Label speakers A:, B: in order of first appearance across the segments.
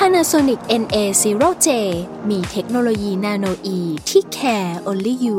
A: Panasonic NA0J มีเทคโนโลยีนาโนอีที่ care only you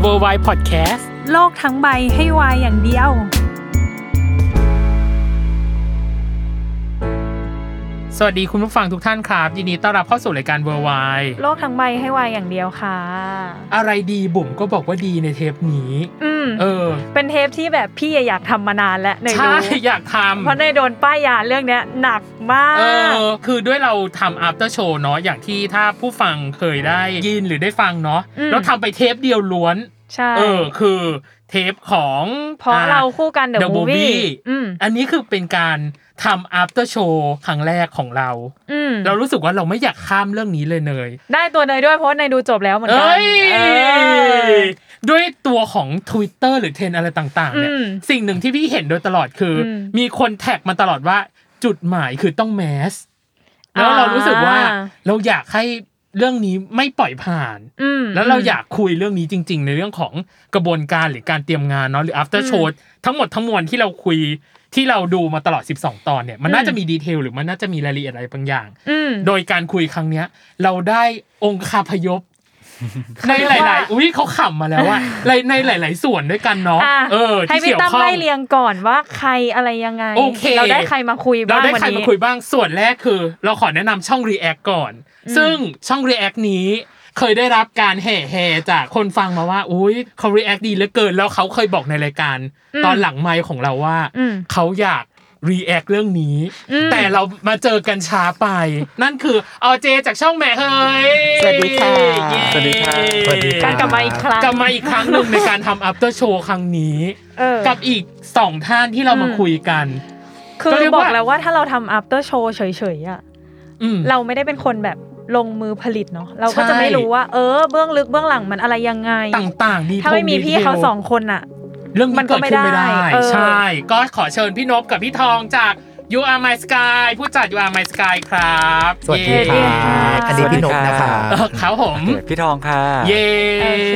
B: เวอร์ไวพอดแคสต์
C: โลกทั้งใบให้วายอย่างเดียว
B: สวัสดีคุณผู้ฟังทุกท่านครับ ยินดีต้อนรับเข้าสู่รายการเวอร์ไว
C: โลกทั้งใบให้วายอย่างเดียวค่ะ
B: อะไรดีบุ๋มก็บอกว่าดีในเทปนี้
C: อืม
B: เออ
C: เป็นเทปที่แบบพี่อยากทำมานานแล้วในย
B: ใช่
C: รู้
B: อยากท
C: เพราะในยโดนป้ายยาเรื่องเนี้ยหนักมา
B: ำเออ
C: ก
B: คือด้วยเราทำ after show เนาะอย่างที่ถ้าผู้ฟังเคยได้ยินหรือได้ฟังเนาะ
C: อืม
B: แล้วทำไปเทปเดียวล้วน
C: ใช่
B: เออ คือเทปของ
C: เพราะ
B: อ่
C: เราคู่กันเดอะ
B: The
C: มู
B: Movie
C: วี่อืม
B: อันนี้คือเป็นการทำ after show ครั้งแรกของเรา
C: อืม
B: เรารู้สึกว่าเราไม่อยากข้ามเรื่องนี้เลยเนย
C: ได้ตัวเนยด้วยเพราะเนยดูจบแล้วเหมือนกั
B: เอ้ย
C: เออ
B: ด้วยตัวของ Twitter หรือเทรนด์อะไรต่างๆเนี่ย
C: อืม
B: สิ่งหนึ่งที่พี่เห็นโดยตลอดคืออ
C: ม
B: มีคนแท็กมาตลอดว่าจุดหมายคือต้องแมส
C: อ่า
B: แล้วเรารู้สึกว่าเราอยากให้เรื่องนี้ไม่ปล่อยผ่าน
C: อืม
B: แล้วเราอยากคุยเรื่องนี้จริง ๆ ในเรื่องของกระบวนการหรือการเตรียมงานเนาะหรือ after show ทั้งหมดทั้งมวลที่เราคุยที่เราดูมาตลอด 12 ตอนเนี่ยมันน่า
C: อืม
B: จะมีดีเทลหรือมันน่าจะมีรายละเอียดอะไรบางอย่าง
C: อืม
B: โดยการคุยครั้งเนี้ย เราได้องคาพยพ ในหลาย ๆ อุ้ยเขาขำมาแล้วว่าในหลาย ๆ ส่วนด้วยกันเนาะ
C: อ่ะ
B: เออ
C: ให้
B: ที่
C: พี่
B: เกี่ยว
C: ตั้ม
B: ข้อง
C: ไล่เรียงก่อนว่าใครอะไรยังไง
B: โอเค
C: ได้ใครมาคุย
B: เรา
C: บ้าง
B: ได้
C: วัน
B: ใครมา
C: นี้
B: คุยบ้างส่วนแรกคือ เราขอแนะนำช่อง React ก่อน ซึ่งช่อง React นี้เคยได้รับการแห่แห่จากคนฟังมาว่าอุ้ยเขา React ดีเหลือเกิน แล้วเขาเคยบอกในรายการ
C: อืม
B: ตอนหลังไมค์ของเราว่า
C: อืม
B: เขาอยาก React เรื่องนี้
C: อืม
B: แต่เรามาเจอกันช้าไป นั่นคืออเจจากช่องแม่เฮ้ย
D: สวัสดีค่ะ
B: เย้
D: สวัสดีค่ะสวัสดีค
C: การ
D: บ
C: กลับมาอีกครั้ง
B: กลับมาอีกครั้ง หนึ่งในการทำ after show ครั้งนี้
C: เออ
B: กับอีกสองท่านที่เรามา
C: อืม
B: คุยกัน
C: คื
B: ก็
C: อ
B: เรียก
C: บอ
B: ว่า
C: กแล้วว่าถ้าเราทำ after show เฉยๆอ่ะ
B: อืม
C: เราไม่ได้เป็นคนแบบลงมือผลิตเนาะเราก็
B: ใช่
C: จะไม่รู้ว่า เออ เบื้องลึกเบื้องหลังมันอะไรยังไง
B: ต่างๆดี
C: ถ้าไม่มี
B: ทงดี
C: พี่
B: ทล
C: เขาสองคนอ่ะ
B: เรื่อง
C: มั
B: มัน
C: นก็
B: เกิดขึ้นไม่ได้
C: ไม่ได้เออ
B: ใช่ ก็ขอเชิญพี่นพกับพี่ทองจาก You Are My Sky ผู้จัด You Are My Sky ครับ
D: สวัสดีค่ะ
C: สวั
D: อัน
C: สดีค่ะ
D: นี้พี่นกนะคะ
B: เออครับผม
D: พี่ทองค่ะ
B: เย้
C: โอเค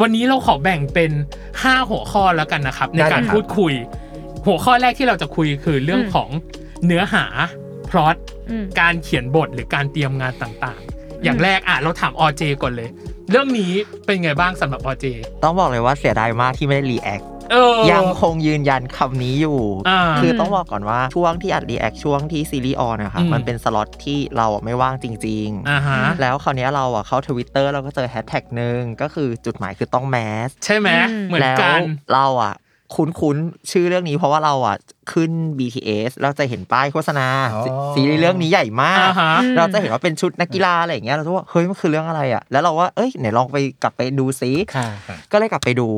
B: วันนี้เราขอแบ่งเป็น 5 หัวข้อแล้วกันนะครับ ใน
D: ได้
B: การ
D: ครับ
B: พูดคุย หัวข้อแรกที่เราจะคุยคือเรื่องของเนื้อหาพล็อต
C: อืม
B: การเขียนบทหรือการเตรียมงานต่างๆ อย่างแรกอ่ะเราถามอเจก่อนเลย เรื่องนี้เป็นไงบ้างสำหรับอเจ
D: ต้องบอกเลยว่าเสียดายมากที่ไม่ได้รีแอค
B: เออ
D: ยังคงยืนยันคำนี้อยู่
B: อ่า
D: คือต้องบอกก่อนว่าช่วงที่อัดรีแอคช่วงที่ซีรีส์ออนนะคะ
B: อืม
D: มันเป็นสล็อตที่เราอะไม่ว่างจริง
B: อ่าฮะ
D: ๆ แล้วคราวเนี้ยเราอ่ะเข้าทวิตเตอร์เราก็เจอแฮชแท็กหนึ่งก็คือจุดหมายคือต้องแมส
B: ใช่ไหม
C: อืม
B: เหมือน
D: แล้ว
B: กัน
D: เราอ่ะ คุ้นคุ้นๆชื่อเรื่องนี้เพราะว่าเราอ่ะขึ้น BTS เราจะเห็นป้ายโฆษณาซีรีส์เรื่องนี้ใหญ่มาก
B: อ่าฮะ
D: เราจะเห็นว่าเป็นชุดนักกีฬาอะไรอย่างเงี้ยเราจะว่าเฮ้ยมันคือเรื่องอะไรอ่ะ แล้วเราว่าเอ้ยไหนลองไปกลับไปดูซิก็เลยกลับไปดู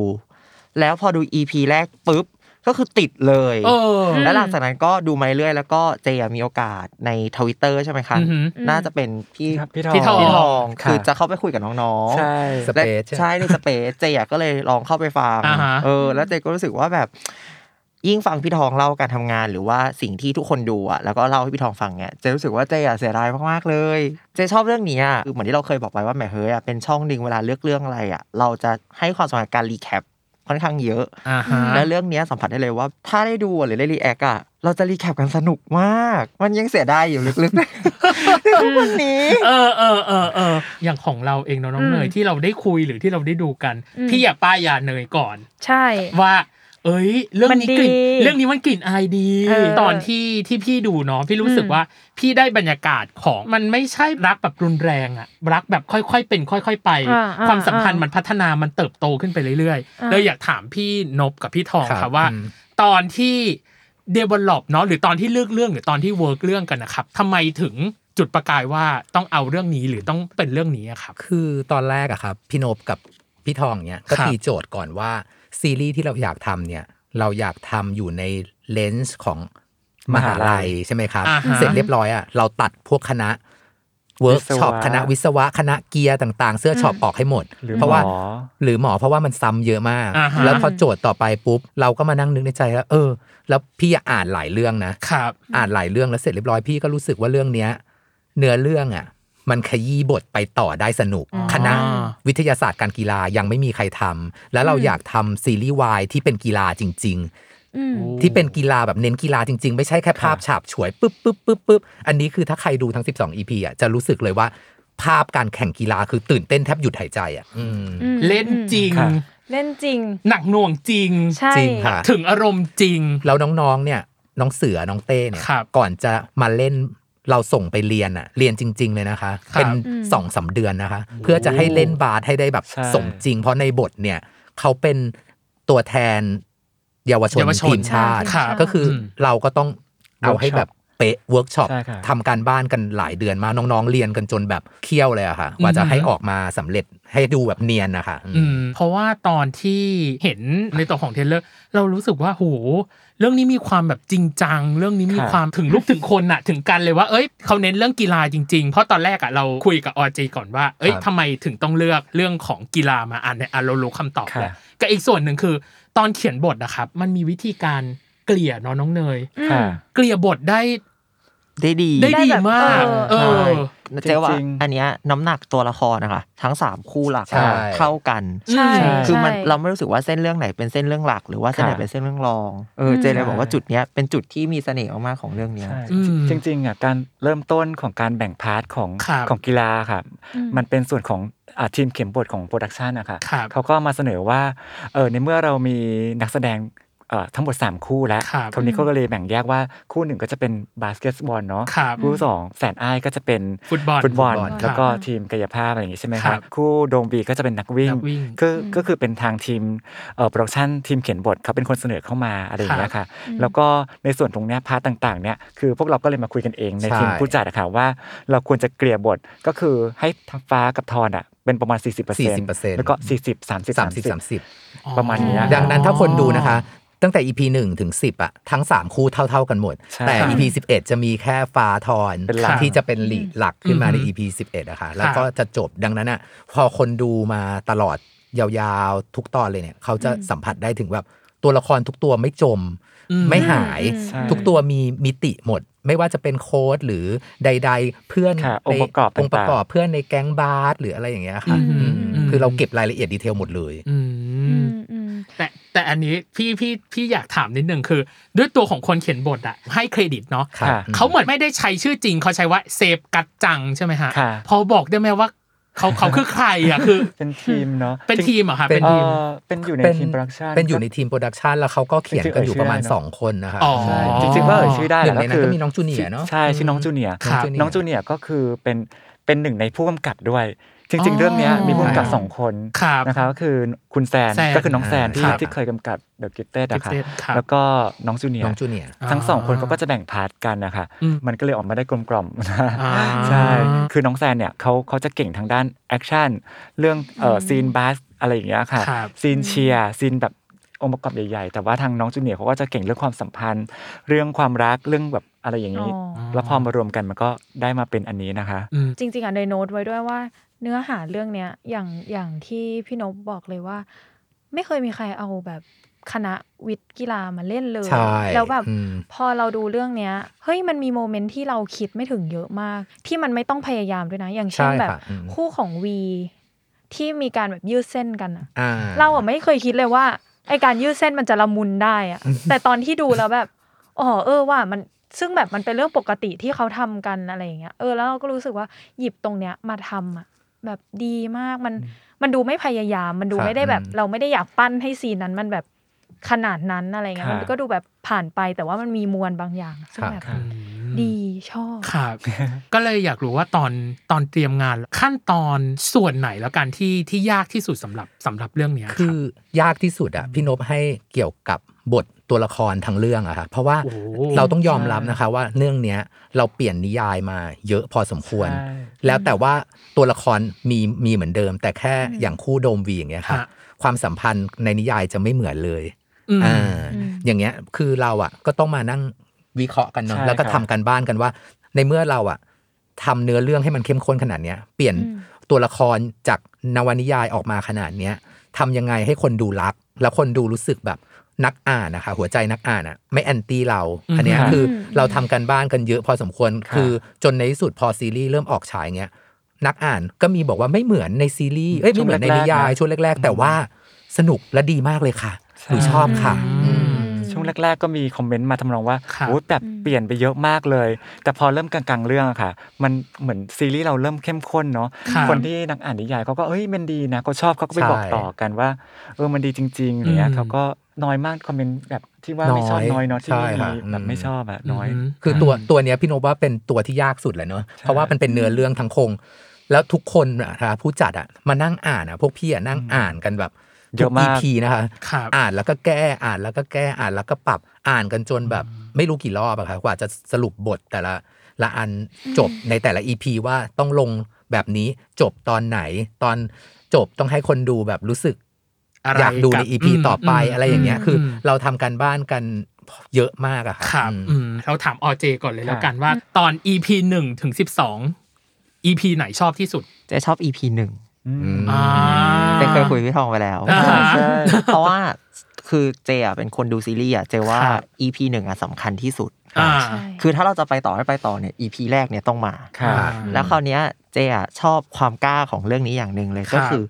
D: แล้วพอดู EP แรกปุ๊บก็คือติดเลย
B: เออ
C: ม
D: แล้วหลังจากนั้นก็ดูมาเรื่อยๆแล้วก็เจอะมีโอกาสในทวิตเตอร์ใช่ไหมคะ
B: อือหือ
D: น่าจะเป็นพี่
E: ครับพี่
D: พี่
E: ทอ
D: ทอ
E: ง
D: ง
B: พี่ทอง
D: คือ
E: ค่ะ
D: จะเข้าไปคุยกับน้องๆ
E: ใช่
D: สเปซใช่ในสเปซเจอะก็เลยลองเข้าไปฟัง
B: อ่าฮะ
D: เออ แล้วเจก็รู้สึกว่าแบบ ยิ่งฟังพี่ทองเล่าการทำงานหรือว่าสิ่งที่ทุกคนดูอะแล้วก็เล่าให้พี่ทองฟังเนี่ยเจรู้สึกว่าเจอะเสียดายมากๆเลย เจชอบเรื่องนี้อะคือเหมือนที่เราเคยบอกไปว่าแหมเฮ้ยอะเป็นช่องหนึ่งเวลาเลือกเรื่องอะไรอะเราจะให้ความสำคัญกับการรีแคปค่อนข้างเยอะ
B: อ่าฮะ
D: และเรื่องเนี้ยสัมผัสได้เลยว่า ถ้าได้ดูหรือได้รีแอคอะเราจะรีแคปกันสนุกมาก มันยังเสียดายอยู่ลึก ๆ ในทุกวันนี้
B: เออเออเออเอออย่างของเราเองเนาะน้อง
C: อืม
B: เนยที่เราได้คุยหรือที่เราได้ดูกัน
C: อืม
B: พี่อย่าป้ายยาเนยก่อน
C: ใช่
B: ว่า เอ้ย เรื่องนี้
C: มันดี
B: กลิ่นเรื่องนี้มันกลิ่นอายดี
C: เออ
B: ตอนที่ที่พี่ดูเนาะพี่รู้สึก
C: อืม
B: ว่าพี่ได้บรรยากาศของมันไม่ใช่รักแบบรุนแรงอะรักแบบค่อย ๆ เป็นค่อย ๆ ไป
C: อ่าอ่า
B: ความสัมพันธ์
C: อ่ามั
B: มันพัฒนามันเติบโตขึ้นไปเรื่อย
C: อ่า
B: ๆเลยอยากถามพี่นบกับพี่ทอง
F: ครั
B: ค่ะ
F: บ
B: ว่า
F: อืม
B: ตอนที่ develop เนาะหรือตอนที่เลือกเรื่องหรือตอนที่ work เรื่องกันนะครับทำไมถึงจุดประกายว่าต้องเอาเรื่องนี้หรือต้องเป็นเรื่องนี้อะครับ
F: คือตอนแรกอะครับ พี่โนบกับพี่ทองเนี่ยก็
B: ครับ
F: ตีโจทย์ก่อนว่าซีรีส์ที่เราอยากทำเนี่ยเราอยากทำอยู่ในเลนส์ของมหาลัยใช่ไหมครับ
B: อ่าฮะ
F: เสร็จเรียบร้อยอะเราตัดพวกคณะเวิร์กช็อป
D: วิศวะ
F: คณะวิศวะคณะเกียร์ต่าง ๆ เสื้อช็อปออกให้หมด
D: หรือ
F: เพราะว่า
D: หมอ
F: หรือหมอเพราะว่ามันซ้ำเยอะมาก
B: อ่าฮะ
F: แล้วพอโจทย์ต่อไปปุ๊บ เราก็มานั่งนึกในใจแล้วเออ แล้วพี่อ่านหลายเรื่องนะ
B: ครับ
F: อ่านหลายเรื่องแล้วเสร็จเรียบร้อยพี่ก็รู้สึกว่าเรื่องเนี้ย เนื้อเรื่องอ่ะ มันขยี้บทไปต่อได้สนุก
B: อ๋อ
F: คณะวิทยาศาสตร์การกีฬายังไม่มีใครทำแล้วเรา
C: อืม
F: อยากทำซีรีส์วายที่เป็นกีฬาจริง
C: อืม
F: ๆ ที่เป็นกีฬาแบบเน้นกีฬาจริง ๆ ไม่ใช่แค่ภาพฉาบฉวยปึ๊บปึ๊บปึ๊บปึ๊บอันนี้คือถ้าใครดูทั้ง 12 EP อ่ะจะรู้สึกเลยว่า ภาพการแข่งกีฬาคือตื่นเต้นแทบหยุดหายใจอ่ะอืม
C: อืม
B: เล่นจริง
D: ครับ
C: เล่นจริง
B: หนักหน่วงจริง
C: ใช่
F: จริงค่ะ
B: ถึงอารมณ์จริง
F: แล้วน้องๆ เนี่ยน้องเสือน้องเต้เนี่ย
B: ครับ
F: ก่อนจะมาเล่นเราส่งไปเรียนอะเรียนจริง ๆ เลยนะคะ
B: ครับ
F: เป็นสองสามเดือนนะคะ เพื่อจะให้เล่นบาสให้ได้แบบ
D: ใช่
F: สมจริง เพราะในบทเนี่ยเขาเป็นตัวแทนเยาวชน
B: เยาวชน
F: ทีมชาติ
B: ครับ
F: ก็คืออ
B: ม
F: เราก็ต้องเอาให้แบบเป๊ะเวิร์กช็อป
D: ใช่ครับ
F: ทำการบ้านกันหลายเดือนมากน้องๆ เรียนกันจนแบบเคี่ยวเลยอะค่ะกว่าจะให้ออกมาสำเร็จให้ดูแบบเนียนนะคะอืม
B: อืมเพราะว่าตอนที่เห็นในตัวของเทรลเลอร์เรารู้สึกว่าโหเรื่องนี้มีความแบบจริงจัง เรื่องนี้มี
D: ครับ
B: ความถึงลูกถึงคนน่ะ ถึงกันเลยว่าเอ้ยเขาเน้นเรื่องกีฬาจริง ๆ เพราะตอนแรกอ่ะเราคุยกับออจีก่อนว่า เอ้ย
F: ครับ
B: ทำไมถึงต้องเลือกเรื่องของกีฬามาอ่านในยอ่ะเรารู้คำตอบ
D: ค่ะ
B: แล้วกับอีกส่วนหนึ่งคือ ตอนเขียนบทนะครับ มันมีวิธีการเกลี่ยเนาะน้องเนย
C: อืม
D: ค่ะ
B: เกลี่ยบทได้
D: ได้ดี
B: ได้ดีมาก
C: เอ
B: เออ
D: เจ๊ว่า
E: จริงๆ
D: อันเนี้ยน้ำหนักตัวละครนะคะทั้งสามคู่หลัก
F: ใช่
D: เท่ากัน
C: ใช่
B: ใช่
D: คือมัน
C: ใช่
D: เราไม่รู้สึกว่าเส้นเรื่องไหนเป็นเส้นเรื่องหลัก หรือว่าเส้นไหน
E: ค่ะ
D: เป็นเส้นเรื่องรองเออ
C: อืม
D: เจเลยบอกว่าจุดเนี้ยเป็นจุดที่มีเสน่ห์มากๆของเรื่องเนี้ย
E: ใช่
B: อืม
E: จริงๆอ่ะการเริ่มต้นของการแบ่งพาร์ทของ
B: ครับ
E: ของกีฬาครับ
C: อืม
E: มันเป็นส่วนของอ่ะทีมเข็มบทของโปรดักชันนะคะ
B: ครับ
E: เขาก็มาเสนอว่าเออในเมื่อเรามีนักแสดงเอ่อทั้งหมด 3 คู่แล้ว
B: ครับ
E: คราวนี้เขาก็เลยแบ่งแยกว่าคู่หนึ่งก็จะเป็นบาสเกตบอลเนาะ
B: ครับ
E: คู่สองแสนอ้ายก็จะเป็น
B: ฟุตบอล
E: ฟุตบอล
F: ฟุตบอล
E: แล้วก็
B: ครับ
E: ทีมกายภาพอะไรอย่างงี้ใช่ไหมค
B: ครั
E: รับบ คู่โดมบีก็จะเป็นนักวิ่ง
B: นักวิ่ง
E: ก็ก็คือเป็นทางทีมเอ่อโปรดักชันทีมเขียนบทเขาเป็นคนเสนอเข้ามาอะไรอย่างเงี้ยค่ะ แล้วก็ในส่วนตรงเนี้ยพาร์ตต่างๆเนี่ยคือพวกเราก็เลยมาคุยกันเองใน
F: ใช่
E: ทีมผู้จัดนะคะว่าเราควรจะเกลี่ยบทก็คือให้ทังฟ้ากับทอนอ่ะเป็นประมาณ 40%แล้วก็ 40 30
F: สามสิบสาม
E: 30
F: สิบ
E: ประมาณเนี้ย
F: ดังนั้นถ้าคนดูนะคะ ตั้งแต่ EP 1 ถึง 10อะทั้ง 3 คู่เท่า ๆ กันหมด
E: ใช่
F: แต่ EP 11 จะมีแค่ฟ้าทอน
E: เป็นหลัก
F: ที่จะเป็นหลีดหลักขึ้นมาใน
B: อือฮึ
F: EP 11อะค่ะแล้วก็จะจบดังนั้นอะพอคนดูมาตลอดยาวๆ ทุกตอนเลยเนี่ย เขาจะสัมผัสได้ถึงแบบตัวละครทุกตัวไม่จม
B: อืม
F: ไม่หาย
E: ใช่
F: ทุกตัวมีมิติหมด ไม่ว่าจะเป็นโค้ดหรือใด ๆ เพื่อน
E: ค่ะ
F: ใน
E: องค์ประกอบ
F: องค์ประกอบ
E: ต่าง
F: เพื่อนในแก๊งบาสหรืออะไรอย่างเงี้ยค่ะ
B: อื
F: อื
B: ม
F: ม
B: อืม
F: คือเราเก็บรายละเอียดดีเทลหมดเลย
B: อื
C: อื
B: ม
C: มอืม
B: แต่แต่อันนี้พี่พี่พี่อยากถามนิดหนึ่งคือ ด้วยตัวของคนเขียนบทอะให้เครดิตเนาะ
E: ค่ะ
B: เขาเหมือนไม่ได้ใช้ชื่อจริงเขาใช้ว่าเซฟกัดจังใช่ไหมฮะ
E: ค่ะ
B: พอบอกได้ไหมว่าเขาเขาคือใครอะคือ
E: เป็นทีมเนาะ
B: เป็นทีมเหรอคะเป็น
E: เอ่
B: ทีม
E: อเป็นอยู่ในทีมโปรดักชัน
F: เป็นอยู่ในทีมโปรดักชันแล้วเขาก็เขียนกันอยู่ประมาณ
E: เป็นชื่อเอ่ย
F: 2 คนนะคะ
B: อ๋อ
E: ใช่จริงๆก็เอ่ยชื่อได้
F: หนึ่
E: แหละ
F: งในนั้นก็มีน้องจูเนียร์เนอะ
E: ใช่ชื่อน้องจูเนียร์
B: ครับ
E: น้องจูเนียร์ก็คือเป็นเป็นหนึ่งในผู้กำกับด้วย จริง
B: อ๋อ
E: ๆ เรื่องเนี้ยมีผู้กำกับสองคน
B: ครับ
E: นะคะก็คือคุณแซน
B: แซน
E: ก็คือน้องแซนที่
B: ครับ
E: ที่เคยกำกับ The Gifted อะค่ะ
B: Gifted ครับ
E: แล้วก็น้องจูเนีย
F: น้
E: ร์
F: องจูเนียร์
E: ทั้งสองคน
B: อ่า
E: เขาก็จะแบ่งพาร์ทกันนะคะ
B: อืม
E: มันก็เลยออกมาได้กลมกล่อม
B: อ่า
E: ใช่ คือน้องแซนเนี่ยเขาเขาจะเก่งทางด้านแอคชั่นเรื่องเอ่อซีนบาสอะไรอย่างเงี้ยค่ะ
B: ครับ
E: ซีนเชียร์ซีนแบบองค์ประกอบใหญ่ๆ แต่ว่าทางน้องจูเนียร์เขาก็จะเก่งเรื่องความสัมพันธ์ เรื่องความรักเรื่องแบบอะไรอย่างนี้
C: อ๋อ
E: แล้วพอมารวมกันมันก็ได้มาเป็นอันนี้นะคะ
B: อืม
C: จริงๆอ่ะในโน้ตไว้ด้วยว่า เนื้อหาเรื่องเนี้ยอย่างอย่างที่พี่นบบอกเลยว่า ไม่เคยมีใครเอาแบบคณะวิทย์กีฬามาเล่นเลย
F: ใช่
C: แล้วแบบ
F: อืม
C: พอเราดูเรื่องเนี้ยเฮ้ยมันมีโมเมนต์ที่เราคิดไม่ถึงเยอะมาก ที่มันไม่ต้องพยายามด้วยนะ อย่างเช่น
F: ใช่
C: แบบ
F: ค่ะอืม
C: คู่ของวีที่มีการแบบยืดเส้นกันอะ
F: อ่า
C: เราอะไม่เคยคิดเลยว่าไอการยืดเส้นมันจะละมุนได้อะแต่ตอนที่ดูแล้วแบบอ๋อเออว่ามันซึ่งแบบมันเป็นเรื่องปกติที่เขาทำกันอะไรอย่างเงี้ยเออแล้วเราก็รู้สึกว่าหยิบตรงเนี้ยมาทำอะแบบดีมากมันมันดูไม่พยายาม มันดู
F: ครับ
C: ไม่ได้แบบ
F: อืม
C: เราไม่ได้อยากปั้นให้ซีนนั้นมันแบบ ขนาดนั้นอะไรเงี้ย
E: ค่ะ
C: มันก็ดูแบบผ่านไปแต่ว่ามันมีมวลบางอย่างซึ่งแบบ
E: ค่ะ
C: ดีชอบ
B: ครับ ก็เลยอยากรู้ว่าตอนตอนเตรียมงานขั้นตอนส่วนไหนแล้วกันที่ที่ยากที่สุดสำหรับสำหรับเรื่องเนี้ย
F: คื
B: รับ
F: อยากที่สุดอะพี่นพให้เกี่ยวกับบทตัวละครทั้งเรื่องอะค่ะเพราะว่า
B: โอ้โห
F: เราต้องยอมรับนะคะว่าเรื่องเนี้ยเราเปลี่ยนนิยายมาเยอะพอสมควร
E: ใช่
F: แล้วแต่ว่าตัวละครมีมีเหมือนเดิม แต่แค่อย่างคู่โดมวีอย่างเงี้ยค่ะ
B: ฮะ
F: ความสัมพันธ์ในนิยายจะไม่เหมือนเลย
B: อืม
F: อ่า
C: อืม
F: อย่างเงี้ยคือเราอะก็ต้องมานั่งวิเคราะห์กันเนาะ
E: ใช่
F: แล้วก็
E: ครับ
F: ทำกันบ้านกันว่า ในเมื่อเราอะทำเนื้อเรื่องให้มันเข้มข้นขนาดเนี้ยเปลี่ยน
C: อืม
F: ตัวละครจากนวนิยายออกมาขนาดเนี้ยทำยังไงให้คนดูรัก แล้วคนดูรู้สึกแบบนักอ่านนะคะ หัวใจนักอ่านอะไม่แอนตี้เรา
B: อืม
F: อันเนี้ย
E: ค่ะ
F: คืออ
C: ม
F: เราทำกันบ้านกันเยอะพอสมควร
E: ค่ะ
F: คือจนในที่สุดพอซีรีส์เริ่มออกฉายเงี้ยนักอ่านก็มีบอกว่าไม่เหมือนในซีรีส์เอ้ยไม่เหมือนในนิยายช่วงแรก ๆ แต่ว่าสนุกและดีมากเลยค่ะหนูชอบค่ะอืม
E: ช่วงแรก ๆ ก็มีคอมเมนต์มาทำนองว่า
B: ครับ
E: โอ้แบบเปลี่ยนไปเยอะมากเลย แต่พอเริ่มกลางๆเรื่องอะค่ะ มันเหมือนซีรีส์เราเริ่มเข้มข้นเนาะ
B: ครับ
E: คนที่นักอ่านนิยายเขาก็เอ้ยมันดีนะเขาชอบเขาก็ไป
F: ใช่
E: บอกต่อกันว่า เออมันดีจริงๆอย่างเงี้
B: อื
E: ย
B: ม
E: เขาก็น้อยมากคอมเมนต์แบบที่ว่าไม่ชอบ
F: น้
E: น้
F: อ
E: อย ยเนาะที่
F: ใช่
E: มี
F: ค่ะ
E: แบบไม่
F: อืม
E: ชอบอะน้อย
B: ม
F: คือตัวตัวเนี้ยพี่โนบว่าเป็นตัวที่ยากสุดแหละเนอะเพราะว่ามันเป็นเนื้อเรื่องทั้งโครงแล้วทุกคนอะนะคะผู้จัดอะมานั่งอ่านอะพวกพี่อะนั่งอ่านกันแบบ
E: เยอะมาก
F: ทุ EP นะคะ
B: ครับ
F: อ่านแล้วก็แก้อ่านแล้วก็แก้อ่านแล้วก็ปรับอ่านกันจนแบบไม่รู้กี่รอบอะค่ะกว่าจะสรุปบทแต่ละละอันจบในแต่ละ EP ว่าต้องลงแบบนี้จบตอนไหน ตอนจบต้องให้คนดูแบบรู้สึก
B: ะไร
F: อยากดูใน
B: บ
F: EP ต่อไป
B: ม
F: อะไรอย่างเงี้ยคืออ
B: ม
F: เราทำกันบ้านกันเยอะมากอะค่ะ
B: ครับ
F: อืม
B: อืมเราถามอเจก่อนเลยแล้วกันว่าตอน EP หนึ่งถึงสิบสอง EP ไหนชอบที่สุด
D: เจ๊ชอบ EP หนึ่ง
B: อ่า
D: เจ๊เคยคุยพี่ทองไปแล้ว
B: อ่าฮะ
E: ใช่
D: เพราะว่าคือเจอ่ะเป็นคนดูซีรีส์อ่ะเจว่า
B: ครับ
D: EP หนึ่งอ่ะสำคัญที่สุด
B: อ่า
C: ใช่
D: คือถ้าเราจะไปต่อให้ไปต่อเนี่ย EP แรกเนี่ยต้องมา
E: ค่ะ
D: แล้วคราวเนี้ยเจอ่ะชอบความกล้าของเรื่องนี้อย่างหนึ่งเลย
B: ครับ
D: ก็คือ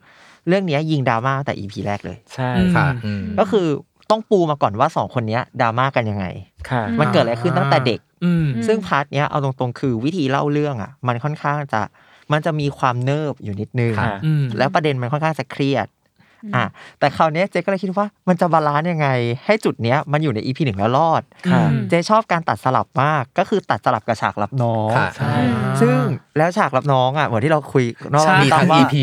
D: เรื่องเนี้ยยิงดราม่าตั้งแต่ EP แรกเลย
E: ใช่
B: อืม
F: ค่ะอืม
D: ก็คือต้องปูมาก่อนว่าสองคนเนี้ยดราม่ากันยังไง
E: ค่ะ
D: มันเกิดอะไรขึ้นตั้งแต่เด็ก
B: อืม
D: ซึ่งพาร์ทเนี้ยเอาตรงๆคือวิธีเล่าเรื่องอ่ะ มันค่อนข้างจะมันจะมีความเนิบอยู่นิดนึง
E: ค่ะ
B: อืม
D: แล้วประเด็นมันค่อนข้างจะเครียด อ่ะ แต่คราวเนี้ยเจ๊ก็เลยคิดว่ามันจะบาลานซ์ยังไง ให้จุดเนี้ยมันอยู่ในอีพีหนึ่งแล้วรอด
E: ค่ะ
B: อืม
D: เจ๊ชอบการตัดสลับมาก ก็คือตัดสลับกับฉากรับน้อง
F: ค่ะ
E: ใช่
D: ซึ่งแล้วฉากรับน้องอ่ะเหมือนที่เราคุยนอก
B: ใช่
D: รอบ
F: มี
D: ตอ
F: ทั้
D: น
F: ง
D: ว่า
F: EP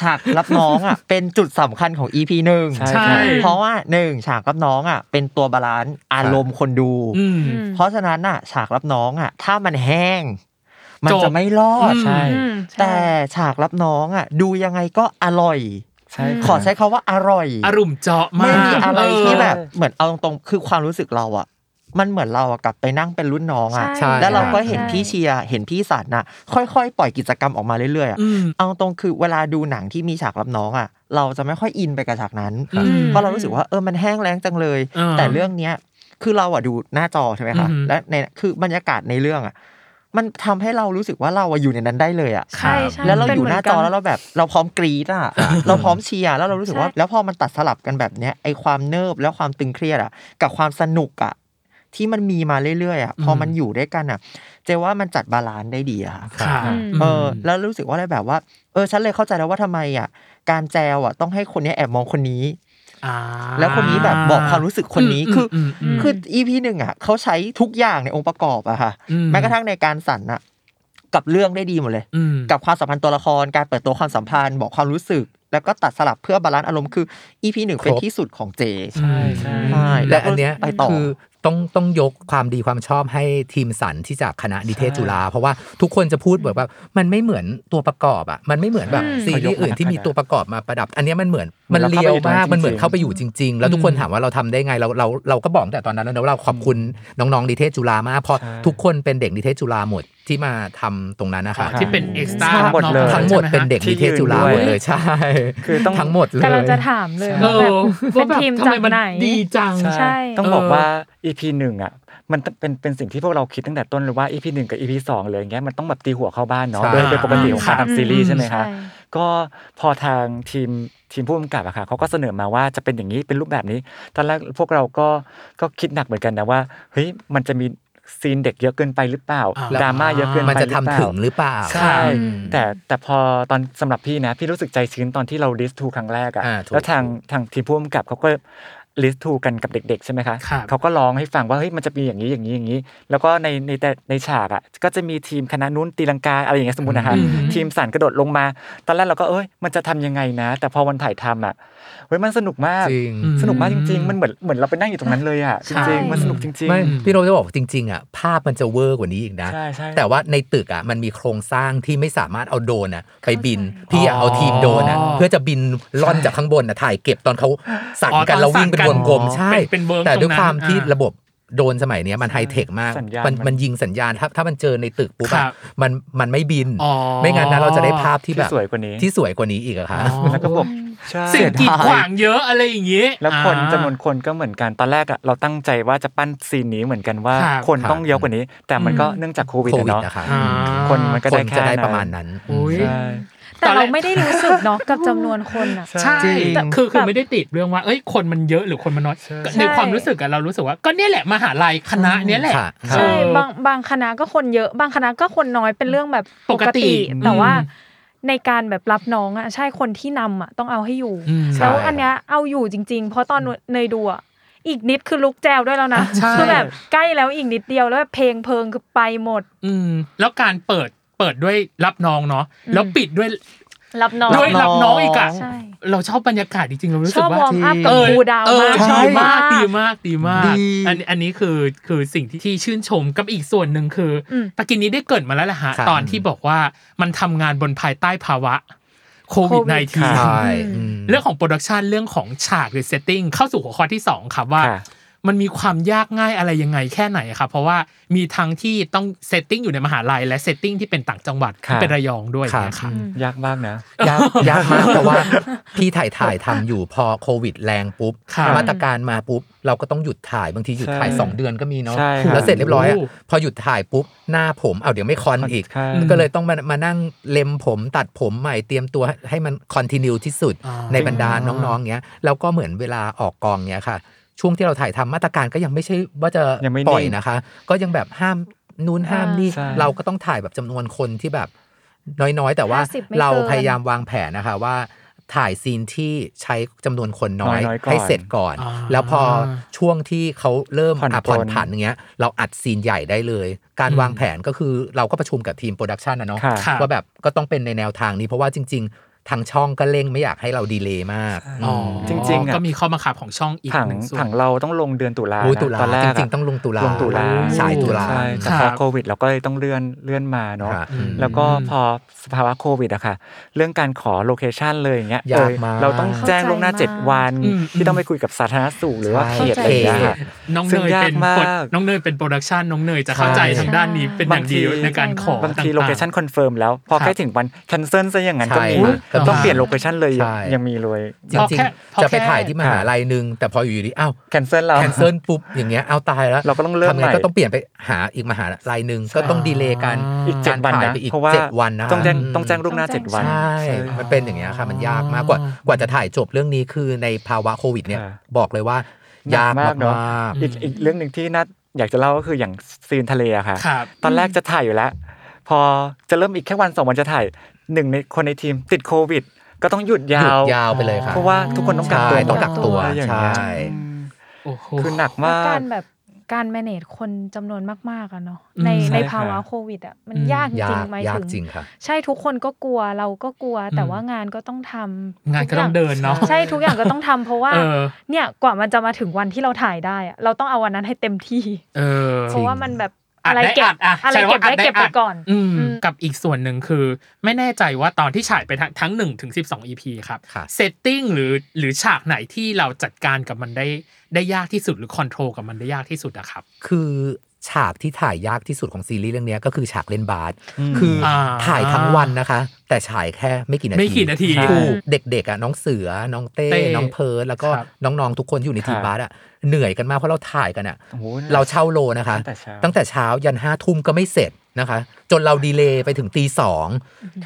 D: ฉากรับน้องอ่ะ เป็นจุดสำคัญของ EP หนึ่ง
E: ใช่
B: ใช่
D: เพราะว่าหนึ่งฉากรับน้องอ่ะ เป็นตัวบาลานซ์อารมณ์คนดู
B: อืม
D: เพราะฉะนั้นอ่ะ ฉากรับน้องอ่ะ ถ้ามันแห้ง มัน
B: จบ
D: จะไม่รอด
E: ใช่
C: อืมใช่
D: แต่ฉากรับน้องอ่ะ ดูยังไงก็อร่อย
E: ใช่
D: ขอใช้คาว่าอร่อย
B: อารมณ์เจาะมาก
D: ไม่มีอะไรที่แบบ
B: เออ
D: เหมือนเอาตรงๆ คือความรู้สึกเราอะมันเหมือนเราอะกลับไปนั่งเป็นรุ่นน้องอะ
F: ใช่
D: แล้วเราก็เห็น
C: ใช่
D: พี่เชียร์เห็นพี่สันน่ะ ค่อยๆ ปล่อยกิจกรรมออกมาเรื่อยๆอะ
B: อืม
D: เอาตรงคือเวลาดูหนังที่มีฉากรับน้องอะเราจะไม่ค่อยอินไปกับฉากนั้น
B: อืม
D: เพราะเรารู้สึกว่าเออมันแห้งแล้งจังเลย
B: อ่า
D: แต่เรื่องเนี้ยคือเราอะดูหน้าจอใช่ไหมคะ
B: อืม
D: และในคือบรรยากาศในเรื่องอะมันทำให้เรารู้สึกว่าเราอะอยู่ในนั้นได้เลยอะ
B: ครั
C: ใช่
B: บ
C: ใช่
D: แล้วเรา
C: ป็น
D: อยู่หน้าจอ
C: มืกั
D: แล้วเราแบบเราพร้อมกรีดอ่ะ เราพร้อมเชียร์แล้วเรารู้สึกว่า
C: ใช่
D: แล้วพอมันตัดสลับกันแบบเนี้ยไอความเนิบแล้วความตึงเครียดอ่ะ กับความสนุกอ่ะที่มันมีมาเรื่อยๆอ่ะพอมันอยู่ด้วยกันอ่ะเจว่ามันจัดบาลานซ์ได้ดีอะค่ะ
B: ค่ะ
C: อืม
D: เออแล้วรู้สึกว่าอะไรแบบว่าเออฉันเลยเข้าใจแล้วว่าทำไมอ่ะการแจวอ่ะต้องให้คนเนี้ยแอบมองคนนี้
B: า
D: แล้วคนนี้แบบบอกความรู้สึกคนนี้คืออ
B: มม
D: คืออีพีหนึ่งอ่ะเขาใช้ทุกอย่างในองค์ประกอบอะค่ะ
B: อืม
D: แม้กระทั่งในการสั่นอ่ะกับเรื่องได้ดีหมดเลย
B: อืม
D: กับความสัมพันธ์ตัวละคร การเปิดตัวความสัมพันธ์ บอกความรู้สึก แล้วก็ตัดสลับเพื่อบาลานซ์อารมณ์คือ EP หนึ่งเป็น
F: ครบ
D: ที่สุดของเจ
E: ใช่ใช่
D: ใช่
F: และอันเนี้ย
D: ไปต่อ
F: คือต้องต้องยกความดีความชอบให้ทีมสันที่จากคณะนิเทศ
E: ใช่
F: จุฬาเพราะว่าทุกคนจะพูดแบบว่ามันไม่เหมือนตัวประกอบอ่ะมันไม่เหมือนแบบ
C: อืม
F: ซีรีส์อื่นที่มีตัวประกอบมาประดับ อันเนี้ยมันเหมือน
E: เหมื
F: มั
E: อน นเรา
F: เลียวมาก
E: เข้าไปอยู่ในนั้นจริงๆ
F: มันเหมือนเข้าไปอยู่จริง ๆ แล้วทุกคน
B: อืม
F: ถามว่าเราทำได้ไงเราเราเราก็บอกตั้งแต่ตอนนั้นแล้วนะว่าเราขอบคุณน้องๆนิเทศจุฬามากเพราะทุกคนเป็นเด็กนิเทศจุฬาหมดที่มาทำตรงนั้นนะคะ
B: ที่เป็นเอ็กซ์ตร้า
E: ทั้งหมดเลย
F: ทั้งหมดเป็นเด็กนิเทศจุฬาหมดเลยใช่
E: คือต้อง
F: ทั้งหมดเลย
C: กำลังจะถามเลย
B: เอ
C: ว่า
B: อ
C: แบบเป็
B: ว่าน แบบ
C: ทีม
B: ทำ
C: จาก
B: ไมมัน
C: ไหน
B: ดีจัง
C: ใช่
E: ต้อง
B: เออ
E: บอกว่า EP หนึ่งอ่ะมันต้องเป็นเป็นสิ่งที่พวกเราคิดตั้งแต่ต้นเลยว่า EP หนึ่งกับ EP สองเลยอย่างเงี้ยมันต้องแบบตีหัวเข้าบ้านเนาะ
F: ใช่
E: โดยโดยปกติของการ
C: อืม
E: ทำซีรีส์ใช่ไหมคะ
C: ใช่
E: ก็พอทางทีมทีมผู้กำกับอะค่ะเขาก็เสนอมาว่าจะเป็นอย่างนี้เป็นรูปแบบนี้ตอนแรกพวกเราก็ก็คิดหนักเหมือนกันนะว่าเฮ้ยมันจะมีซีนเด็กเยอะเกินไปหรือเปล่า
B: อ่า
E: ดราม่าเยอะเกินไป
F: มันจะ
E: หรือ
F: ทำ
E: เปล่า
F: ถึงหรือเปล่า
E: ใช่
B: อืม
E: แต่แต่พอตอนสำหรับพี่นะ พี่รู้สึกใจชื้นตอนที่เราดิสทูครั้งแรก
F: อ่า
E: อะ่ะ
F: ถูก
E: แล้วทางทางทีมผู้กำกับเขาก็ ลิสทูกันกับเด็ก ๆ ใช่ไหมคะ
B: ครับ
E: เขาก็ร้องให้ฟังว่าเฮ้ยมันจะมีอย่างนี้อย่างนี้อย่างนี้ แล้วก็ในในแต่ในฉากอ่ะก็จะมีทีมคณะนู้นตีลังกาอะไรอย่างเงี้ยสมมตินะคะ
B: อืม
E: ทีมสันกระโดดลงมา ตอนแรกเราก็เอ้ยมันจะทำยังไงนะ แต่พอวันถ่ายทำอ่ะเฮ้ยมันสนุกมาก
F: จริง
B: อืม
E: สนุกมากจริง ๆ มันเหมือนเหมือนเราไปนั่งอยู่ตรงนั้นเลยอ่ะจ
B: ใช่
E: ริงๆมันสนุกจริง
F: ไม่พี่โรมจะบอกจริง ๆอ่ะภาพมันจะเวอร์กว่านี้อีกนะ
E: ใช่ใช่
F: แต่ว่าในตึกอ่ะมันมีโครงสร้างที่ไม่สามารถเอาโดรนอ่ะไปบิน พี่อะ
B: อ๋อ
F: เอาทีมโดรนอ่ะเพื่อจะบินล่อนจากข้างบนอ่ะถ่ายเก็บตอนเขาสั่น
B: อ๋อ
F: กัน
B: ตอน
F: แล้ววิ่งเป็น
B: สั่
F: วน ง
B: กัน
F: กลมใช่
B: เป็นเป็นเวิร์ก
F: แต่ด้วย
B: ตรงนั้น
F: ความที่
B: อ่า
F: ระบบโดรนสมัยเนี้ยมันไฮเทคมาก
E: สัญญาณ
F: มัน
E: มัน
F: มันยิงสัญญาณถ้าถ้ามันเจอในตึกปุ๊บ
B: ครั
F: อะ
B: บ
F: มันมันไม่บิน
B: อ๋อ
F: ไม่งั้นนะเราจะได้ภาพที่
E: ที่
F: แบบ
E: สวยกว่านี้
F: ที่สวยกว่านี้อีกอะค่ะ
E: ๆแล้วก็บอกใช่
B: สิ่งกีดขวางเยอะอะไรอย่างนี้
E: แล้วคนจำนวนคนก็เหมือนกันตอนแรกอะเราตั้งใจว่าจะปั้นซีนนี้เหมือนกันว่า
B: ครับ
E: คน
F: ครับ
E: ต้องเยอะกว่านี้ แต่มันก็เนื่องจากโควิด
F: โค
E: อะ
F: วิด
E: เนาะ
F: นะคะ
B: อ่า
E: คนมันก็
F: ค
E: ได้
F: น
E: แค่
F: จะได้ประมาณนั้น
B: อุ๊ย
E: ใช่
B: ต
C: แต่
B: อนแร
C: เรา
B: ก
C: ไม่ได้รู้สึกเนาะกับจำนวนคนอ่ะ
B: ใช่
E: จริง
B: แต่คือคือ
C: แบบ
B: ไม่ได้ติดเรื่องว่า เอ้ยคนมันเยอะหรือคนมันน้อย
E: ใช่
B: ก็
C: ใช่
B: ในความรู้สึกอะเรารู้สึกว่าก็เนี่ยแหละมหาลัยคณะเนี้ยแหละ
F: ค่ะ
B: เอ
C: ใช่
B: อ
C: บางบางคณะก็คนเยอะ บางคณะก็คนน้อยเป็นเรื่องแบบปก
B: ปกติ
C: ติ แต่
B: อืม
C: ว่าในการแบบรับน้องอ่ะใช่คนที่นำอ่ะต้องเอาให้อยู่
B: อืม
F: ใช่
C: แล้วอันเนี้ยเอาอยู่จริง ๆ เพราะตอนเนยดูอะอีกนิดคือลุกแจวด้วยแล้วนะ
B: ใช่
C: คือแบบใกล้แล้วอีกนิดเดียวแล้วแบบเพลงเพลิงคือไปหมด
B: อืมแล้วการเปิดเปิดด้วยรับน้องเนาะ
C: อืม
B: แล้วปิดด้วย
C: รับน้อง
B: ด้วยรับน้องอีกอะ
C: ใช่
B: เราชอบบรรยากาศจริงๆเรารู้
C: ช
B: สึก
C: อบ
B: ว่าว
C: อร์มอัพ
B: เอ
C: กับ
B: อ
C: ครูดาว
B: เออ
C: มาก
B: ช
C: ช
B: อ
C: อ
B: บบ มาม
C: าก ก
B: ดีมากดีมาก
D: ดี
B: อันอันนี้คือคือสิ่งที่ที่ชื่นชมกับอีกส่วนหนึ่งคืออ
C: ม
B: ปากินนี้ได้เกริดมาแล้วล่ะฮะ
F: ครับ
B: ตอนที่บอกว่ามันทำงานบนภายใต้ภาวะโควิด
C: โควิด
B: -19
F: ใช่อืม
B: เรื่องของโปรดักชันเรื่องของฉากหรือเซตติ้งเข้าสู่หัวข้อที่ 2 ครับว่า
E: ค่ะ
B: มันมีความยากง่ายอะไรยังไงแค่ไหนครับ เพราะว่ามีทั้งที่ต้องเซตติ้งอยู่ในมหาลัยและเซตติ้งที่เป็นต่างจังหวัด
E: ค่ะ
B: ที่เป็นระยองด้วยอย่างเนะครับ
F: ครับ
E: ยากมากนะ
F: ยากยากมากเพราะว่าพี่ถ่ายถ่ายทำอยู่พอโควิดแรงปุ๊บ
B: ครับ
F: มาตรการมาปุ๊บ เราก็ต้องหยุดถ่ายบางทีหยุดถ่าย
E: ใช่
F: 2 เดือนก็มีเนาะ
E: ใช่ครับ
F: แล้วเสร็จเรียบร้อยอะ
B: โอ้
F: พอหยุดถ่ายปุ๊บ หน้าผมเอาวเดี๋ยวไม่คอนอีก
E: ใช่
F: ก็เลยต้องมามานั่งเล็มผมตัดผมใหม่เตรียมตัวให้มันคอนติเนียที่สุด ในบรรดาน้องๆเนี้ยแล้วก็เหมือนเวลาออกกองเนี้ยค่ะ ช่วงที่เราถ่ายทำมาตรการก็ยังไม่ใช่ว่าจะ
E: ยังไม่นิ่ง
F: ปล่อยนะคะ ก็ยังแบบห้ามนู้นห้ามนี่
E: ใช่
F: เราก็ต้องถ่ายแบบจำนวนคนที่แบบ น้อยๆ แต่ว่า
C: 50ไม่
F: เรา
C: เกิน
F: พยายามวางแผนนะคะว่าถ่ายซีนที่ใช้จำนวนคนน้
E: น้อยๆก่อน
F: ให้เสร็จก่อน
B: อ่า
F: แล้วพอช่วงที่เขาเริ่ม
E: ผ่อน
F: อ่ะผ่อน
E: ปลน
F: ผันอย่างเงี้ยเราอัดซีนใหญ่ได้เลย การวางแผนก็คือเราก็ประชุมกับทีมโปรดักชันนะเนาะ
E: ค่ะ
B: ครับ
F: ว่าแบบก็ต้องเป็นในแนวทางนี้ เพราะว่าจริง ๆ ทางช่องก็เร่งไม่อยากให้เราดีเลย์มาก
B: อ๋อ
E: จริงๆอะ
B: ก็มีข้อบังคับของช่องอีก
E: ถัง
B: หนึ่งส่วน
E: ถังเราต้องลงเดือนตุลา
F: โอ้ยตุลา
E: ตอนแร
F: จ
E: กอะ
F: ริง ๆ ต้องลงตุลา
E: ลงตุลา
F: สายตุลา
E: ใช่แต่
B: ค
E: พ
B: รั
E: อบ โควิด เราก็เลยต้องเลื่อนเลื่อนมาเนาะ
F: ครับ
B: อืม
E: แล้วก็พอสภาวะโควิดอะค่ะ เรื่องการขอโลเคชันเลยอย่างเงี้ย
F: ยาก
E: เออ
F: มาก
E: เราต้องแจ้งล่วงหน้า
C: เข้าใจมาก
E: 7 วัน
B: อืม
E: ที่ต้องไปคุยกับสาธารณสุขหรือว่าเขตอะไรอย่างเงี้ยค่ะ
B: น้อง
E: ซึ่
B: เน
E: ง
B: ย
E: ยาก
B: เป็น
E: มาก
B: โปรน้องเนยเป็นโปรดักชันน้องเนยจะเข้าใจ
F: ใช่
B: ทางด้านนี้เป็นอย่างดีในการขอบ
E: างที
B: ต่ๆ
E: โลเคชันคอนเฟิร์มแล้ว พอ
B: ครับ
E: ใกล้ถึงวันแคนเซิลซะอย่างนั้นก็มี
F: ใช่
B: ครับ
E: ต้องเปลี่ยนโลเคชันเลย
F: ใช่
E: ยังมีเลย
F: จ
B: พอ
F: ริง
B: แค่พอ
F: ๆ
B: แค่
F: จะไปถ่ายที่มหาลัยหนึง แต่พออยู่ดีอ้าว
E: แคนเซิลเรา
F: แคนเซิลปุ๊บอย่างเงี้ยเอาตายแล้ว
E: เราก็ต้องเริ่ม
F: ทำไง
E: ใหม่
F: ก็ต้องเปลี่ยนไปหาอีกมหาลัยหนึ่งก็ต้องดีเลย์การ
E: อีกเจ็ดวัน
F: ถ่าย
E: นะ
F: ไปอีก
E: เพราะว่า
F: เจ็ดวันนะ
E: ต้องแจ้ง
F: ม
E: ต้องแจ้งล่วงหน้าเจ็ดวัน
F: ใช่ มันเป็นอย่างเงี้ยค่ะ มันยากมากกว่า กว่าจะถ่ายจบเรื่องนี้คือในภาวะโควิดเนี่ย
E: ค่ะ
F: บอกเลยว่า ยากมาก
E: เนาะ
F: ๆ
E: อีกอีกเรื่องหนึ่งที่น่าอยากจะเล่าก็คืออย่างซีนทะเลอะค่ะ
B: ครับ
E: ตอนแรกจะถ่ายอยู่แล้ว พอจะเริ่มอีกแค่วันสองวันจะถ่ายหนึ่งในคนในทีมติดโควิด ก็ต้องหยุด
F: ห
E: ยา
F: ยุด
E: วย
F: าวไปเลยค่ะ
E: เพราะว่าทุกคนต้องกัก
F: ใช่
E: ตัว
F: ต้องกักตัว
E: อะไรอย่าง
F: ใช่
E: เงี้ย
B: โอ้โห
E: คือหนักมา
C: และกาก รแบบการ manage คนจำนวนมากๆอะเนาะ
B: อืม
C: ใน
B: ใช่
C: ใน
E: ค่ะ
C: ภาวะโควิดอะมัน
B: อืม
C: ยากจ
F: ยา
C: ริง
F: ก
C: ไหมาย
F: ยาก
C: ถึง
F: จริงค่ะ
C: ใช่ทุกคนก็กลัวเราก็กลัว แต่
B: อืม
C: ว่างานก็ต้องทำ
B: งานก็
C: ทุย่
B: ต้องเดินเนอะ
C: ใช่ทุกอย่างก็ต้องทำเพราะว่า
B: เออ
C: เนี่ยกว่ามันจะมาถึงวันที่เราถ่ายได้อะเราต้องเอาวันนั้นให้เต็มที่
B: เออ
C: เพราะว่ามันแบบ
B: อัด
C: อะไร
B: ได้
C: เก็
B: อั
C: บ
B: ดอ่ะ
C: อะไร
B: ใช่
C: เก็บ
B: ว่าอัด
C: ได้เก็บ
B: อั
C: ไป
B: ด
C: ก่อน
B: อืม
C: อืม
B: กับอีกส่วนหนึ่งคือ ไม่แน่ใจว่าตอนที่ฉายไปทั้งทั้งหนึ่งถึงสิบสองอีพีครับ
F: ค่ะ
B: เซตติ้งหรือหรือฉากไหนที่เราจัดการกับมันได้ได้ยากที่สุดหรือคอนโทรลกับมันได้ยากที่สุดอะครับ
F: คือฉากที่ถ่ายยากที่สุดของซีรีส์เรื่องเนี้ยก็คือฉากเล่นบาสคืออา ถ่ายทั้งวันนะคะ แต่ฉายแค่ไม่กี่นาที
B: ไม่กี่นาที
F: ถูกเด็กๆอ่ะน้องเสือน้องเต้
B: เต้
F: น้องเพิร์ดแล้วก็
B: ครับ
F: น้องๆทุกคนที่อยู่ในทีม
E: ครับ
F: บาสอ่ะเหนื่อยกันมากเพราะเราถ่ายกันอ่ะ
E: โอ้โห
F: เราเช่าโลนะคะ
E: ตั้งแต่เช้า
F: ตั้งแต่เช้ายันห้าทุ่มก็ไม่เสร็จนะคะ จนเราดีเลย์ไปถึงตีสอง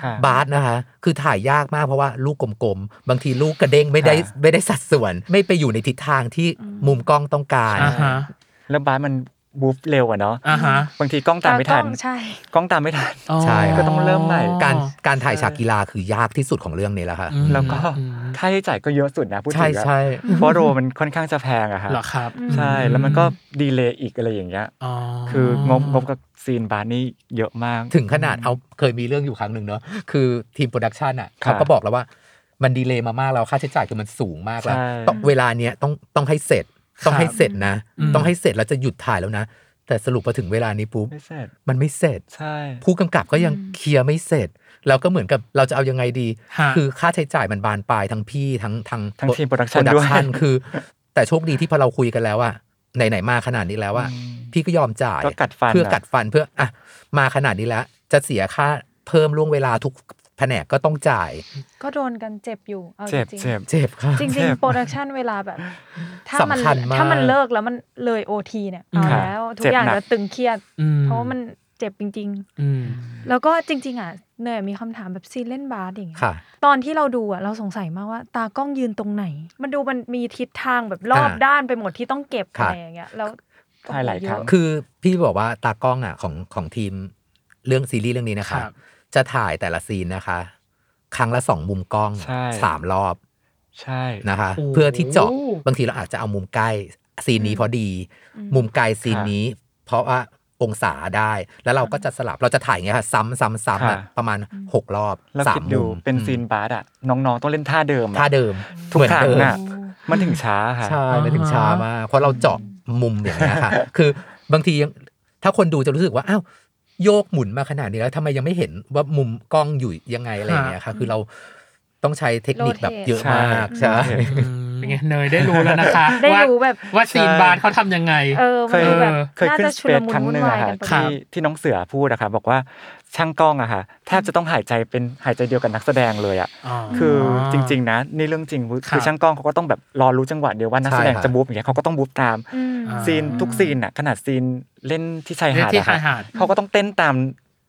E: ค่ะ
F: บาสนะคะ คือถ่ายยากมากเพราะว่าลูกกลมๆ บางทีลูกกระเด้งไม่ได้
E: ค่ะ
F: ไม่ได้สัดส่วน ไม่ไปอยู่ในทิศทางที่มุมกล้องต้องการ
B: อ่าฮะ
E: แล้วบาสมัน บูฟเร็วอะเนาะ
B: อ่าฮะ
E: บางทีกล้องตามไม่ทั
C: เร
E: น
C: ต้องใช่
E: กล้องตามไม่ทัน
F: ใช่
E: ก็ต้องเริ่มใหม่
F: การการถ่ายฉากกีฬาคือยากที่สุดของเรื่องนี้แล้วค่ะ
B: อืม
E: แล้วก็
B: อืม
E: ค่าใช้จ่ายก็เยอะสุดนะพูด
F: ใช่
E: ถึงอะ
F: ใช่
E: เพราะโรมันค่อนข้างจะแพงอะค่ะ
B: เหรอครับ
E: ใช่แล้วมันก็ดีเลย์อีกอะไรอย่างเงี้ย
B: อ๋อ
E: คืองบงบกับซีนบาร์นี่เยอะมาก
F: ถึงขนาดเอาเคยมีเรื่องอยู่ครั้งหนึ่งเนอะคือทีมโปรดักชันอ่ะ
E: ครับ
F: เขาก็บอกแล้วว่ามันดีเลย์มามากแล้วค่าใช้จ่ายคือมันสูงมากแล้ว
E: ใช่
F: ต้องเวลาเนี้ยต้องต้องให้เสร็จ ต้องให้เสร็จนะ
B: อืม
F: ต้องให้เสร็จแล้วจะหยุดถ่ายแล้วนะ แต่สรุปพอถึงเวลานี้ปุ๊บ
E: ไม่เสร็จ
F: มันไม่เสร็จ
E: ใช่
F: ผู้กำกับก็ยังเคลียร์ไม่เสร็จ แล้วก็เหมือนกับเราจะเอายังไงดี
B: ฮะ
F: คือค่าใช้จ่ายมันบานปลายทั้งพี่ทั้งทั้ง
E: ทั้งทีม production ด้วย
F: production คือ แต่โชคดีที่พอเราคุยกันแล้วอะไหนๆมาขนาดนี้แล้วอะพี่ก็ยอมจ่าย
E: ก็กัดฟัน
F: เพื่อ
E: นะ
F: กัดฟันเพื่ออะมาขนาดนี้แล้ว จะเสียค่าเพิ่มล่วงเวลาทุกแผนกก็ต้องจ่าย
C: ก็โดนกันเจ็บอยู่เอาจ
E: เจ็บ
C: ริง
E: เจ็บ
F: เจ็บค่ะ
C: ๆจ
E: เจ็
C: ริง
E: บ
C: ๆโปรดักชันเวลาแบบ ถ้ามัน
F: สำคัญมาก
C: ถ้ามันเลิกแล้วมันเลยโอทีเนี่ยเอา
E: ครับ
C: แล้วทุ
E: เจ็
C: ก
E: บ
C: อย่าง
E: หนัก
C: จะตึงเครียด
B: อื
C: เพราะว่ามันเจ็บจริง
B: อืม
C: ๆ แล้วก็จริง ๆ อ่ะเนยมีคำถามแบบซีนเล่นบาสอย่างเงี้ย
F: ค่ะ
C: ตอนที่เราดูอ่ะเราสงสัยมากว่า ตากล้องยืนตรงไหน มันดูมันมีทิศทางแบบรอบ
F: อ่า
C: ด้านไปหมดที่ต้องเก็บ
F: ครั
C: อะ
F: บ
C: ไรอย่างเงี้ยแล้ว
E: ถ่ายหลายครั้ง
C: โอ้โเอะ
F: คือพี่บอกว่าตากล้องอะของของทีมเรื่องซีรีส์เรื่องนี้นะคะ
B: ครับ
F: จะถ่ายแต่ละซีนนะคะ ครั้งละสองมุมกล้อง
E: ใช่
F: สามรอบ
E: ใช่
F: นะคะ
B: โอ้โห
F: เพื่อที่เจาะบางทีเราอาจจะเอามุมใกล้ซีนนี้พอดี มุมไกลซีนนี้ เพราะว่าองศาได้ แล้วเราก็จะสลับเราจะถ่ายอย่างเงี้ยค่ะซ้ำซ้ำซ้ำอะ
E: ค่ะ
F: ประมาณ 6 รอบ
E: แล้ว
F: สา
E: คิ
F: ม
E: ด
F: มุ
E: ดู
F: ม
E: เป็นซีนบาร์อะน้องๆต้องเล่นท่าเดิมอะ
F: ท่าเดิม
E: ทุก
F: เหมือน
E: ครั้ง
F: เดิม
E: อะมันถึงช้าค่ะ
F: ใช่ไม่ถึงช้ามากเพราะเราเจาะมุมอย่างเงี้ยค่ะ คือบางทียังถ้าคนดูจะรู้สึกว่าอ้าวโยกหมุนมาขนาดนี้แล้วทำไมยังไม่เห็นว่ามุมกล้องอยู่ยังไงอะไรอย่างเงี้ยค่ะ คือเราต้องใช้เทคนิคแบบเยอะมาก
E: ใช่
F: ใช่
B: เป็นไงเนยได้รู้แล้วนะคะ
C: ได้
B: ว่า
C: รู้แบบ
B: ว่าซีนบาร์เขาทำยังไง
C: เออมันดูแบบ
E: เคย
C: น่า
E: ขึ้น
C: จะ
E: ส
C: ชุ
E: เป
C: ล
E: ซ
C: มุน
E: ครั้ง
C: วุ่น
E: หนึ่ง
C: วาย
E: อะค่ะ
C: กันไปหมด
E: ที่ที่น้องเสือพูดอะค่ะบอกว่าช่างกล้องอะค่ะแทบจะต้องหายใจเป็นหายใจเดียวกับนักแสดงเลยอะคือจริง ๆ นะนี่เรื่องจริง
B: ครับ
E: คือช่างกล้องเขาก็ต้องแบบรอรู้จังหวะเดียวว่านักแสดง
F: ใช่ค่ะ
E: จะบู๊อย่างเงี้ยเขาก็ต้องบู๊ตาม
C: อืม
B: อ่า
E: ซีนทุกซีนอะขนาดซีนเล่นที่ชาย
B: เล่
E: หาน ด
B: ที่
E: อะค่ะ
B: ชายหาด
E: เขาก็ต้องเต้นตาม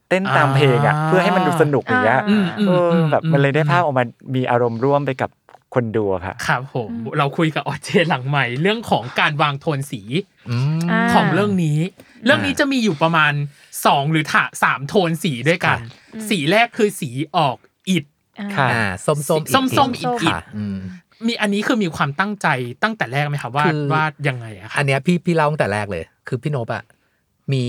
E: เต้นตาม
B: อ่า
E: เพลงอะเพื่อให้มันดูสนุกอย่างเงี้ย
C: อืม
E: เอออแบบมันเลยได้ภาพออกมามีอารมณ์ร่วมไปกับคนดูอะค่ะ
B: ครับผมเราคุยกับออเจหลังใหม่เรื่องของการวางโทนสี
F: อืม
C: อ่า
B: ของเรื่องนี้ เรื่องนี้จะมีอยู่ประมาณ 2 หรือถ้าสามโทนสีด้วยกัน สีแรกคือสีออกอิด
C: อ่า
E: ค่ะ
F: อ่าส้มส้มๆ
B: ส้มๆ
F: อีก
B: อีก
F: ที
B: อีก
F: ค่ะอืม
B: มีอันนี้คือมีความตั้งใจตั้งแต่แรกไหมคะว่า
F: คือ
B: ว่ายังไงอะคะ
F: อันเนี้ยพี่พี่เล่าตั้งแต่แรกเลย คือพี่โนบะมี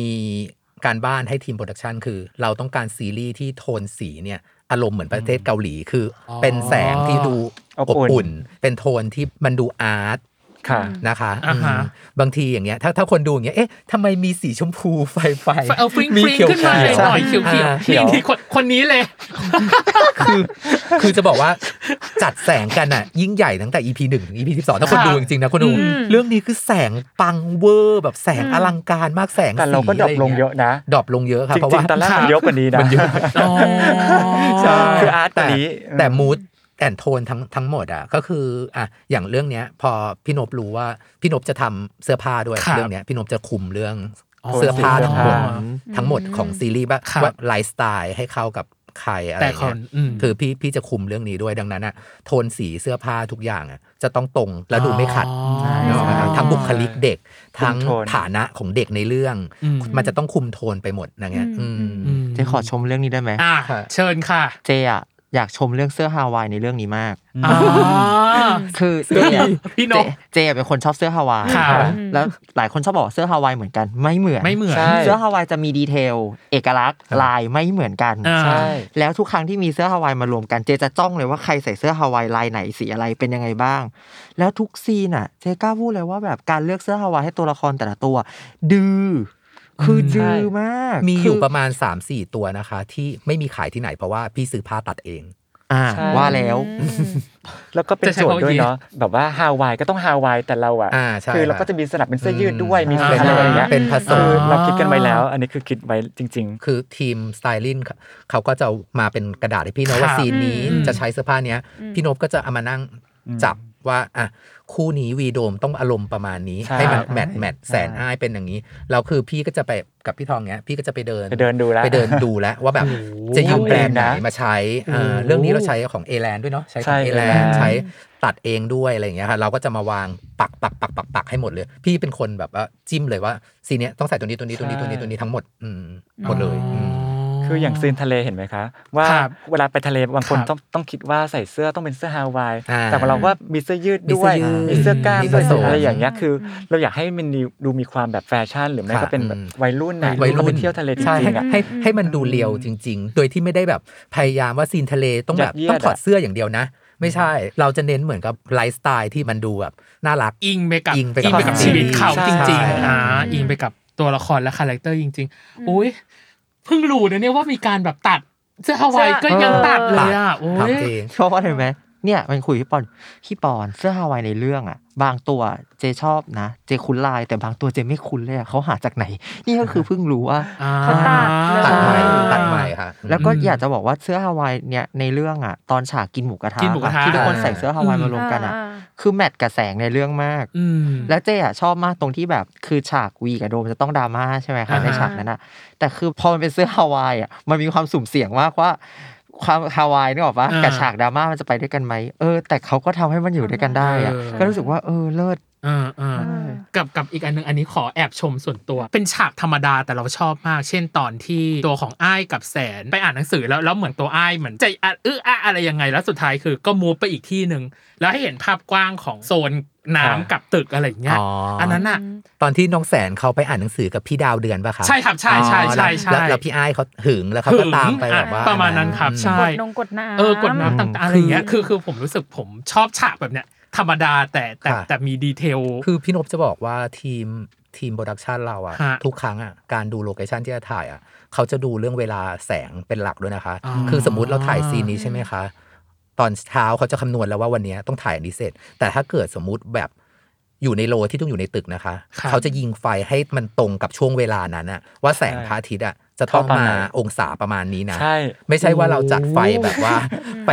F: การบ้านให้ทีมโปรดักชันคือ เราต้องการซีรีส์ที่โทนสีเนี่ยอารมณ์เหมือนประเทศเกาหลีคืออเป็นแสงที่ดู
E: อบ
F: อ
E: อุ่
F: บ
E: น
F: อุ่น เป็นโทนที่มันดูอาร์ต
E: ค่ะ
F: นะคะ
B: าฮะ
F: อืมบางทีอย่างเงี้ยถ้าถ้าคนดูอย่างเงี้ยเอ๊ะทำไมมีสีชมพูไฟไฟ
B: เอาฟริ้งฟริ้งขึ้นมาห
F: ใช่
B: น่อยเขียวเขียว
F: อ่า
E: เขี
B: นี่
E: ยว
B: นี่คนคนนี้เลย
F: คือคือจะบอกว่าจัดแสงกันอ่ะ ยิ่งใหญ่ตั้งแต่ EP หนึ่งถึง EP สิบสองถ้าคน
B: ค่ะ
F: ดูจริงๆนะคนดู
C: อืม
F: เรื่องนี้คือแสงปังเวอร์แบบแสงอลังการมากแสง
E: แต่เราก็
F: สี
E: ดรอป
F: ไร
E: ลงเยอะนะ
F: ดรอปลงเยอะครับ
E: จ
F: เพราะ
E: ริง
F: ว่า
E: ๆตอนแรกมันเยอะกว่านี้นะ
F: มันเยอะ
B: อ๋อ
E: คืออาร์ตกว่านี้
F: แต่มูดแอนโทนทั้งทั้งหมดอ่ะก็คืออ่ะอย่างเรื่องเนี้ย พอพี่นบรู้ว่าพี่นบจะทำเสื้อผ้าด้วย
B: ครับ
F: เรื่องเนี้ยพี่นบจะคุมเรื่อง
B: อ๋อ
F: เสื้อผ้าทั้ง
E: เสื้อ
F: หมด
E: ผ้า
F: ทั้งหมดของซีรีส์ว่า
B: ครับ
F: ว่าไลฟ์สไตล์ให้เข้ากับใครอะไร
B: แต่คน
F: เงี้ย
B: อืม
F: คือพี่พี่จะคุมเรื่องนี้ด้วยดังนั้นอ่ะโทนสีเสื้อผ้าทุกอย่างอ่ะจะต้องตรงและดูไม่ขัด
B: อ๋อ
F: เนกออกไหมครับทั้งบุคลิกเด็กทั้ง
E: คุมโทน
F: ฐานะของเด็กในเรื่อง
B: อืม
F: มันจะต้องคุมโทนไปหมดนะเงี้ย
C: อืม
F: อืม
B: อืม
D: เจขอชมเรื่องนี้ได้ไหม
B: อ่าเชิญค่ะ
D: เจอะอยากชมเรื่องเสื้อฮาวายในเรื่องนี้มาก
B: อ๋อ
D: คือเจอะ
B: พี่น
D: เจ
B: ก
D: เจอะเป็นคนชอบเสื้อฮาวาย
B: ครับ
D: แล้วหลายคนชอบบอกว่าเสื้อฮาวายเหมือนกันไม่เหมือน
B: ไม่เหมือน
E: ใช่
D: เสื้อฮาวายจะมีดีเทล เอกลักษณ์ลายไม่เหมือนกัน
B: อ่า
E: ใช่
D: แล้วทุกครั้งที่มีเสื้อฮาวายมารวมกันเจจะจ้องเลยว่าใครใส่เสื้อฮาวายลายไหนสีอะไรเป็นยังไงบ้าง แล้วทุกซีนอ่ะ เจกล้าพูดเลยว่าแบบการเลือกเสื้อฮาวายให้ตัวละครแต่ละตัว ดื้อคือ
B: ใช่
D: ดื้อมาก
F: มีอยู่
D: คือ
F: ประมาณ 3 4 ตัวนะคะ ที่ไม่มีขายที่ไหนเพราะว่าพี่ซื้อผ้าตัดเอง
D: อ่า
E: ใช่
D: ว่าแล้ว
E: แล้วก็เป็นโจทย์ด้วยเนาะแบบว่าฮาวายก็ต้องฮาวายแต่เราอ่ะ
F: อ่าใช่
E: คือเราก็จะมีสนับเป็นเสื้อยืดด้วยมี
F: อื
E: อะไร
F: เป็น
E: อย่างเงี้ย
F: เป็นผส
E: คื
F: ม
E: อเราคิดกันไว้แล้ว อันนี้คือคิดไว้จริง
F: คือทีมสไตลิ่งเขาก็จะมาเป็นกระดาษให้พี่
B: ครั
F: โน
B: บ
F: ว่าซีนนี้
B: อืม
F: จะใช้เสื้อผ้าเนี้ย พี่นพก็จะเอามานั่ง
E: อืม
F: จับ ว่าอ่ะคู่นี้วีโดมต้องอารมณ์ประมาณนี้
E: ใช่
F: ให้มัน
E: ใช่
F: แมทแมทแสนอ้ายเป็นอย่างนี้เราคือพี่ก็จะไปกับพี่ทองเนี้ย พี่ก็จะไปเดิน
E: ไปเดินดูแล้ว
F: ไปเดินดูแล้วว่าแบบ
B: โอ้โห
F: จะยืมแบรนด์ไหน
E: นะ
F: มาใช้อ่า
B: โอ้โห
F: เรื่องนี้เราใช้ของเอแลนด้วยเนาะใช้ข
E: ใช่
F: องเอแลน
E: Aland
F: ใช้ตัดเองด้วยอะไรอย่างเงี้ยค่ะเราก็จะมาวางปักปักปักปักปักให้หมดเลย พี่เป็นคนแบบว่าจิ้มเลยว่าซีนเนี้ยต้องใส่ตัวนี้ตัวนี้ตัวนี้ตัวนี้ตัวนี้ทั้งหมดอืมหมดเลยม
E: คืออย่างซีนทะเลเห็นไหมคะ ว่า
B: ครับ
E: เวลาไปทะเลบางคน
B: ครับ
E: ต้องต้องคิดว่าใส่เสื้อต้องเป็นเสื้อฮาวาย
F: อ่า
E: แต่เราว่ามีเสื้อยืดด้วย
F: มี
E: มี
F: เสื้
E: เสื้
F: อ
E: อกล้าม
F: ยืด
E: ด้วย
F: มีผสม
E: อะไรอย่างเงี้ยคือ เราอยากให้มันดูมีความแบบแฟชั่น หรือไม่
F: ค่ะ
E: ก็เป็นแบบ
F: อืม
E: วัยรุ่นนะ
F: วัยรุ่
E: ไป
F: น
E: เที่ยวทะเลจ
F: ใช่
E: ริงๆอ่ะ
F: ให้ให้ให้มันดูเลียวจริง ๆ โดยที่ไม่ได้แบบพยายามว่าซีนทะเลต้องแบบ
E: ยัดเยียด
F: ต้องถอด
E: อะ
F: เสื้ออย่างเดียวนะ ไม่ใช่เราจะเน้นเหมือนกับไลฟ์สไตล์ที่มันดูแบบน่ารัก
B: อิงไปกับ
F: อิงไปกับ
E: ความ
B: ชีวิต
E: จริง
B: เขา
E: ใช่
B: จริง
F: ใช่
B: ๆอ่าอิงไปกับตัวละครและคาแรคเตอร์จริงๆอุ้ยเพิ่งรู้นะเนี่ยว่ามีการแบบตัดเสื้อฮาวายก็ยังตัดเลยอ่ะโอ้ย
F: ทำเอง
D: ชอบว่าเห็นไหมเนี่ยมันคุยพี่ปอนพี่ปอนเสื้อฮาวายในเรื่องอ่ะ บางตัวเจชอบนะ เจคุ้นลาย แต่บางตัวเจไม่คุ้นเลยอะเขาหาจากไหน นี่ก็คือเพิ่งรู้ว่า
B: อ่า
D: เขาตัด
F: ตัดใหม่
D: อ่า
F: ตัดใหม่ค่ะ
D: แล้วก็
B: อืม
D: อยากจะบอกว่าเสื้อฮาวายเนี่ยในเรื่องอ่ะตอนฉากกินหมูกระทะ
B: กินหมูกระทะ
D: อะที่ทุกคนใส่เสื้อฮาวายมารวมกันอ่ะ
C: อ่า
D: คือแมทกับแสงในเรื่องมาก
B: อืม
D: แล้วเจ๊อะชอบมากตรงที่แบบคือฉากวีกับโดมจะต้องดราม่าใช่ไหมคะ
B: อ่าฮะ
D: ในฉากนั้นอะแต่คือพอมันเป็นเสื้อฮาวายอะมันมีความสุ่มเสี่ยงมากว่า ความฮาวายนึกออกปะ
B: อ่ากั
D: กับฉากดราม่ามันจะไปด้วยกันไหมเออแต่เขาก็ทำให้มันอยู่ด้วยกันได้อะ
B: เออ
D: ก็รู้สึกว่าเออเลิศ
B: อ่าอ่า
C: อ่า
B: กับกับอีกอันหนึงอันนี้ขอแอบชมส่วนตัว เป็นฉากธรรมดาแต่เราชอบมาก เช่นตอนที่ตัวของอ้ายกับแสนไปอ่านหนังสือแล้วแล้วเหมือนตัวอ้ายเหมือนใจอะเอออะอะไรยังไงแล้วสุดท้ายคือก็มูฟไปอีกที่หนึ่งแล้วให้เห็นภาพกว้างของโซนน้ำ
E: อ่ากั
B: กับตึกอะไรอย่างเงี้ย
F: อ๋ออั
B: นนั้นอ่ะ
F: ตอนที่น้องแสนเขาไปอ่านหนังสือกับพี่ดาวเดือนป่ะคะ
B: ใช่ครับใช่ใช่ใช่ใช่
F: แล้วแล้วพี่อ้ายเขาหึงแล้วเขาก็
B: หึง
F: ตามไปแบบว่า
B: อ่ะประมาณนั้นครับใช่
C: กดนงกดน้ำ
B: เออกดน้ำต่างๆอะไรอย่างเงี้ยคือคือผมรู้สึกผมชอบฉากแบบเนี้ยธรรมดาแต่แต่แต่มีดีเทล
F: คือพี่นพจะบอกว่าทีมทีมโปรดักชันเราอะ
B: ฮะ
F: ทุกครั้งอะการดูโลเคชันที่จะถ่ายอะเขาจะดูเรื่องเวลาแสงเป็นหลักด้วยนะคะ
B: อ๋อ
F: คือสมมติเราถ่ายซีนนี้ใช่ไหมคะ ตอนเช้าเขาจะคำนวณแล้วว่าวันเนี้ยต้องถ่ายอันนี้เสร็จ แต่ถ้าเกิดสมมุติแบบอยู่ในโลที่ต้องอยู่ในตึกนะคะ
B: ครับ
F: เขาจะยิงไฟให้มันตรงกับช่วงเวลานั้นอะว่าแสงพระอาทิตย์อะจะต้อง
E: เข้าตอน
F: มา
E: ไหน
F: องศาประมาณนี้นะ
E: ใช่
F: ไม่ใช่ว่าเราจัดไฟแบบว่า ไป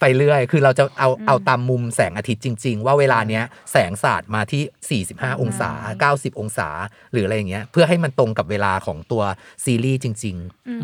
F: ไปเรื่อย คือเราจะเอาเอาตามมุมแสงอาทิตย์จริง ๆ ว่าเวลาเนี้ยแสงสาดมาที่ 45 องศา 90 องศา หรืออะไรอย่างเงี้ย เพื่อให้มันตรงกับเวลาของตัวซีรีส์จริง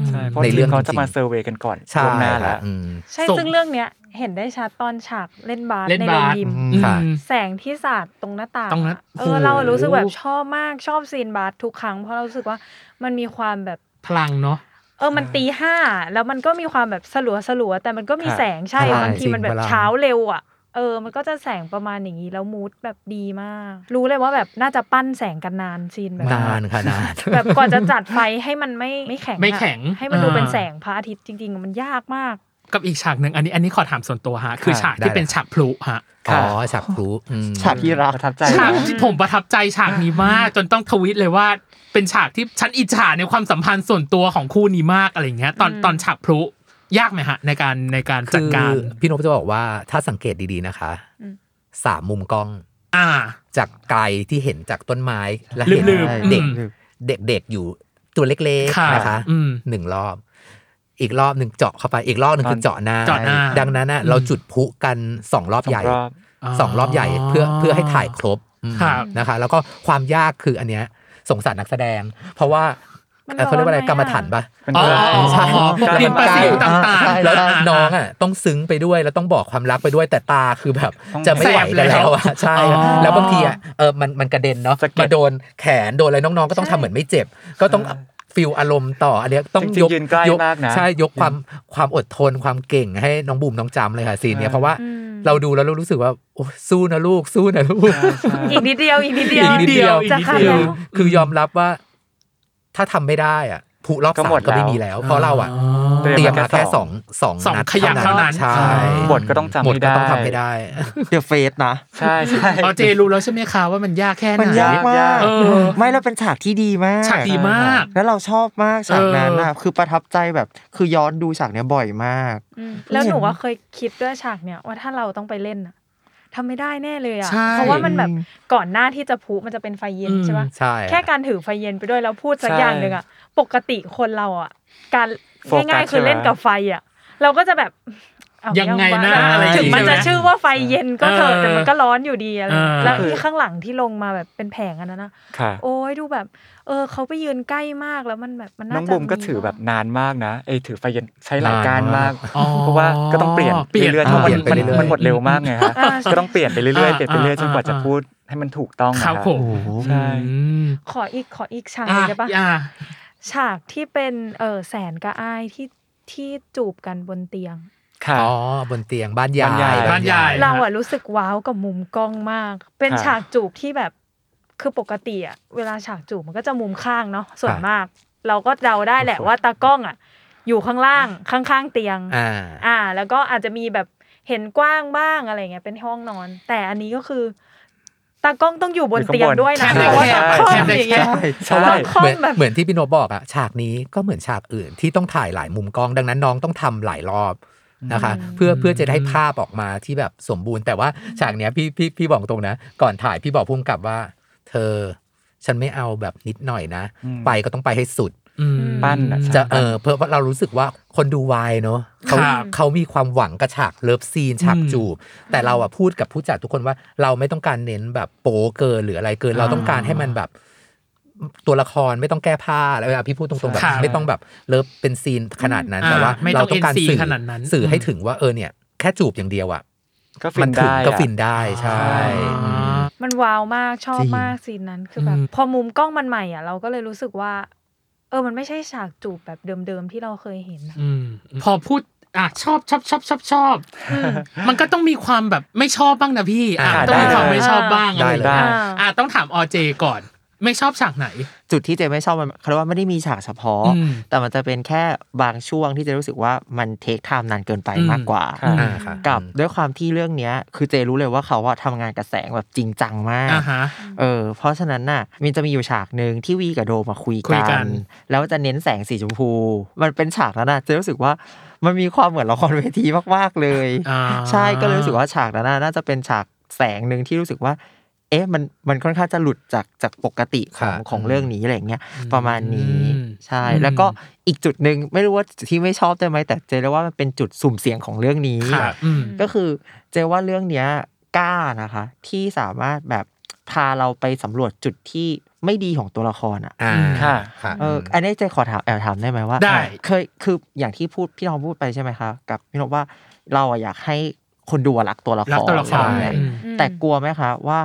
E: ใช่เพราะ
F: ในเรื่
E: ที
F: อง
E: มเขาจะ
F: จ
E: มา
F: ริง
E: เซอร์เวย์กันก่อน
F: ๆ ใช่
E: ล่วงหน้าแล้
F: ค่ะ
E: ว
F: อืม
C: ใช่
B: ส่ง
C: ซึ่งเรื่องเนี้ยเห็นได้ชัดตอนฉากเล่นบาส
B: เล่น
C: ในโร
B: บาง ส
C: ยิม
B: อืม
F: ค่ะ
C: แสงที่สาดตรงหน้าต่าง
B: ตรงหน้า
C: อะเออ
B: โอ้โห
C: เราอะรู้สึกแบบชอบมากชอบซีนบาสทุกครั้ง เพราะเรารู้สึกว่ามันมีความแบบ
B: พลังเนาะ
C: เออมันตีห้าแล้วมันก็มีความแบบสลัวสลัวๆแต่มันก็มี
E: ค่ะ
C: แสงใช่
F: ใช่
C: บางทีมันแบ
F: จริ
C: บ
F: งเวลา
C: เช้าเร็วอ่ะเออ มันก็จะแสงประมาณอย่างนี้แล้วมูดแบบดีมาก รู้เลยว่าแบบน่าจะปั้นแสงกันนานซีนแบบ
F: นานค่ะนาน
C: แบบกว่าจะจัดไฟให้มันไม่ไม่แข็งอะ
B: ไม่แข็ง
C: ให้มันดู
B: อ่า
C: เป็นแสงพระอาทิตย์จริง ๆ มันยากมาก
B: กับอีกฉากหนึ่งอันนี้อันนี้ขอถามส่วนตัวฮะคือ
E: ค่ะ
B: ฉากที่
F: ได้
B: เป็นฉากพลุฮะ
F: อ๋อฉากพลุอืม
D: ฉากที่รัก
E: ประทับใจ
B: ฉาก
E: เนอะ
B: ที่ผมประทับใจฉากนี้มาก จนต้องทวิตเลยว่าเป็นฉากที่ฉันอิจฉาในความสัมพันธ์ส่วนตัวของคู่นี้มากอะไรอย่างเงี้ย ตอนตอนฉากพลุยากไหมฮะ ในการในการจัดการ
F: คือพี่นพจะบอกว่าถ้าสังเกตดีๆนะคะ
C: อืม
F: สามมุมกล้อง
B: อ่า
F: จากไกลที่เห็นจากต้นไม้และเห็น
B: ลืมๆ
F: เด็ก
B: อืม
F: เด็กๆอยู่ตัวเล็ก
B: ค่ะ
F: ๆนะคะ
B: อืม
F: หนึ่งรอบ อีกรอบหนึ่งเจาะเข้าไปอีกรอบหนึ่ง
E: ตอน
F: คือเจาะหน้า
B: เจาะหน้า
F: ดังนั้นน่ะเราจุดพลุกันสองรอบ
E: สอ
F: ให
E: ง
F: ญ่
E: รอบ
F: สองรอบใหญ่เพื่อเพื่อให้ถ่ายครบอืม
B: ครับ
F: นะคะ แล้วก็ความยากคืออันเนี้ยสงสารนักแสดง เพราะว่า
C: มัน
F: เอ่อเขาเรียกว่าอะไร
C: ร้
F: ก
C: อนไหม
F: รรม
C: อะ
F: ฐานปะ
E: เป็น
B: อ๋อ
E: เพื่อน
B: อ๋อ
E: ใช่
B: อ๋อพวกดินประสิวต่าง
D: ใช่
B: ๆ
F: แล้วน้องอ่ะต้องซึ้งไปด้วยแล้วต้องบอกความรักไปด้วยแต่ตาคือแบบ
E: ต้อง
F: จะไม่ไหว
B: แสบแล้
F: แล้ว วอ่ะใช่
B: อ๋อ
F: แล้วบางทีอ่ะเออมันมันกระเด็นเนาะ
E: สะเก็ด
F: มาโดนแขนโดนอะไรน้องๆ ก็ต้องทำเหมือนไม่เจ็บ ก็ต้องฟิลอารมณ์ต่ออันเนี้ยต้อง
E: จริ
F: ย
E: งๆ
F: ก
E: ยืนใกล้
F: ยก
E: มากนะ
F: ใช่ยกความความอดทนความเก่งให้น้องบูมน้องจำเลยค่ะซีนเนี้ย
E: ใช่
F: เพราะว่าเราดูแล้วเรารู้สึกว่าโอ้สู้นะลูกสู้นะลูก
E: ใช่
C: อีกนิดเดียวอีกนิดเดียว
B: อีกนิดเดียว
C: จะ
B: อีกนิ
C: ขา
B: ด
C: ด
B: เดียว
C: แล้ว
F: คือยอมรับว่าถ้าทำไม่ได้อ่ะผูรอบสามก็ไม่มีแล้ว เพราะเราอ่ะ เตรียมมาแค่สองสอง
B: สอง
F: นัด
B: ขยักเท่านั้น
F: ใช่
E: บทก็ต้องจำ
F: บทก็
E: ให้ได้
F: ต้องทำให้ได้
D: เดี๋ยวเฟสนะ
E: ใช่ใช่
B: อ๋อเจรู้แล้วใช่ไหมคะว่ามันยากแค่ไหน
D: มันยากมาก
B: เออ
D: ไม่แล้วเป็นฉากที่ดีมาก
B: ฉากดีมาก
D: แล้วเราชอบมากฉากนั้นอะคือประทับใจแบบคือย้อนดูฉากเนี้ยบ่อยมาก
C: แล้วหนูว่าเคยคิดด้วยฉากเนี่ยว่าถ้าเราต้องไปเล่นอะทำไม่ได้แน่เลยอะ
B: ใช่
C: เพราะว่ามันแบบก่อนหน้าที่จะพุมันจะเป็นไฟเย็น
B: อืม
C: ใช่ปะ
F: ใช่
C: แค่การถือไฟเย็นไปด้วยแล้วพูดสัก
E: ใช่
C: อย่างหนึ่งอะปกติคนเราอะการ
E: โฟกัส
C: ง่ายๆคือ
E: ใช่ไหม
C: เล่นกับไฟอะเราก็จะแบบ เอา
B: ยังไง
C: ว
B: นะ
C: ว
B: อะไร
C: ถึงมันจะ
B: อย่างเงี้ยนะ
C: ชื่อว่าไฟเย็นก็เถอะ
B: เออ
C: แต่มันก็ร้อนอยู่ดีอะไรอย่าง
B: เอ
C: เงี้ย
B: อ
C: แล้วที่ข้างหลังที่ลงมาแบบเป็นแผงอันนั้นนะ
E: ค่ะ
C: โอ้ยดูแบบ เออเขาไปยืนใกล้มากแล้วมันแบบมัน
E: น้
C: น่า
E: อง
C: จะ
E: บุมก็ถือแบบนานมากนะไอยถือไฟเย็นใช้หลายการมาก
B: อ๋อ
E: เพราะว่าก็ต้องเปลี่ยน
B: เปลี่ยน
E: เรื่อยๆเพราะมัน
F: เปลี่ยนไป
E: มัน
F: เรื่อยๆ
E: มันหมดเร็วมากไงฮะ
C: อ่า
E: ก็ต้องเปลี่ยนไปเรื่อยๆเปลี่ยนไปเรื่อยๆจนกว่าจะ
B: อ่า
E: พูดให้มันถูกต้องนะ
B: ค
E: ครั
B: รั
E: บบ
B: ผม
E: ใช่
B: อืม
C: ขออีกขออีกฉากห
B: อ่ะ
C: นึ่งได้ปะ
B: อ่ะ
C: ฉากที่เป็นเออแสนกับอ้ายที่ที่จูบกันบนเตียง
E: ค่ะ
F: อ๋อบนเตียงบ้านยาย
B: บ้านยาย
C: เราอะรู้สึกว้าวกับมุมกล้องมาก เป็น
E: ครับ
C: ฉากจูบที่แบบคือปกติอะเวลาฉากจูบมันก็จะมุมข้างเนาะส่วน
F: ครับ
C: มาก เราก็เดาได้แหละว่าตากล้องอะอยู่ข้างล่างข้างๆเตียง
F: อ่า
C: อ่า แล้วก็อาจจะมีแบบเห็นกว้างบ้างอะไรเงี้ยเป็นห้องนอน แต่อันนี้ก็คือตากล้องต้องอยู่บนเตียงด้วยนะ
B: อยู่
C: เพราะ
B: ข้างบ
C: ว่าน ตา
B: แคบ
C: คอม
B: แคบ
C: อย่างเงี้ย
E: ใช่
C: เรา ค่อ
F: เห
C: น
F: มือน
C: แบบ
F: เหมือนที่พี่โนตบอกอะฉากนี้ก็เหมือนฉากอื่นที่ต้องถ่ายหลายมุมกล้องดังนั้นน้องต้องทำหลายรอบนะคะ เพื่อเพื่อจะได้ภาพออกมาที่แบบสมบูรณ์ แต่ว่าฉากเนี้ยพี่พี่พี่บอกตรงนะ ก่อนถ่ายพี่บอกพุ่มกับว่า เธอ ฉันไม่เอาแบบนิดหน่อยนะ
E: อืม
F: ไปก็ต้องไปให้สุด
B: อืม
E: ปั้นอะ
F: จะเออเพื่อว่าเรารู้สึกว่าคนดูวายเนอะเขา
B: ครับ
F: เขามีความหวังกระฉากเลิฟซีนฉากจูบ แต่เราอะพูดกับผู้จัดทุกคนว่าเราไม่ต้องการเน้นแบบโป๊เกินหรืออะไรเกินเราต้องการให้มันแบบ ตัวละครไม่ต้องแก้ผ้าแล้วเวลาพี่พูดตรงๆแบบ
B: ครับ
F: ไม่ต้องแบบเลิฟเป็นซีนขนาดนั้น
B: อ่า
F: แต่ว่า
B: ไม่ต้
F: เรา
B: อง
F: ต้องการ
B: NC
F: สื่อ
B: ขนาดนั้น
F: สื่อให้
B: อืม
F: ถึงว่าเออเนี่ย แค่จูบอย่างเดียวอะ
E: ก็ฟิ
F: มัน นถึ
E: ได้
F: ง
E: อะ
F: ก็ฟินได้ใช่
B: อ่
F: อืมา
C: มันว้าวมากชอ
F: จ
C: บ
F: ริง
C: มากซีนนั้นคือแบ
B: อื
C: บ
B: ม
C: พอมุมกล้องมันใหม่อ่ะเราก็เลยรู้สึกว่า เออมันไม่ใช่ฉากจูบแบบเดิมๆที่เราเคยเห็นนะ
B: อืมพอพูดอ่ะชอบชอบชอบชอบชอบมันก็ต้องมีความแบบไม่ชอบบ้างนะพี่อ่ะ
F: อ่า
B: ต้องมี
E: ได้
B: ความไม่ชอบบ้าง
F: ได้
B: อะรอย่าง
E: ได้
B: งี้
C: อ่า
B: อ่ะต้องถามอเจก่อน ไม่ชอบฉากไหน
D: จุดที่เจไม่ชอบมันเขาเรียกว่าไม่ได้มีฉากเฉพาะ
B: อืม
D: แต่มันจะเป็นแค่บางช่วงที่เจรู้สึกว่ามันเทคไทม์นานเกินไป
B: อืม
D: มากกว่า
E: ค่ะ
F: อ่าค่ะ
D: กับด้วยความที่เรื่องเนี้ย คือเจรู้เลยว่าเขาว่าทำงานกับแสงแบบจริงจังมาก
B: อ่ะฮะ
D: เออเพราะฉะนั้นน่ะมันจะมีอยู่ฉากหนึ่งที่วีกับโดมาคุย
B: คุ
D: กั
B: ยกัน
D: น แล้วจะเน้นแสงสีชมพู มันเป็นฉากนั้นน่ะเจะรู้สึกว่ามันมีความเหมือนละครเวทีมากๆเลย
B: อ่า
D: ใช่ก็เลยรู้สึกว่าฉากนั้นน่ะน่าจะเป็นฉากแสงหนึ่งที่รู้สึกว่า เอ๊ะมันมันค่อนข้างจะหลุดจากจากปกติข
F: ค่ะ
D: องของเรื่องนี้อะไรอย่างเงี้ยประมาณนี้
B: อืม
D: ใช่
B: อืม
D: แล้วก็อีกจุดหนึ่งไม่รู้ว่าที่ไม่ชอบได้ไหมแต่เจเรียกว่ามันเป็นจุดสุ่มเสี่ยงของเรื่องนี้
B: ค่ะอืม
D: ก็คือเจว่าเรื่องเนี้ยกล้านะคะ ที่สามารถแบบพาเราไปสำรวจจุดที่ไม่ดีของตัวละครอ่ะ
F: อ่า
E: ค่ะ
F: ค่ะ
D: เอออันนี้เจขอถามแอบถามได้ไหมว่า
B: ได้
D: เคยคืออย่างที่พูดพี่ทอมพูดไปใช่ไหมคะกับพี่นกว่าเราอะอยากให้คนดูอะรักตัวละคร
B: รักตัวละคร
D: ใช่
B: อืม
C: อืม
D: แต่กลัวไหมคะว่า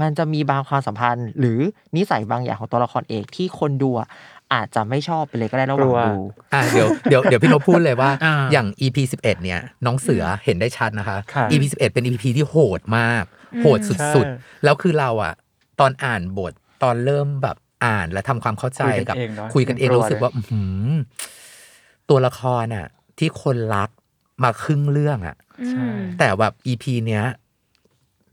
D: มันจะมีบางความสัมพันธ์ หรือนิสัยบางอย่างของตัวละครเอกที่คนดูอะอาจจะไม่ชอบไปเลยก็ได้ระหว่าง
E: กลัว
D: ดู
F: อ่ะเดี๋ยวเดี๋ยวเดี๋ยวพี่นพพูดเลยว่า
B: อ่า
F: อย่าง EP 11เนี่ยน้องเสือเห็นได้ชัดนะคะ
E: ค่ะ
F: EP 11เป็น EP ที่โหดมาก
C: อืม
F: โหดสุด
E: ใช่
F: ๆ แล้วคือเราอะตอนอ่านบทตอนเริ่มแบบอ่านและทำความเข้าใจ
E: คุยกัน
F: กับ
E: เองเนอะ
F: คุยกันเอง
E: กลัว
F: รู้สึกว่าอื้อหือตัวละครอะที่คนรักมาครึ่งเรื่องอะ
C: อืม
F: แต่แบบ EP เนี้ย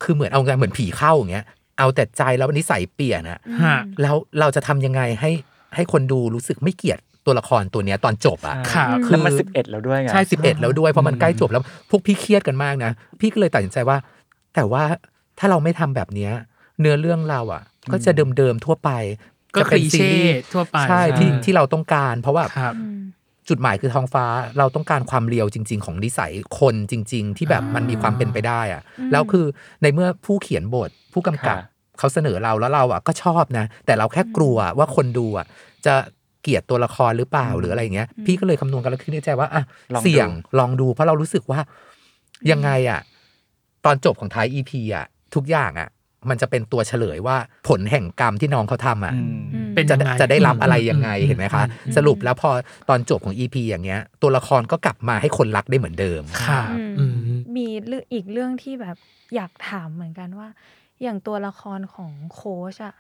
F: คือเหมือนเอาไงเหมือนผีเข้าอย่างเงี้ยเอาแต่ใจแล้วนิสัยเปลี่ยนอะ
B: ฮะ
F: แล้วเราจะทำยังไงให้ให้คนดูรู้สึกไม่เกลียดตัวละครตัวเนี้ยตอนจบอ่ะ
B: ครับ
E: แล้วมันสิบเอ็ดแล้วด้วยไง
F: ใช่ 11 แล้วด้วยเพราะมันใกล้จบแล้ว พวกพี่เครียดกันมากนะ พี่ก็เลยตัดสินใจว่า แต่ว่าถ้าเราไม่ทำแบบเนี้ยเนื้อเรื่องเราอ่ะ ก็จะเดิมๆทั่วไป
B: ก็
F: จะ
B: ค
F: ป็น
B: ลี
F: ซี
B: เช่
F: รีส์
B: ทั่วไป
F: ใช่ที่ที่เราต้องการ เพราะว่า
B: ครับ
F: จุดหมายคือท้องฟ้าเราต้องการความเรียวจริง ๆ ของนิสัยคนจริง ๆ ที่แบบมันมีความเป็นไปได้อ่ะ
C: อืม
F: แล้วคือในเมื่อผู้เขียนบทผู้กำกับ
E: ค่ะ
F: เขาเสนอเราแล้วเราอ่ะก็ชอบนะ แต่เราแค่กลัวว่าคนดูอ่ะจะเกลียดตัวละครหรือเปล่าหรืออะไรอย่างเงี้ย พี่ก็เลยคำนวณกันแล้วคิดในใจว่าอ่ะ
E: ลองดู
F: เสี่ยงลองดู เพราะเรารู้สึกว่ายังไงอ่ะตอนจบของท้าย EP อ่ะ ทุกอย่างอ่ะ มันจะเป็นตัวเฉลยว่าผลแห่งกรรมที่น้องเขาทำอ่ะ
E: อืม
B: เป็น
F: จะ
B: ยังง
F: จะได้รับอะไรยังไง
B: อื
F: เห็นไหมคะ
B: อื
F: สรุปแล้วพอตอนจบของ EP อย่างเงี้ย ตัวละครก็กลับมาให้คนรักได้เหมือนเดิม
B: ครับอืม
C: มีเรื่องอีกเรื่องที่แบบอยากถามเหมือนกันว่า อย่างตัวละครของโค้ชอะ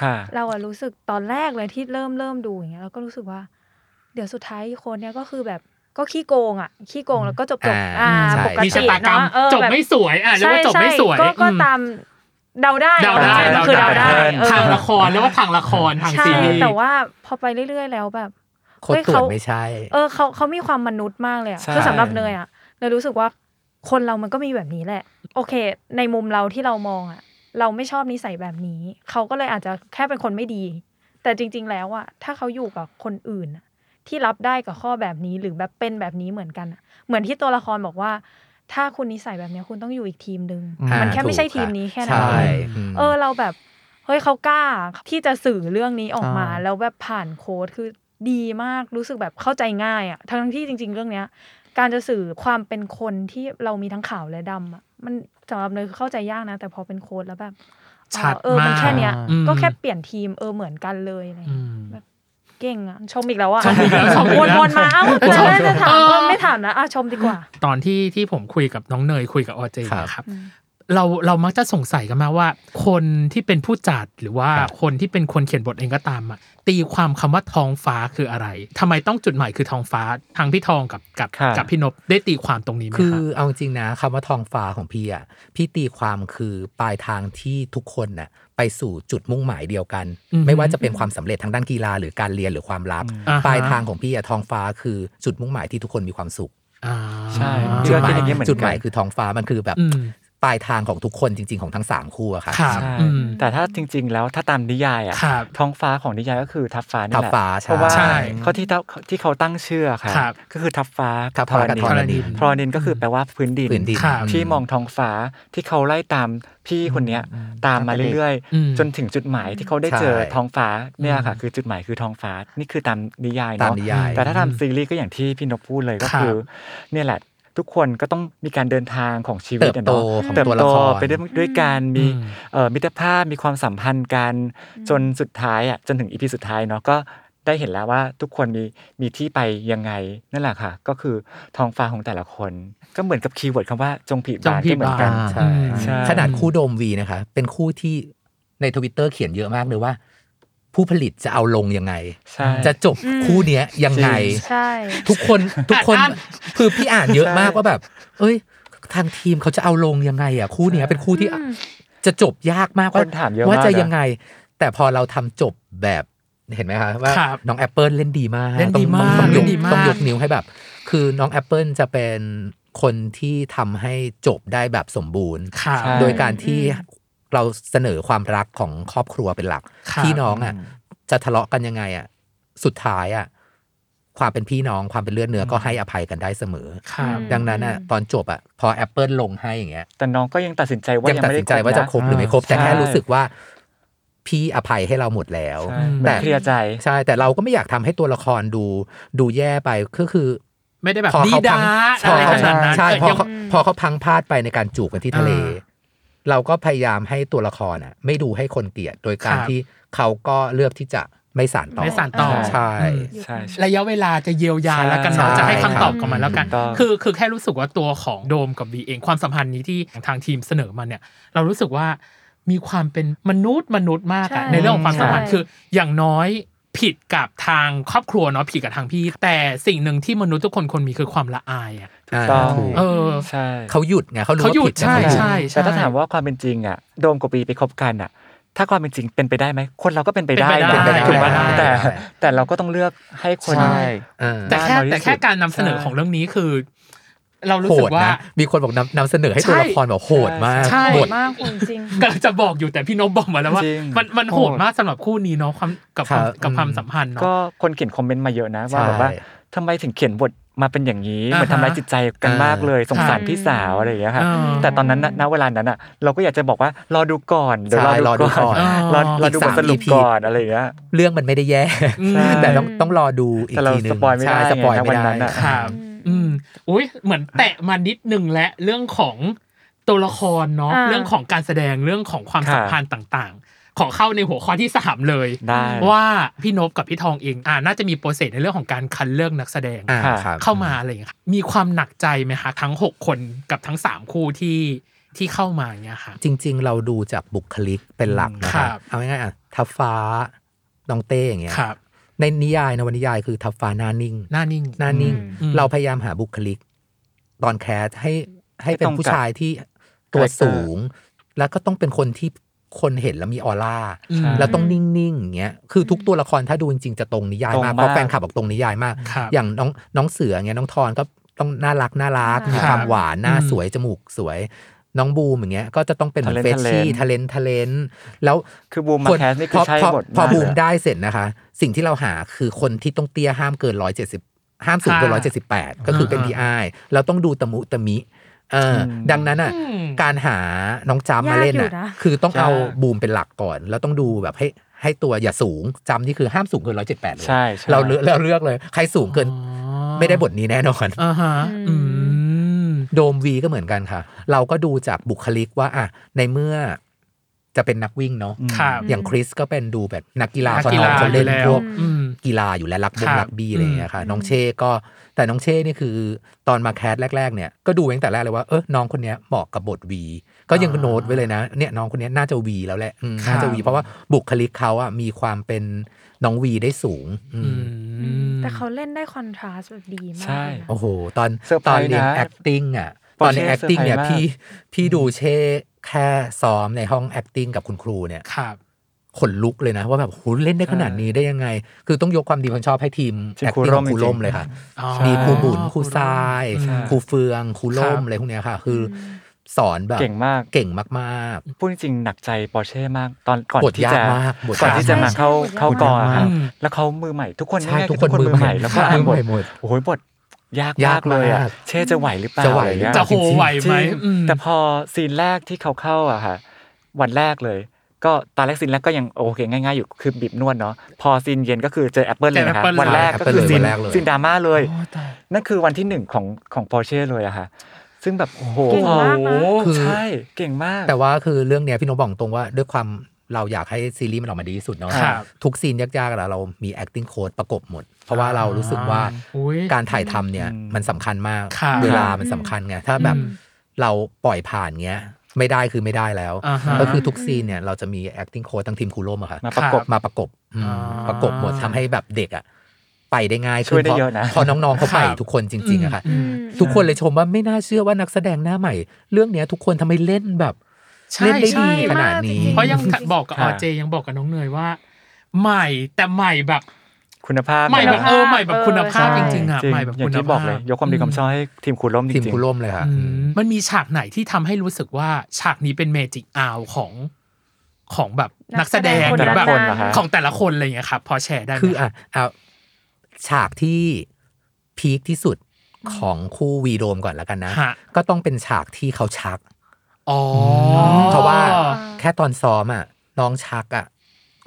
E: ค่ะ
C: เราอะรู้สึกตอนแรกเลยที่เริ่มเริ่มดูอย่างเงี้ยเราก็รู้สึกว่า เดี๋ยวสุดท้ายคนเนี้ยก็คือแบบก็ขี้โกงอะขี้โกงแล้วก็จบจบ
F: อ่า
C: อ่า
B: อืม
F: ใช่
C: ปก
B: มีชะ
C: ติ
B: ตากรรม
C: เนาะเออ
B: จบ
C: แบบ
B: ไม่สวยอ่ะเรียกว่าจบไม่สวย
C: ใช่ก็ก็
B: อืม
C: ตามเดาได้
B: เดาได้
C: อะ
B: เดา
C: คือเดาได้
B: ได้
C: เออ
B: ทางละครเรียกว่าทางละครทาง
C: ใช่
B: ซีรีส์
C: แต่ว่าพอไปเรื่อย ๆ แล้วแบบ
F: โคตร
C: เฮ้ย
F: ตรวจ
C: เขา
F: ไม่ใช่
C: เออเขาเขามีความมนุษย์มากเลยอะ
E: ใช่
C: คือสำหรับเนยอะเนยรู้สึกว่าคนเรามันก็มีแบบนี้แหละ โอเค ในมุมเราที่เรามองอะเราไม่ชอบนิสัยแบบนี้ เขาก็เลยอาจจะแค่เป็นคนไม่ดี แต่จริง ๆ แล้วอะถ้าเขาอยู่กับคนอื่นอะที่รับได้กับข้อแบบนี้หรือแบบเป็นแบบนี้เหมือนกันอะเหมือนที่ตัวละครบอกว่า ถ้าคุณนิสัยแบบเนี้ยคุณต้องอยู่อีกทีมหนึ่ง
D: อ่ามั
C: มันแค่ไม่ใช่
F: ถูก
C: ทีม
F: ค่ะ
C: นี้แค่นั้น
F: ใช่
C: เอง
F: ม
C: เออเราแบบเฮ้ยเขากล้าที่จะสื่อเรื่องนี้ออกมา
D: ใช่
C: แล้วแบบผ่านโค้ดคือดีมากรู้สึกแบบเข้าใจง่ายอะทั้งที่จริง ๆ เรื่องเนี้ย การจะสื่อความเป็นคนที่เรามีทั้งขาวและดำอะมันสำหรับเนยคือเข้าใจยากนะ แต่พอเป็นโค้ดแล้วแบบ
B: ชัด
C: เออมัน
B: มาก
C: แค่เนี้ย
B: อืม
C: ก็แค่เปลี่ยนทีมเออเหมือนกันเลยอะไรอย่างเงี้ย
B: อืม
C: เก่งอ่ะ ชมอีกแล้วอ่ะ
B: ชมอีกแล้วชมอีก
C: วน
B: แล้ว
C: วนๆมาเอ้า
B: ชม
C: แต่จะถาม
B: เออ
C: ก็ไม่ถามนะอ่ะชมดีกว่า
B: ตอนที่ที่ผมคุยกับน้องเนยคุยกับออเจ
F: ครับ
B: นะครับ เราเรามักจะสงสัยกันมาว่า คนที่เป็นผู้จัดหรือว่า
F: ครับ
B: คนที่เป็นคนเขียนบทเองก็ตามอะตีความคำว่าท้องฟ้าคืออะไรทำไมต้องจุดหมายคือท้องฟ้าทางพี่ทองกับกับ
E: ค่ะ
B: กับพี่นบได้ตีความตรงนี้ไหม
F: คื
B: ค
F: อ
B: รับ
F: เอาจริงนะคำว่าทองฟ้าของพี่อ่ะพี่ตีความคือปลายทางที่ทุกคนน่ะไปสู่จุดมุ่งหมายเดียวกัน
B: อือฮึ
F: ไม่ว่าจะเป็นความสำเร็จทางด้านกีฬาหรือการเรียนหรือความลับ
B: อ่าฮะ
F: ปลายทางของพี่อ่ะทองฟ้าคือจุดมุ่งหมายที่ทุกคนมีความสุข
B: อ่า
E: ใช่ พี่
F: จุด
E: ก็
F: หมาย
E: คิดอย่างนี้เหมือนกัน
F: จุดหมายคือทองฟ้ามันคือแบบ
B: อืม
F: ปลายทางของทุกคนจริง ๆของทั้งสามคู่อะค่ะ
B: ครับ
E: ใช่
B: อืม
E: แต่ถ้าจริง ๆ แล้วถ้าตามนิยายอ่ะ
B: ครับ
E: ท้องฟ้าของนิยายก็คือทับฟ้านี่
F: ทับ
E: แหละ
F: ฟ้า
E: เพราะว่า
B: ใช่
E: เขาที่เขาที่เขาตั้งชื่อค่ะ
B: ครับ
E: ก็คือทับฟ้า
F: ทับฟ้ากับธรณี
E: ทรณินก็คือแปลว่าพื้นดิน
F: พื้นดิน
B: ครับ
E: ที่มองท้องฟ้าที่เขาไล่ตามพี่คนเนี้ยตามมาเรื่อย
B: อืม
E: ๆ จนถึงจุดหมายที่เขาได้
F: ใช่
E: เจอท้องฟ้าเนี่ยค่ะ
B: อืม
E: คือจุดหมายคือท้องฟ้านี่คือตามนิยาย
F: ตาม
E: เนาะ
F: นิยาย
E: แต่ถ้าทำซีรีส์ก็อย่างที่พี่นพพูดเลยก็
B: ครับ
E: คือเนี่ยแหละ ทุกคนก็ต้องมีการเดินทางของชีวิ
F: เติบ
E: ตอะ
F: โต
E: เนาะ
F: ของ
E: เติบ
F: ตัวละ
E: โต
F: คร
E: ไปด้วยด้วยการมี
B: อืม
E: เอ่อมิตรภาพมีความสัมพันธ์กันจนสุดท้ายอ่ะจนถึงอีพีสุดท้ายเนาะก็ได้เห็นแล้วว่าทุกคนมีมีที่ไปยังไงนั่นแหละค่ะ ก็คือท้องฟ้าของแต่ละคน ก็เหมือนกับคีย์เวิร์ดคำว่าจงผี
B: จง
E: บาน
B: พี่
E: ก็เหมือบ
B: าน
E: กัน
B: น
F: ใช่
B: อืม
E: ใช่
F: ขนาดคู่โดมวีนะคะ เป็นคู่ที่ในทวิตเตอร์เขียนเยอะมากเลยว่า ผู้ผลิตจะเอาลงยังไง
E: ใช่
F: จะจบ
C: อืม
F: คู่เนี้ยยังไง
C: ใช่
F: ทุกคนทุกคน
B: อ่าน
F: คือพี่อ่านเยอะมาก
E: ใช่
F: ว่าแบบ เอ้ย ทางทีมเขาจะเอาลงยังไงอ่ะคู่เนี้ยเป็นคู่ที่
C: อืม
F: จะจบยากมาก
E: ค
F: ว่าน
E: ถามเยอะมาก
F: ว่าจะ
E: น
F: ยังไง แต่พอเราทำจบแบบเห็นไหมคะว่า
B: ครับ
F: น้องแอปเปิลเล่นดีมาก
B: เล่นดี
F: ต้องต้องต้อ
B: มาก
F: งยก
B: เล่นดีมาก
F: ต้องยกนิ้วให้แบบ คือน้องแอปเปิลจะเป็นคนที่ทำให้จบได้แบบสมบูรณ์
B: ครับ
E: ใช่
F: โดยการที่เราเสนอความรักของครอบครัวเป็นหลัก
B: ครับ
F: พี่น้องอ่ะ จะทะเลาะกันยังไงอ่ะ สุดท้ายอ่ะ ความเป็นพี่น้องความเป็นเลือดเนื้อก็ให้อภัยกันได้เสมอ
B: ครับ
C: อืม
F: ดังนั้นอ่ะ ตอนจบอ่ะ พอแอปเปิลลงให้อย่างเงี้ย
E: แต่น้องก็ยังตัดสินใจว่า
F: ยัง
E: ยัง
F: ตัด
E: ไม่
F: สิน
E: ได้
F: ใจว่าจะครบหรือไม่ครบ แต่แค่รู้สึกว่า พี่อภัยให้เราหมดแล้ว
E: ใช่
F: แต่
E: แต่เคลียร์ใจ
F: ใช่ แต่เราก็ไม่อยากทำให้ตัวละครดู ดูแย่ไปก็คือ
B: ไม่ได้แบบ
F: พอ
B: ดี
F: เขา
B: ดา
F: พัง
B: อะ
F: ใช่
B: ไรขนาดนั้น
F: ใช่พอ
B: แต่ยัง
F: เขาพอเขาพังพลาดไปในการจูบกันที่ทะเล
B: อ่า
F: เราก็พยายามให้ตัวละครอ่ะ ไม่ดูให้คนเกลียดโดยการ
B: ครับ
F: ที่เขาก็เลือกที่จะไม่สานต่อ
B: ไม่สานต่อ
F: ใช่
E: ใช่ใช่
B: ระยะเวลาจะเยียวยาแล้วกันเนาะ
F: ใช่
B: จะให้คำตอบ
F: ครับ
B: กับมันแล้วกัน
E: ถูกต้อง
B: คือคือแค่รู้สึกว่าตัวของโดมกับวีเองความสัมพันธ์นี้ที่ทางทีมเสนอมาเนี่ย เรารู้สึกว่ามีความเป็นมนุษย์มนุษย์มากอะ
C: ใช่
B: ในเรื่องของความสัมพันธ์
C: ใช่
B: คือ อย่างน้อยผิดกับทางครอบครัวเนาะผิดกับทางพี่ แต่สิ่งหนึ่งที่มนุษย์ทุกคนควรมีคือความละอายอะ
E: ถูกต้อง
F: ถูก
B: เออ
E: ใช่
F: เขาหยุดไงเขารู้
B: เขาหยุ
F: ว่า
B: ด
F: ผิดนะ
B: ใช่
F: เขาหยุด
B: ใช่
E: แต่ถ้าถามว่าความเป็นจริงอ่ะโดมกับปีไปคบกันอ่ะ ถ้าความเป็นจริงเป็นไปได้ไหมคนเราก็เป็นไปได้นะ
B: เป็นไปได้
E: ถูกไหม
B: เป็นไปได้
E: แต่แต่เราก็ต้องเลือกให้คน
D: ใช่
F: เออ
B: แต่แค่
E: น้อยที่สุด
B: แต่แค่การนำเสนอ
E: ใช่
B: ของเรื่องนี้คือ เรารู้
F: โห
B: สึ
F: ด
B: กว่า
F: นะมีคนบอกนำนำเสนอให้
B: ใช่
F: ตัวละครแบบโหดมาก
B: ใช่
F: โห
C: โห
F: ด
C: ดมากโหดจริง
B: กำลังจะบอกอยู่แต่พี่นพบอกมาแล้วว่า
E: จริง
B: มันมันโหดมากสำหรับคู่นี้เนาะความกับความ
F: ครับ
B: กับความสัมพันธ์เนาะ
E: ก็คนเขียนคอมเมนต์มาเยอะนะว่า
F: ใช่
E: แบบว่าทำไมถึงเขียนบทมาเป็นอย่างนี้เหมือน
B: อ่าฮะ
E: ทำร้ายจิตใจกันมากเลยสงสารพี่สาวอะไรอย่างเงี้ยค่ะ
B: เออ
E: แต่ตอนนั้นน่ะณเวลานั้นอ่ะ เราก็อยากจะบอกว่ารอดูก่อนเดี๋ยว
F: ใช่
E: รอดูก่อน
B: รอดูก่อน
E: รอรอดู
F: อีก
E: บ
F: สา
E: ท
F: ม
E: สรุป
F: EP
E: ก่อนอะไรอย่างเงี้ย
F: เรื่องมันไม่ได้แย่
B: ใช่
F: แต่ต้องต้องรอดูอีก
E: แต่เรา
F: ทีหนึง
E: สปอยไม่ได้
F: ใช่สปอยไม่
E: ไงนะวันนั้
F: ได้
E: นน่ะ
B: ครับ อืมอุ้ยเหมือนแตะมานิดนึงและเรื่องของตัวละครเนาะ
C: อ่า
B: เรื่องของการแสดงเรื่องของความ
E: ค่ะ
B: สัมพันธ์ต่างๆ ขอเข้าในหัวข้อที่สามเลย
E: ได้
B: ว่าพี่นพกับพี่ทองเองอ่าน่าจะมีโปรเซสในเรื่องของการคัดเลือกนักแสดง
F: อ่า
E: ค่ะ
F: ครับ
B: เข้ามาอะไรอย่างเงี้ยค่ะมีความหนักใจไหมคะทั้งหกคนกับทั้งสามคู่ที่ที่เข้ามาเนี่ยค่ะ
F: จริง ๆ เราดูจากบุคลิกเป็นหลักนะค
B: ครั
F: รับบ เอาง่ายๆอ่ะทัฟฟ้าน้องเต้อย่างเงี้ย
B: ครับ
F: ในนิยายนะวันนิยายคือทัฟฟ้าหน้านิ่ง
B: หน้านิ่ง
F: หน้านิ่ง
B: อืม
F: เราพยายามหาบุคลิก ตอนแคสให้ให้เป็น
E: ตรงกับ
F: ผู้ชายที่ตัว
E: คาแรคเตอร์
F: สูง แล้วก็ต้องเป็นคนที่คนเห็นแล้วมีออร่า
B: อืม
F: แล้วต้องนิ่งๆอย่างเงี้ย คือทุกตัวละครถ้าดูจริงๆจะตรงนิยาย
E: ตร
F: มาม
E: งาก ก
F: เพราะแฟนคลับบอกตรงนิยายมาก
B: ครับ
F: อย่างน้องน้องเสือเงี้ยน้องทอนก็ต้องน่ารักน่ารัก
C: ครับ
F: มีความหวาน หน้า
B: อืม
F: สวย จมูกสวย น้องบูมอย่างเงี้ย ก็จะต้องเป็นเหมือนเฟ
E: Talent
F: ชชี่ทะเลนทะเลนแล้ว
E: คือบูมมา
F: คน
E: แคสนี่คื
F: พ
E: อ
F: อ
E: ใช่
F: พอบพอ
E: ทาก
F: บูม
E: เลยะ
F: ได้เสร็จนะคะ สิ่งที่เราหาคือคนที่ต้องเตี้ยห้ามเกินร้อยเจ็ดสิบห้ามสูงเกินร้อย
B: ค่ะ
F: เจ็ดสิบแปดก็คือเป็น
B: อ่า
F: พีไอเราต้องดูตะมุตะมิ
D: เอออ
E: ม
D: ดังนั้นอ่ะ
B: อืม
D: การหาน้องจำมาย
C: าก
D: เล่น
C: อยู่
D: อ่ะ
C: นะ
D: คือต้อง
E: ใช่
D: เอาบูมเป็นหลักก่อน แล้วต้องดูแบบให้ให้ตัวอย่าสูงจำนี่คือห้ามสูงเกินร้อยเจ็ดแปดเลย
E: ใช่ใช่
D: เราเลือกเราเลือกเลย ใครสูงเกิน
B: อ๋อ
D: ไม่ได้บทนี้แน่นอน
B: อ่าฮะอื
C: อื
B: ม
D: โดมวีก็เหมือนกันค่ะ เราก็ดูจากบุคลิกว่าอ่ะในเมื่อจะเป็นนักวิ่งเนาะ
B: ครับ
D: อย่างคริสก็เป็นดูแบบนักกีฬา
B: นัก
D: เขา
B: กีฬา
D: เขาเล่น
B: อยู่แล้ว
D: พวก
B: อืม
D: กีฬาอยู่แล้วรักบ
B: ครั
D: ง
B: บ
D: รักบี้อะไรอย่างเงี้ยค่ะ
C: อืม
D: น้องเช่ก็แต่น้องเช่นี่คือตอนมาแคสแรกๆเนี่ยก็ดูไว้ตั้งแต่แรกเลยว่าเออน้องคนเนี้ยเหมาะกับบทวีก็ยัง
B: อ่า
D: โน้ตไว้เลยนะเนี่ยน้องคนเนี้ยน่าจะวีแล้วแหละอืม
B: ครับ
D: น่าจะวีเพราะว่าบุคลิกเขาอ่ะมีความเป็นน้องวีได้สูงอืม
B: อืม
C: แต่เขาเล่นได้คอนทราสต์แบบดีมาก
E: ใช่
C: เลยนะ
D: โอ้โห ตอน
E: เซอร์ไพ
D: ต
E: ร
D: อน
E: ส์
D: เรียน
E: นะ
D: acting อ่ะต
E: ปอ
D: อน
E: เช่
D: ใน acting เนี่ย
E: เซอร์ไพรส์มาก
D: พี่พี่ดูเช่แค่ซ้อมในห้อง acting กับคุณครูเนี่ย
B: ครับ
D: ขนลุกเลยนะ ว่าแบบโหเล่นได้ขนาดนี้ได้ยังไง คือต้องยกความดีความชอบให้ทีม
E: ทีมครู
D: acting
E: ร่
D: ขอ
E: ม
D: งครู
E: จริงๆ
D: ล่มเลยค่ะ
B: อ๋อ
D: มีครูบุญครู
B: ร่ม
D: ทราย
B: อืม
D: ครูเฟืองครูล่ม
B: ครับ
D: อะไรพวกเนี้ยค่ะ คืออสอนแบบ
E: เก่งมาก
D: เก่งมาก
E: พูดจริงๆหนักใจปอร์เช่มากตอนก่อน
D: ๆบท
E: ที่
D: ยาก
E: จะ
D: มากบท
E: ก่อน
D: ย
E: ที่จะมาเข้าเข้ากองอะครับ
B: อืม
E: แล้วเขามือใหม่ทุกคน
D: ใช่
E: ง่ายๆ
D: ทุกคนมือใหม่
E: แล้วก็อ่านบท
D: หมด
E: โอ้โหบทยาก
D: ยาม
E: าก กเลยอะ
D: มาก
E: เช่จะไหวหรือเปล่า
D: จะไหว
E: อรเงี้ย
B: จะโหไหวไหมอืม
E: แต่พอซีนแรกที่เขาเข้าอะค่ะ วันแรกเลย ก็ตอนแรกซีนแรกก็ยังโอเคง่ายๆอยู่คือบีบนวดเนาะพอซีนเย็นก็คือเจอแอปเปิลเลยนะคะ
B: เจอแอปเปิ้ลเลย
E: วันแรกก็คือ
D: แอปเปิ้ลเลยวั
E: ซีน
D: นแรกเลย
E: ซีนดราม่าเลย
B: โอ้ตาย
E: นั่นคือวันที่หนึ่งของของปอร์เช่เลยอะค่ะ ซึ่งแบบโอ้โห
C: เก่งมากนะ
D: คือ
E: ใช่เก่งมาก
D: แต่ว่าคือเรื่องเนี้ยพี่นกบอกตรงว่าด้วยความเราอยากให้ซีรีส์มันออกมาดีที่สุดเนาะ
E: ครับ
D: ทุกซีนยากๆอะเรามี acting coach ประกบหมด เพราะว่าเรารู้สึกว่า
B: อุ๊ย
D: การถ่ายทำเนี่ย
E: อืม
D: มันสำคัญมาก
B: ครับ
D: เวลามันสำคัญไงถ้าแบบเราปล่อยผ่านเงี้ยไม่ได้คือไม่ได้แล้ว
B: อ่าฮะ
D: ก็คือทุกซีนเนี่ยเราจะมี acting coach ทั้งทีมครูร่วมอะค่ะ
E: มาประกบ
B: ครับ
D: มาประกบอืม
B: อ่า
D: ประกบหมดทำให้แบบเด็กอะไปได้ง่ายขึ้
E: ช่วยได้
D: พรา
E: เยอะนะ
D: พอน้องๆเขาไป
B: ครับ
D: ทุกคนจริงๆอะค่ะ
C: อืม
D: ทุกคนเลยชมว่าไม่น่าเชื่อว่านักแสดงหน้าใหม่ เรื่องเนี้ยทุกคนทำไมเล่นแบบ
B: ใช่
D: เล่นได้
B: ใช่
D: ดีข
C: มาก
D: นาดนี้
C: จริ
B: เพราะยังบอกกับ
E: ค
B: อ
E: รับ
B: เจยังบอกกับน้องเนยว่า ใหม่แต่ใหม่แบบ
E: คุณภาพ
B: ใหม่แบบ
E: นะ
B: เออใหม่แบบคุณภาพ
C: ใช่
B: จริงๆอ่ะ
E: จริง
B: ใหม่แบบ
E: อย่า
B: คุ
E: ง
B: ณ
E: ที่
B: ภาพ
E: บอกเลย ยกความดีความชอบให้ทีมคุณล้มจ
D: ทีม
E: ริง
D: ครูร่วมเลยค่ะ
B: อื
D: อื
B: ม
D: ม
B: มันมีฉากไหนที่ทำให้รู้สึกว่าฉากนี้เป็นเมจิกอาวของของแบบนักแสดง
E: ๆ
C: ค
B: หรื
E: แต่
B: อ
E: ละ
B: แบบ
E: คนเหรอคะ
B: ของแต่ละคนอะไรอย่างเงี้ยครับพอแชร์ได้ไหม
D: คืออ่ะเอาฉากที่พีคที่สุดของคู่วีโดมก่อนแล้วกันนะ
B: ฮะ
D: ก็ต้องเป็นฉากที่เขาชัก
B: อ๋อ
D: เพราะว่า
C: อ่า
D: แค่ตอนซ้อมอ่ะน้องชักอ่ะ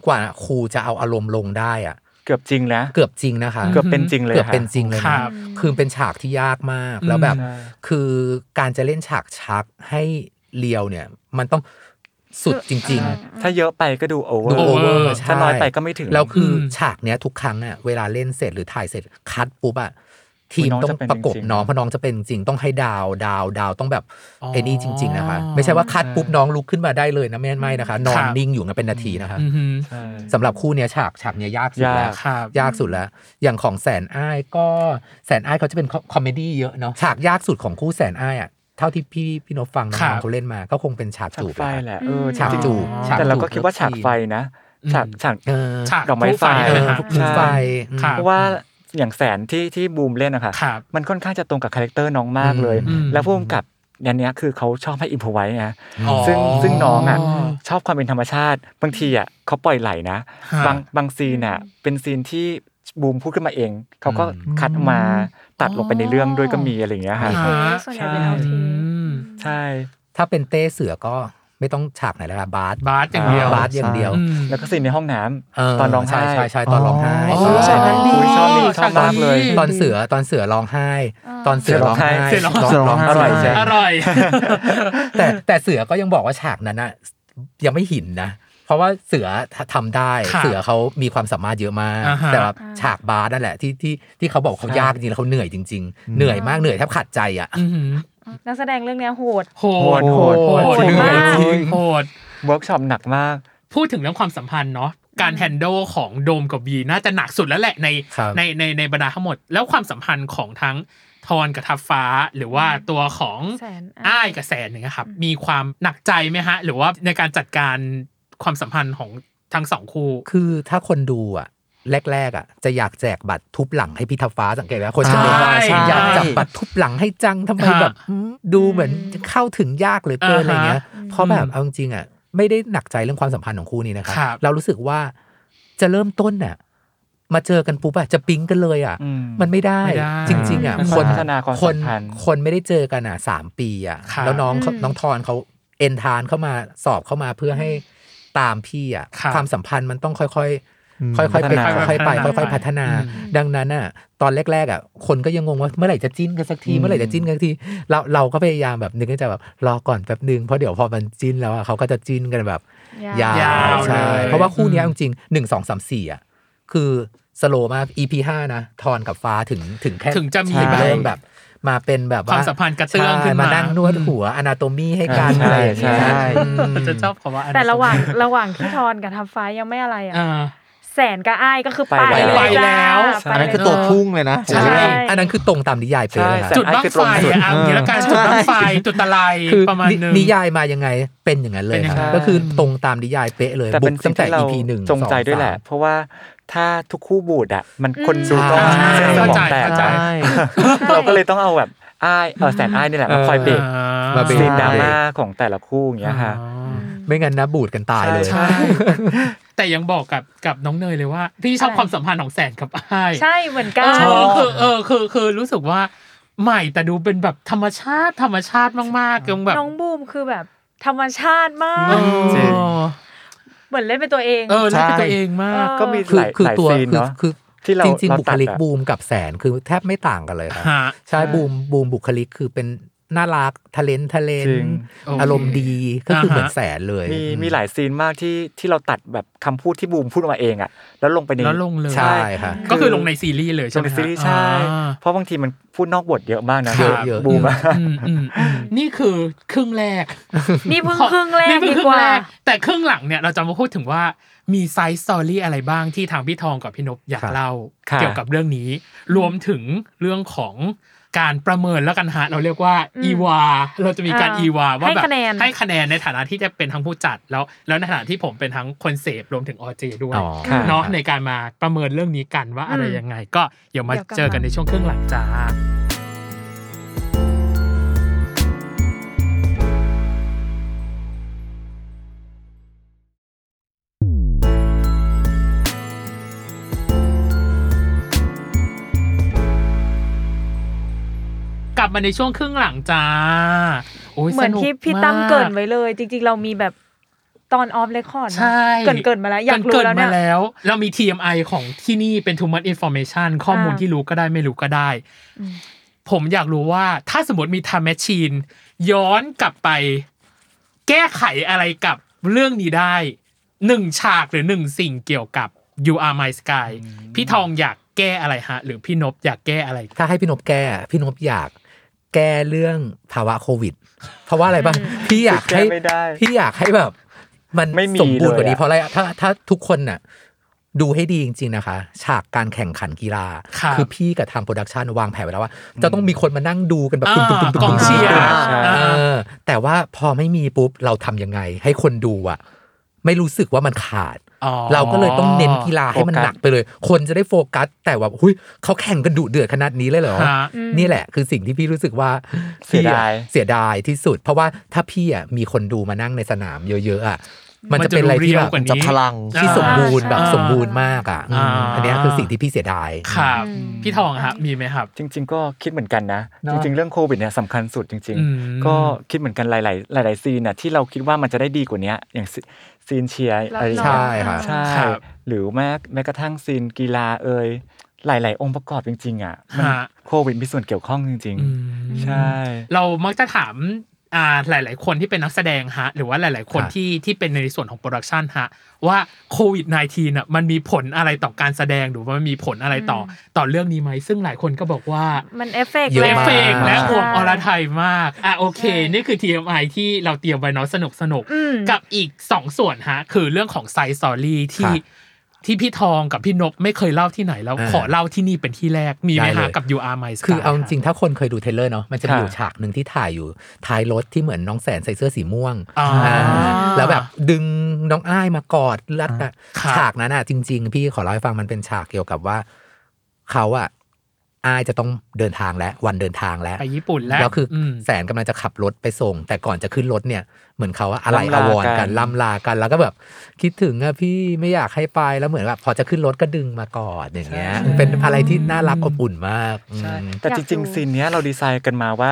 D: กว่าครูจะเอาอารมณ์ลงได้อ่ะ
E: เกือบจริงนะ
D: เกือบจริงนะคะ
E: เกือบเป็นจริงเลย
D: เกือบ
E: ค่ะ
D: เป็นจริงเลย
B: ค
D: นะ
B: รับ
D: คือเป็นฉากที่ยากมากแล้วแบบ
E: ใช่
D: คือการจะเล่นฉากชักให้เลียวเนี่ย มันต้องสุดจริง ๆ
E: ถ้าเยอะไปก็ดูโอเวอ
D: ดู
E: ร์
D: โอเวอ
B: over
D: ร์
E: ถ้าน้อยไปก็ไม่ถึง
D: แล้วคืออ
B: ม
D: ฉากเนี้ยทุกครั้งอ่ะเวลาเล่นเสร็จหรือถ่ายเสร็จคัดปุ๊บอ่ะทีม
E: น้อง
D: ต้อง
E: จะเป็น
D: ประกบ
E: จริงๆ
D: น้องเพราะน้องจะเป็นจริงต้องให้ดาวดาวดาวต้องแบบ
B: อ๋อ
D: ไอ้นี่จริง ๆนะคะ ไม่ใช่ว่าคัดปุ๊บน้องลุกขึ้นมาได้เลยนะไม่ไม่นะคะ นอ
B: ครั
D: น
B: บ
D: นิ่งอยู่กันเป็นนาทีนะคะ
B: อือฮึ
E: ใช่
D: สำหรับคู่เนี้ยฉากฉากเนี้ยยากสุดแล้
E: ยาว ก
B: ครับ
D: ยากสุดแล้ว อย่างของแสนอ้ายก็แสนอ้ายเขาจะเป็นคอมเมดี้เยอะเนาะฉากยากสุดของคู่แสนอ้ายอ่ะเท่าที่พี่พี่นพฟังน้องๆเขาเล่นมาก็คงเป็นฉาก
E: ฉาก
D: จูบ
E: ไฟ
D: แหละค่ะ
E: แหละเออ
D: ฉากจูบฉาก
E: แต่เราก็
D: จูบ
E: คิดว่าฉากไฟนะ ฉากฉาก
D: เออ
B: ฉาก
E: ดอกไม้
B: ผู้
E: ไฟ
D: เอ
B: นะ
D: อ
B: ฮะ
D: พวกหมูไฟ
B: ครั
E: เพ
B: บ
E: ราะว่าอย่างแสนที่ที่บูมเล่นนะคะ
B: ครับ
E: มันค่อนข้างจะตรงกับคาแรคเตอร์น้องมากเลย
B: อืม
E: แล้วผู้กำกับอันเนี้ยคือเขาชอบให้อิมพอไว้ไง
B: อ๋อ
E: ซึ่งซึ่งน้องอ่ะชอบความเป็นธรรมชาติบางทีอ่ะเขาปล่อยไหลนะ
B: ฮะ
E: บางบางซีนอ่ะเป็นซีนที่บูมพูดขึ้นมาเอง เขาก็
D: อืม
E: คัดมาตัดลงไปในเรื่องด้วยก็มีอะไรอย่างเงี้ยค่ะ
B: อ่า
C: ส่วนใหญ่เป็นเอาเท
B: อืม
E: ใช่
D: ถ้าเป็นเต้เสือก็ไม่ต้องฉากไหนแล้วค่ะบาส
B: บาสอย่างเดียว
D: บาสอย่างเดียว
B: อืม
E: แล้วก็ซีนในห้องน้ำ
D: เ
E: ตอนร้องไห้
D: ใช่ใช่ใช่ตอนร้องไห้
E: อ๋อ
D: ตนร้งไห้
E: ใช่ไหมดีชอบนี่ชอบมากเลย
D: ตอนเสือตอนเสือร้องไห้ ตอนเสือร้องไห้
E: เสือร้องไห้
D: ไห้
E: อร่อยใช่
B: อร่อย
D: แต่แต่เสือก็ยังบอกว่าฉากนั้นอะยังไม่หินนะ เพราะว่าเสือทำได้
B: ค่ะ
D: เสือเขามีความสามารถเยอะมาก
B: อ่าฮะ
D: แต่ว่าฉากบาสนั่นแหละที่ที่ที่เขาบอกเขายากจริงแล้วเขาเหนื่อยจริง ๆ เหนื่อยมากเหนื่อยแทบขาดใจอ่ะ
B: อื้อหือ
C: นักแสดงเรื่องเนี้ยโหด
B: โหด
E: โหด
B: โห
E: โหด
B: ด
D: เหนื่อยจริง
B: โหด
E: เวิร์กช็อปหนักมาก
B: พูดถึงเรื่องความสัมพันธ์เนาะการแฮนด์ลของโดมกับวีน่าจะหนักสุดแล้วแหละใน
D: ครับ
B: ในในในบรรดาทั้งหมด แล้วความสัมพันธ์ของทั้งทอนกับทับฟ้า หรือว่าตัวของ
C: แสนอ่ะ
B: อ้ายกับแสนเนี่ยครับมีความหนักใจไหมฮะ หรือว่าในการจัดการความสัมพันธ์ของทั้งสองคู่
D: คือถ้าคนดูอ่ะ แรก ๆ อ่ะ จะอยากแจกบัตรทุบหลังให้พี่ทับฟ้าสังเกตไหมคนจะ
E: ใช่
D: บอกว่า
E: ใช่
D: อยากจับบัตรทุบหลังให้จังทำไมแบบอืมดูเหมือนเข้าถึงยากเหลือเกินอะไรเงี้ยเพราะแบบเอาจริงๆอ่ะ ไม่ได้หนักใจเรื่องความสัมพันธ์ของคู่นี้นะครั
B: ครับ
D: เรารู้สึกว่าจะเริ่มต้นน่ะ มาเจอกันปุ๊บอะจะปิ๊งกันเลยอะ
E: อื
D: มันไม่ได้
B: ไม่ได้
D: จริง ๆอะ
B: มัน
D: คน
E: พัฒนาความ
D: คน
E: สัมพันธ์
D: คนไม่ได้เจอกันอะสามปีอะ
B: ครับ
D: แล้วน้องเขา
C: อืม
D: น้องทอนเขาเอนทานเข้ามาสอบเข้ามาเพื่อให้ตามพี่อะ
B: ครับ
D: ความสัมพันธ์มันต้องค่อยๆ
G: ม
D: ค่อยๆเป็น
E: พัฒนา
D: ค่อยๆไป
B: พัฒนา
D: ค่อย ๆ พัฒนา
B: อืม
D: ดังนั้นอ่ะ ตอนแรกๆอ่ะ คนก็ยังงงว่าเมื่อไหร่จะจิ้นกันสักที เมื่อไหร่จะจิ้นกันสักที เราเราก็พยายามแบบนึกในใจะแบบรอก่อนแป๊บนึง เพราะเดี๋ยวพอมันจิ้นแล้วอ่ะเขาก็จะจิ้นกันแบบ ยาย
B: าวว
D: ใช่
B: เลย
D: เพราะว่าคู่เนี้ย
B: อืม
D: จริงๆหนึ่งสองสามสี่อ่ะ คือสโลว์มาก EP ห้านะทอนกับฟ้าถึงถึงแค่
B: ถึงจะมี
D: ถึง
B: แบบ
D: เริ่มแบบ มาเป็นแบบ
B: ควา
D: ว่าม
B: สัมพันธ์กระเตื้องขึ้น
D: ใช่
B: มา
D: นั่งนวดหัวอนาโตมีให้กันอะ
E: ใช่
D: ไรอย่างเงี้ย
E: ใช่
D: อืม
B: จะชอบคำว่าอันนั้น
C: แต่ระหว่างระหว่างที่ทอนกับทำฟ้ายังไม่อะไรอ่ะ
B: อ่า
C: แสนกับอ้ายก็คือไป
E: ไป
C: เลย
E: ไป
B: แล้ว
C: จ้า
G: อัน
C: ไป
G: นั้นคือ
C: เลย
G: ตัวพุ่งเลยนะ
D: ใช่
B: ใช่
D: อันนั้นคือตรงตามนิยายเป๊ะเลย
E: ใช่
D: ค่ะ
B: จุดบ้างไฟอะเอาอย่างนี้ละกันจุดบ้างไฟจุดตะไล
D: คือ
B: ประมาณ
D: นิ
B: นึง
D: นิยายมายังไงเป็นอย่างนั้นเล
B: เป็
D: ย
B: นอย่า
D: ค
B: งนั้
D: รับ
B: น
D: ก็คือตรงตามนิยายเป๊ะเลย
E: แต่
D: บุ
E: เป็น
D: ก
E: สิ่
D: ตั้
E: ง
D: งแต่
E: ที่เรา
D: EP หนึ่ง
E: จงใจด้ว
D: ส
E: ย
D: อสาม
E: แหละ เพราะว่าถ้าทุกคู่บูดอ่ะ มันคน
C: อืม
E: ดูก็
B: ใช่
E: สมอง
B: เข้าใจ
E: แตก
B: เข้าใจ
E: อ่ะเราก็เลยต้องเอาแบบอ้ายเออแสนอ้ายนี่แหละมาคอยเบรก
D: มาเบรก
E: ซีนดราม่าของแต่ละคู่อย่างเงี้ยค่ะ
C: อืม
D: ไม่งั้นนะบูดกันตายเลย
B: ใช่ แต่ยังบอกกับกับน้องเนยเลยว่า พี่ชอบ
C: อะไร
B: ความสัมพันธ์ของแสนกับอ้าย
C: ใช่เหมือนกั
B: เอน อคือเออคือคือรู้สึกว่าใหม่แต่ดูเป็นแบบธรรมชาติธรรมชาติมากๆยังแบบ
C: น้องบูมคือแบบธรรมชาติมา
B: เอก อ
G: จริง
C: เหมือนเล่นเป็นตัวเอง
B: เออแล้วเป็น
G: ใช่
B: ตัวเองมาก
E: ก็มี
D: คือ
E: หลาย
D: คือ
E: หลาย
D: ตัว
E: ซีน
D: คือ
E: เนาะ
D: คือ
E: ที่เรา
D: จริงๆ
E: เรา
D: บุคลิก
E: ตัดอะ
D: บูมกับแสนคือแทบไม่ต่างกันเลยครับ
B: ฮะ
D: ใช่บูมบูมบุคลิกคือเป็นน่ารักทะเลนทะเลน
E: จริง
D: อารมณ์ดีก็คือเหมือน
B: อ่าฮะ
D: แสนเลย
E: มี
D: อื
E: มีหลายซีนมากที่ที่เราตัดแบบคำพูดที่บูมพูดออกมาเองอ่ะ แล้วลงไปใน
B: แล้วลงเลย
D: ใช่ค่ะ
B: ก็คือลงในซีรีส์เลย
E: ล
B: ใช่
E: ง
B: ไหม
E: ใน
B: ฮะ
E: ซีรีส์ใช่
B: อ่า
E: เพราะบางทีมันพูดนอกบทเยอะมากนะ
B: ครับ
D: เยอะ
E: บูมอะ
B: อืมอืมอืมนี่คือครึ่งแรก
C: นี่เพิ่งครึ่งแร
B: นี่
C: ก
B: เพิ่
C: ดี
B: งครึ่
C: ก
B: ง
C: ว่า
B: แรกแต่ครึ่งหลังเนี่ยเราจะมาพูดถึงว่ามีไซส์สตอรี่อะไรบ้างที่ทางพี่ทองกับพี่นพอยาก
E: ครับ
B: เล่า
E: ค่ะ
B: เกี่ยวกับเรื่องนี้ รวมถึงเรื่องของการประเมินแล้วกันฮะเราเรียกว่า
C: อืม
B: อีวาเราจะมีการ
C: อ่า
B: อีวาว่าแบบ
C: ให้คะแนน
B: ให้คะแนนในฐานะที่จะเป็นทั้งผู้จัดแล้ว แล้วในฐานะที่ผมเป็นทั้งคนเสพรวมถึงออเจด้วย
D: อ๋อ
E: ค่ะ
B: เนาะในการมาประเมินเรื่องนี้กันว่าอะไรยังไง ก็เดี๋ยวมาเจอกันในช่วงครึ่งหลังจ้า กลับมาในช่วงครึ่งหลังจ้าโอ้ย
C: เหมือน
B: สก
C: ที่พี่ตั้ม
B: าก
C: เกรินไว้เลย จริง ๆ เรามีแบบตอนออฟเลคคอร์ด
B: ใช่
C: เกรินเกรินมาแล้ว อยากรู้
B: เกริ
C: แล้ว
B: น
C: เนี่
B: มาย แล้ว เรามี TMI ของที่นี่เป็น too much information ข้อมูล
C: อ่า
B: ที่รู้ก็ได้ไม่รู้ก็ได้
C: อืม
B: ผมอยากรู้ว่าถ้าสมมติมี time machine ย้อนกลับไป แก้ไขอะไรกับเรื่องนี้ได้หนึ่งฉากหรือหนึ่งสิ่งเกี่ยวกับ you are my sky พี่ทองอยากแก้อะไรฮะ หรือพี่นพอยากแก้อะไร
D: ถ้าให้พี่นพแก้ พี่นพอยากแก้เรื่องภาวะโควิด เพราะว่าอะไรบ้างพี่อยากให้
E: แก้ไม่ได้
D: พี่อยากให้แบบ มัน
E: ไม่มี
D: สมบูรณ์กว่า
E: เลย
D: นี้
E: อะ
D: เพราะอะไรอะถ้าถ้าทุกคนน่ะดูให้ดีจริง ๆ นะคะ ฉากการแข่งขันกีฬา
B: ครับ
D: อพี่กับทางโปรดักชันวางแผนไว้แล้วว่า จะต้องมีคนมานั่งดูกันแบบตุ้มตุ้มตุ้มตุ้
B: า
D: ม
B: กองเชียร์
E: ใช่
D: เออ แต่ว่าพอไม่มีปุ๊บเราทำยังไง ให้คนดูอะไม่รู้สึกว่ามันขาด
B: อ๋อ
D: เราก็เลยต้องเน้นกีฬาให้มัน
E: โฟกัส
D: หนักไปเลย คนจะได้โฟกัส แต่ว่าหุยเขาแข่งกันดุเดือดขนาดนี้เลยเหรอ
B: ฮะ
C: อืม
D: นี่แหละคือสิ่งที่พี่รู้สึกว่า
E: เสี
D: พี่
E: ย
D: อะ
E: ดาย
D: เสียดายที่สุด เพราะว่าถ้าพี่อะมีคนดูมานั่งในสนามเยอะๆอะมันจะเป็นอะไรที่แบบ
B: มัน
G: จะ
B: เยวกว่านี้
G: พลัง
B: อ่า
D: ที่สมบูรณ์แบบ
B: อ่า
D: สมบูรณ์มากอ่ะอืม
B: อ่า
D: อันเนี้ยคือสิ่งที่พี่เสียดาย
B: ครับ
C: อืม
B: พี่ทองครับมีไหมครับ
E: จริง ๆ ก็คิดเหมือนกันนะ
D: เน
E: จ
D: อะ
E: ริง ๆ เรื่องโควิดเนี่ยสำคัญสุดจริง
B: อืม
E: ๆ ก็คิดเหมือนกันหลาย ๆ หลาย ๆ ซีนน่ะที่เราคิดว่ามันจะได้ดีกว่าเนี้ยอย่างซีซีนเชียร์อะไรอย่าง
D: ใช่
E: เงี้ย
D: ค่ะ
E: ใช่
B: ครับ
E: หรือแม้แม้กระทั่งซีนกีฬาเอ่ยหลาย ๆ องค์ประกอบจริง ๆ อ่ะมัน
B: ฮะ
E: โควิดมีส่วนเกี่ยวข้องจริง
B: อืม
E: ๆ ใช่
B: เรามักจะถามอ่าหลาย ๆ คนที่เป็นนักแสดงฮะ หรือว่าหลาย ๆ คน
D: ค่ะ
B: ที่ที่เป็นในส่วนของโปรดักชันฮะ ว่าโควิด -19 น่ะมันมีผลอะไรต่อการแสดงหรือว่ามันมีผลอะไรต่ออต่อเรื่องนี้ไหม ซึ่งหลายคนก็บอกว่า
C: มันเอฟเฟกต์
D: เย
B: เอฟ
D: อะมาก
B: เฟกต์และ
C: ใช่
B: ห่วงอรไทยมาก อ่ะโอเค นี่คือ TMI ที่เราเตรียมไว้เนาะสนุกสนุกๆ
C: อืม
B: กับอีกสองส่วนฮะ คือเรื่องของไซส์สอรี่ที่
D: ครับ
B: ที่พี่ทองกับพี่นบไม่เคยเล่าที่ไหนแล้ว
D: อ่า
B: ขอเล่าที่นี่เป็นที่แรกมีไหม
D: ได้
B: ฮะ
D: เลย
B: กับ U R My Sky
D: คือเอาจริงๆถ้าคนเคยดูเทรลเลอร์เนาะมันจะมีอ
E: ค่ะ
D: ยู่ฉากหนึ่งที่ถ่ายอยู่ท้ายรถที่เหมือนน้องแสนใส่เสื้อสีม่วง
B: อ่า
D: อ่าแล้วแบบดึงน้องอ้ายมากอดรัดอะ
B: ครับ
D: ฉากนั้นอะจริง ๆ พี่ขอเล่าให้ฟังมันเป็นฉากเกี่ยวกับว่าเขาอะ อ้ายจะต้องเดินทางแล้ววันเดินทางแล้ว
B: ไปญี่ปุ่นแล้ว
D: แล้วคืออ
B: ม
D: แสนกำลังจะขับรถไปส่ง แต่ก่อนจะขึ้นรถเนี่ย เหมือนเขาอะอะไร
E: ล่ำลา
D: อาวรณ์
E: กั
D: กัน นล่ำลากันแล้วก็แบบคิดถึงอะพี่ไม่อยากให้ไปแล้วเหมือนแบบพอจะขึ้นรถก็ดึงมากอดอย่างเงี้ย
B: ใช่
D: เป็นอะไรที่น่ารักอบอุ่นมาก
B: ใช่
D: อืม
E: แต่
C: อยาก
E: จริง
C: ดู
E: ๆซีนเนี้ยเราดีไซน์กันมาว่า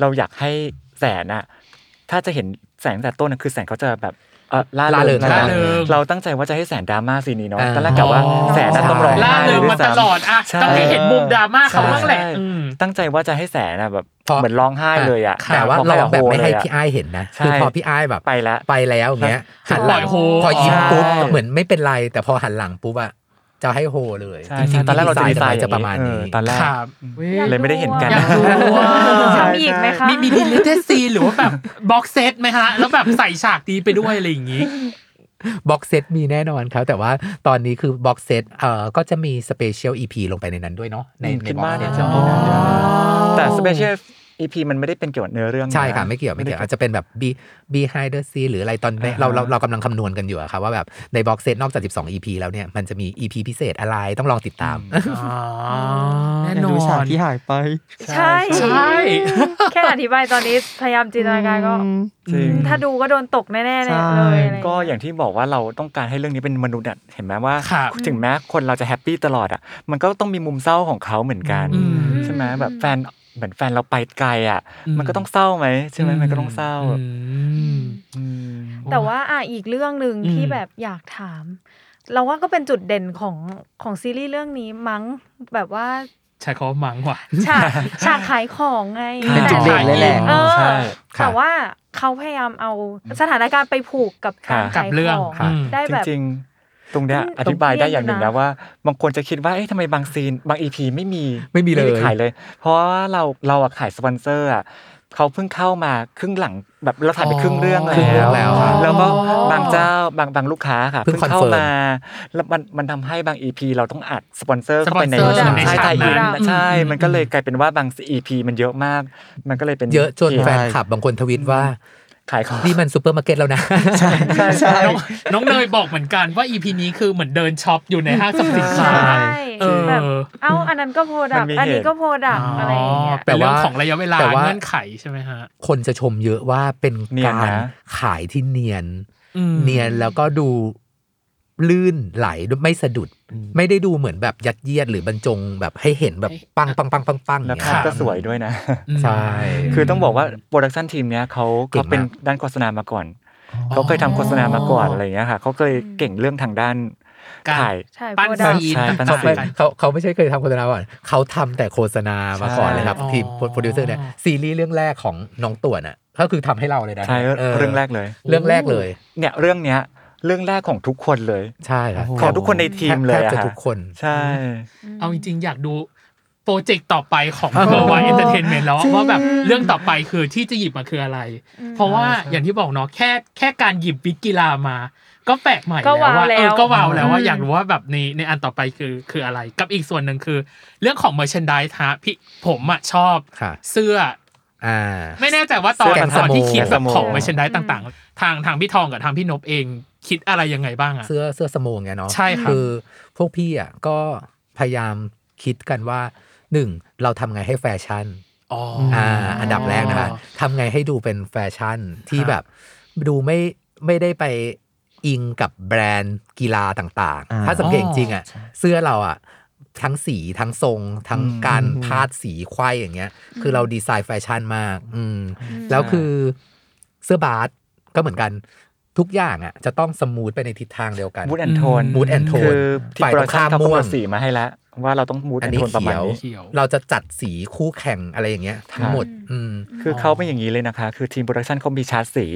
E: เราอยากให้แสนอะถ้าจะเห็นแสงแต่ต้นน่ะคือแสงเขาจะแบบเอ่อล่า
D: ล่าเริ
E: เริ
D: ง
E: ง
B: ล่าเริง
E: เราตั้งใจว่าจะให้แสนดราม่าซีนนี้เนาะ
D: อ่า
E: ตอนแรกกะว่าแสนน่ะต้องร้อง
B: ล่า
E: ไห้
B: เริง
E: ด้ว
B: มาย ต
E: ซ้ำ
B: ลอดอ่ะ
E: ใช่
B: ต้องได้เห็นมุมดราม่าเขาบ้างแหละ
E: ใช่
B: อืม
E: ตั้งใจว่าจะให้แสนอะแบบ
D: พอ
E: เหมือนร้องไห้เลยอะ
D: แต่ว่า
E: อง
D: เรา
E: ห้
D: แบบไม่ให้
E: โฮเลยอะ
D: พี่อ้ายเห็นนะ
E: ใช่
D: คือพอพี่อ้ายแบบ
E: ไปแล้ว
D: ไปแล้วอย่างเงี้ยหันห
B: ปล่
D: ลั
B: องยโฮ
D: พอยิ้มปุ๊บ
E: ใช่
D: เหมือนไม่เป็นไรแต่พอหันหลังปุ๊บอะจะให้โฮเลย
E: ใช่
D: จริงๆ
E: ตอนแรกเราจะ
D: ดี
E: ดี
D: ไซ
E: ไซ
D: น์
E: น์
D: จะประมาณนี้
E: เออตอนแรก
B: ครับ
C: อยาก
E: เลยไม่ได้เห็นกัน
B: อยากรู้ว่า
C: ทำอีกไหมคะ
B: มีมีดิลิเทซีหรือว่าแบบบ็อกเซตไหมฮะ แล้วแบบใส่ฉากดีไปด้วยอะไรอย่างงี้
D: บ็อกเซตมีแน่นอนครับแต่ว่าตอนนี้คือบ็อกเซตเอ่อก็จะมีสเปเชียลอีพีลงไปในนั้นด้วยเนาะใน
E: อืม
D: ใน
E: คิด
D: บ็อก
E: ว่า
D: เซต
E: น่าจะมีนะแต่สเปเชียลอีพีมันไม่ได้เป็นเกี่ยวกับเนื้อเรื่องนะ
D: ใช่ค่ะ ไม่เกี่ยวไม่เกี่ยวอาจจะเป็นแบบ B- behind the scene หรืออะไรตอนนี้
E: อ่าฮะ
D: เราเราเรากำลังคำนวณกันอยู่อะครับว่าแบบในบ็อกเซตนอกจาก 12 EP แล้วเนี่ย มันจะมี EP พิเศษอะไรต้องลองติดตาม
B: อ๋อ
H: แน่
B: แน่
H: น
B: น
H: อ
B: อน
H: ฉาก
B: น
H: ที่หายไป
C: ใช่
B: ใช่
C: แค่อธิบายตอนนี้พยายามจินตนาการก็
E: จริง
C: ถ้าดูก็โดนตกแน่ๆเลย
H: ใช่
C: เลยอะไร
E: ก็อย่างที่บอกว่าเราต้องการให้เรื่องนี้เป็นมนุษย์อะเห็นไหมว่า
B: ครับ
E: ถึงแม้คนเราจะแฮปปี้ตลอดอ่ะ มันก็ต้องมีมุมเศร้าของเขาเหมือนกัน
B: อืม
E: ใช่ไหมแบบแฟนเหมือนแฟนเราไปไกลอ่ะ มันก็ต้องเศร้าไหมใช่ไหมมันก็ต้องเศร้า
B: อืม
E: อืม
C: แต่ว่าอ่ะอีกเรื่องหนึ่ง
B: อืม
C: ที่แบบอยากถาม เราว่าก็เป็นจุดเด่นของของซีรีส์เรื่องนี้มั้งแบบว่า
B: ใช้คำว่ามังว่ะ
C: ฉากฉากขายของไง
H: เป็นจุดเด่นเลยแหละ
C: เออ
E: ใช่
D: ค่ะ
C: แต่ว่าเขาพยายามเอาสถานการณ์ไปผูกกับการ
B: กั
C: ขา
B: บ
C: ย
B: เรื่อง
C: ของ
B: ค่ะ
C: ได้
E: จ
C: แบบ
E: ริงๆ ตรงเนี้ย
C: อืม
E: อธิบายได้
C: ตรงเนี้ย
E: อย่างหนึ่ง
C: อยู่
E: นะ
C: นะ
E: ว่า บางคนจะคิดว่าเอ๊ะทำไมบางซีน บางอีพีไม่มี
D: ไม่มีเลย
E: ด้ขายเลย เพราะว่าเราเราอะขายสปอนเซอร์อะเขาเพิ่งเข้ามาครึ่งหลังแบบเราถ่ายไปครึ่งเรื่อง
D: ครึ่งเรื่อง
E: แล้
D: แล้ว
E: ว
D: ครับ
E: แล้วก็บางเจ้าบางบางลูกค้าค่ะ
D: เพิ่ง
E: เข้า
D: confirm
E: มาแล้วมันมันทำให้บาง EP เราต้องอัดสปอนเซอร์เข้าไปใน
B: สปอนเซอร์ใน
E: ใช่
B: ฉาก
E: ใช่
B: นั้น
E: ใช่
B: อืม
E: มันก็เลยกลายเป็นว่าบาง EP มันเยอะมาก มันก็เลยเป็น
D: เยอะจนแฟน
E: ที่
D: คลับบางคนทวิตว่า
E: ขายของ
D: นี่มันซูเปอร์มาร์เก็ตแล้วนะ
E: ใช่ใช่
B: น้องน้องเนยบอกเหมือนกันว่าอีพีนี้คือเหมือนเดินช็อป อยู่ในห้างสรรพสิน
C: ใช
B: ค้า
C: ่
B: เออ
C: แบบเอ้าอันนั้นก็โพดัก
E: มันมี
C: อันนี้
E: เหตุ
C: ก็โพดักอะไรอย่างเงี้ย
B: เป็นเรื่อง
D: แต่ว่า
B: ของระยะเวลา
D: แต่ว่า
B: เงื่อนไขใช่ไหมฮะ
D: คนจะชมเยอะว่าเป็น
E: เนียน
D: กา
E: นะ
D: รขายที่เนียน
B: อืม
D: เนียนแล้วก็ดูลื่นไหลไม่สะดุด ไม่ได้ดูเหมือนแบบยัดเยียดหรือบรรจงแบบให้เห็นแบบปังปังปังปังปัง
E: แล้ว
D: เนี่ย
E: ภาพ
B: ค่ะ
E: ก็สวยด้วยนะ
B: อืม
D: ใช่
E: คือต้องบอกว่าโปรดักชันทีมเนี้ยเขา
D: เก่ง
E: เขา
D: มาก
E: เป็นด้านโฆษณามาก่อน เขาเคยทำโฆษณามาก่อนอะไรอย่างเงี้ยค่ะเขาเคยเก่งเรื่องทางด้าน
B: การ
E: ถ่าย
C: ใช่
B: ปั้น
C: โพดัก
B: ซีน
E: ใช่ปั้น
B: ต่
D: เขา
E: ซี
D: ไม่
E: น
B: างๆ
D: เขาเขาไม่ใช่เคยทำโฆษณาก่อนเขาทำแต่โฆษณามาก่อนเลยครับ
B: ใช่
D: ทีม
B: อ๋อ
D: โปรดิวเซอร์เนี่ยซีรีส์เรื่องแรกของน้องต่วนอ่ะก็คือทำให้เราเลยนะ
E: ใช่
D: ออ
E: เรื่องแรกเลย
D: เรื่องแรกเลย
E: เนี่ยเรื่องเนี้ยเรื่องแรกของทุกคนเลย
D: ใช่ครับ
E: ของทุกคนในทีมเลย
D: แทบ
E: อะ
D: จะ
E: ค่ะ
D: ทุกคน
E: ใช่
B: เอาจริงๆ อยากดูโปรเจกต์ต่อไปของ World Wide Entertainment แล้วว่าแบบเรื่องต่อไปคือที่จะหยิบมาคืออะไร เพราะว่าอย่างที่บอกเนาะแค่แค่การหยิบวิกกีฬามา ก็แปลกใหม่
C: ก็
B: แล้ว
C: ว้าว
B: ว่า
C: แล้ว
B: เออก็ว้าวแล้วว่า
C: อืม
B: อยากรู้ว่าแบบในในอันต่อไปคือคืออะไร กับอีกส่วนหนึ่งคือ เรื่องของ merchandise ฮะพี่ผมอะชอบ
D: ค่ะ
B: เสื้อ
D: อ่า
B: ไม่แน่ใจว่าตอ
D: เสื้
B: น
D: อกัน
B: ตอนที่
D: สโม
B: คิดแบบของ
C: สโม
B: merchandise ต่างๆ ทางทางพี่ทองกับทางพี่นพเองคิดอะไรยังไงบ้างอะ
D: เสื้อเสื้อสโมงเนี่ยเนาะ
B: ใช่ครับ
D: คือพวกพี่อ่ะก็พยายามคิดกันว่าหนึ่งเราทำไงให้แฟชั่น
B: อ๋อ
D: อ่าอันดับแรกนะคะทำไงให้ดูเป็นแฟชั่นที่
B: ครับ
D: แบบดูไม่ไม่ได้ไปอิงกับแบรนด์กีฬาต่าง
H: อ่า
D: ๆ ถ้าสังเกตจริงๆอ่ะเสื้อเราอ่ะทั้งสีทั้งทรง ทั้งการพาดสีไขว้อย่างเงี้ย คือเราดีไซน์แฟชั่นมาก อืมแล้วคือเสื้อบาสก็เหมือนกันทุกอย่างอ่ะจะต้องสมูทไปในทิศทางเดียวกัน
E: มูดแอนโทน
D: mood and tone
E: คือที่
D: ฝ่าย
E: โปร
D: ตร
E: ดั
D: ง
E: ก
D: ข้าม
E: ชั่นเขา
D: ม่วง
E: กำหนดสีมาให้แล้ว ว่าเราต้องมูด
D: อั
E: แอนน
D: นี้
E: โทนประ
D: เขี
E: มาณ
D: ยว
E: นี้
B: เขียว
D: เราจะจัดสีคู่แข่งอะไรอย่างเงี้ยทั้งหมด อืม
E: คือเขาเป็นอย่างนี้เลยนะคะ คือทีมโปรดักชันเขามีชาร์ตสี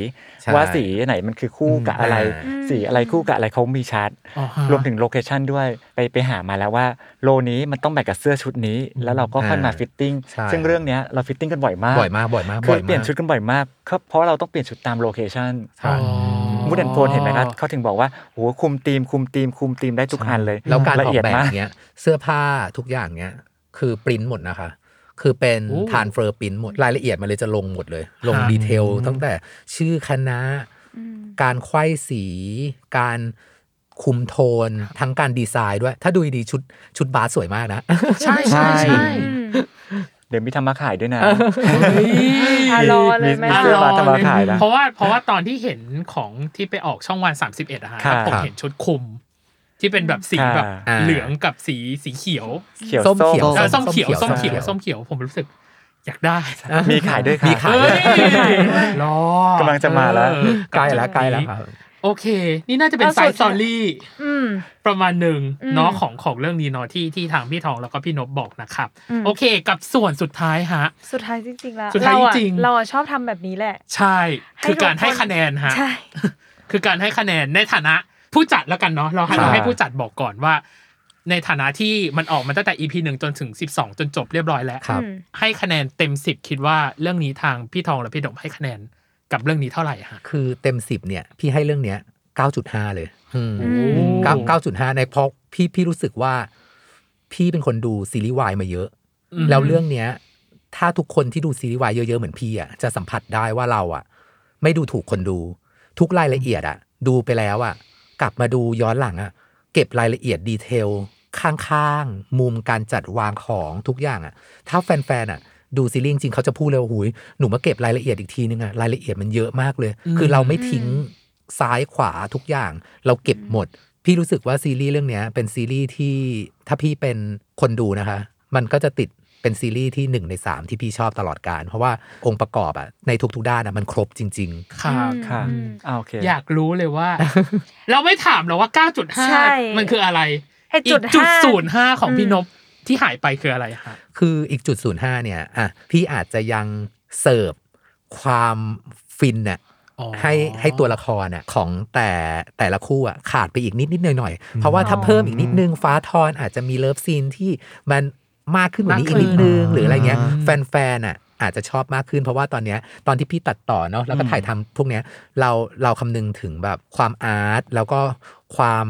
D: ใช่
E: ว่าสีไหนมันคือคู่กับอะไร
D: อื
C: ม
E: สีอะไรคู่กับอะไรเขามีชาร์ต
B: อ๋อฮะ
E: รวมถึงโลเคชันด้วยไปไปหามาแล้วว่าโลนี้มันต้องแมทกับเสื้อชุดนี้ แล้วเราก็ค่อยมา
D: อ่า
E: ฟิตติ้ง
D: ใช่
E: ซึ่งเรื่องเนี้ยเราฟิตติ้งกันบ่อยมาก
D: บ่อยมากบ่อยมาก
E: คื
D: บ่
E: อ
D: อยมาก
E: เปลี่ยนชุดกันบ่อยมากครับเพราะเราต้องเปลี่ยนชุดตามโลเคชัน
D: ใช่
E: มูดแอนโทนเห็นไหมครับเขาถึงบอกว่าโหคุมทีมคุมทีมคุมทีมได้ทุกอันเลย
D: แล้วการ
E: ละ
D: ออก
E: เอียด
D: แบบ
E: มาก
D: เนี้ยเสื้อผ้าทุกอย่างเนี้ยคือปริ้นหมดนะคะ คือเป็น
B: โอ้
D: ทานเฟอร์ปริ้นหมดรายละเอียดมันเลยจะลงหมดเลย ลง
B: ค่ะ
D: ดีเทลตั้งแต่ชื่อคณะ การไขว้สี การ คุมโทน ทั้งการดีไซน์ด้วย ถ้าดูดีๆชุดชุดบาสสวยมากนะ
B: ใช่ใช่ใช่
C: อืม
E: เดี๋ยวมีทำมาขายด้วยนะ
C: อ่ะรอเลยไหม
E: มี
C: ล่ะ
E: เสื้อบาทำมาขายนะ
B: เพราะว่าเพราะว่าตอนที่เห็นของที่ไปออกช่องวัน 31อะฮะ
E: ครับ
B: ผมเห็นชุดคลุม ที่เป็นแบบสี
E: อ่า
B: แบบ
D: อ่า
B: เหลืองกับสีสีเขียว
E: เขียว
D: ส้มเขียว
B: เออส้มเขียวส้มเขียว
D: ส้มเขียว
B: ส้มเขียวผมรู้สึกอยากได้
E: มีขายด้วยค่ะ
D: มีขา
B: เฮ้
D: ยด้วย ย
B: รอก
E: ำลังจะมาแล้ว
B: เออ
D: ใกล้แล้วใกล้แล้วครับ
B: โอเค นี่น่าจะเป็น
C: เอา
B: สาย
C: สุด
B: สอรี่
C: อืม
B: ประมาณหนึ่ง
C: อืม
B: เนาะของของเรื่องนี้เนาะที่ที่ทางพี่ทองแล้วก็พี่นบบอกนะครับ
C: อืม
B: โอเค กับส่วนสุดท้ายฮะ
C: สุดท้ายจริงๆแล้ว
B: สุดท้าย
C: เอะ
B: จริงๆ
C: เราอะชอบทำแบบนี้แหละ
B: ใช่
C: ให้
B: คือการ
C: ทุกคน
B: ให้คะแนนฮะ
C: ใช่
B: คือการให้คะแนนในฐานะผู้จัดแล้วกันเนาะเราให้
E: ครับ
B: เราให้ผู้จัดบอกก่อนว่า ในฐานะที่มันออกมาตั้งแต่ EP หนึ่งจนถึง 12 จนจบเรียบร้อยแล้ว
D: ครับ
C: อืม
B: ให้คะแนนเต็ม 10 คิดว่าเรื่องนี้ทางพี่ทองและพี่ดมให้คะแนนกับเรื่องนี้เท่าไหร่ฮะ
D: คือเต็มสิบเนี่ย พี่ให้เรื่องเนี้ยเก้าจุดห้าเลยอืม
C: อืม
D: เก้าเก้าจุดห้าในเพราะพี่พี่รู้สึกว่า พี่เป็นคนดูซีรีส์วายมาเยอะ
B: อืม
D: แล้วเรื่องเนี้ย ถ้าทุกคนที่ดูซีรีส์วายเยอะๆเหมือนพี่อ่ะจะสัมผัสได้ว่าเราอ่ะ ไม่ดูถูกคนดู ทุกรายละเอียดอ่ะ ดูไปแล้วอ่ะ กลับมาดูย้อนหลังอ่ะ เก็บรายละเอียดดีเทล ข้างๆ มุมการจัดวางของทุกอย่างอ่ะ ถ้าแฟนๆอ่ะ ดูซีรีส์จริงๆเขาจะพูดเลยว่าหุยหนูมาเก็บรายละเอียดอีกทีนึงอ่ะรายละเอียดมันเยอะมากเลย คือเราไม่ทิ้ง ซ้ายขวาทุกอย่างเราเก็บหมด พี่รู้สึกว่าซีรีส์เรื่องเนี้ยเป็นซีรีส์ที่ถ้าพี่เป็นคนดูนะคะ มันก็จะติดเป็นซีรีส์ที่หนึ่งในสามที่พี่ชอบตลอดการ เพราะว่าองค์ประกอบอะในทุกๆด้านอะมันครบจริง
B: ครับ
E: ค่ะ
C: อืม
E: อ่าโอเค
B: อยากรู้เลยว่า เราไม่ถามหรอกว่า
C: ใช่
B: 9.5 มันคืออะไร
C: ให้
B: อี
C: จุ
B: ก
C: ด
B: จุด
C: ห้า
B: ศูนย์ห้าของพี่
C: อืม
B: นบที่หายไปคืออะไรฮะ
D: ๆ คืออีกจุดศูนย์ห้าเนี่ยอ่ะพี่อาจจะยังเสิร์ฟความฟินน่ะ
B: อ๋อ
D: ให้ให้ตัวละครน่ะของแต่แต่ละคู่อะขาดไปอีกนิดนิดๆหน่อยหน่อยๆเพราะว่าถ้าเพิ่มอีกนิดนึงฟ้าทอนอาจจะมีเลิฟซีนที่มันมากขึ้นกว่านี้อีกนิดนึงหรืออะไรเงี้ย
B: อืม
D: แฟนๆอ่ะอาจจะชอบมากขึ้นเพราะว่าตอนเนี้ยตอนที่พี่ตัดต่อเนาะแล้วก็
E: อืม
D: ถ่ายทำพวกเนี้ยเราเราคำนึงถึงแบบความอาร์ตแล้วก็ความ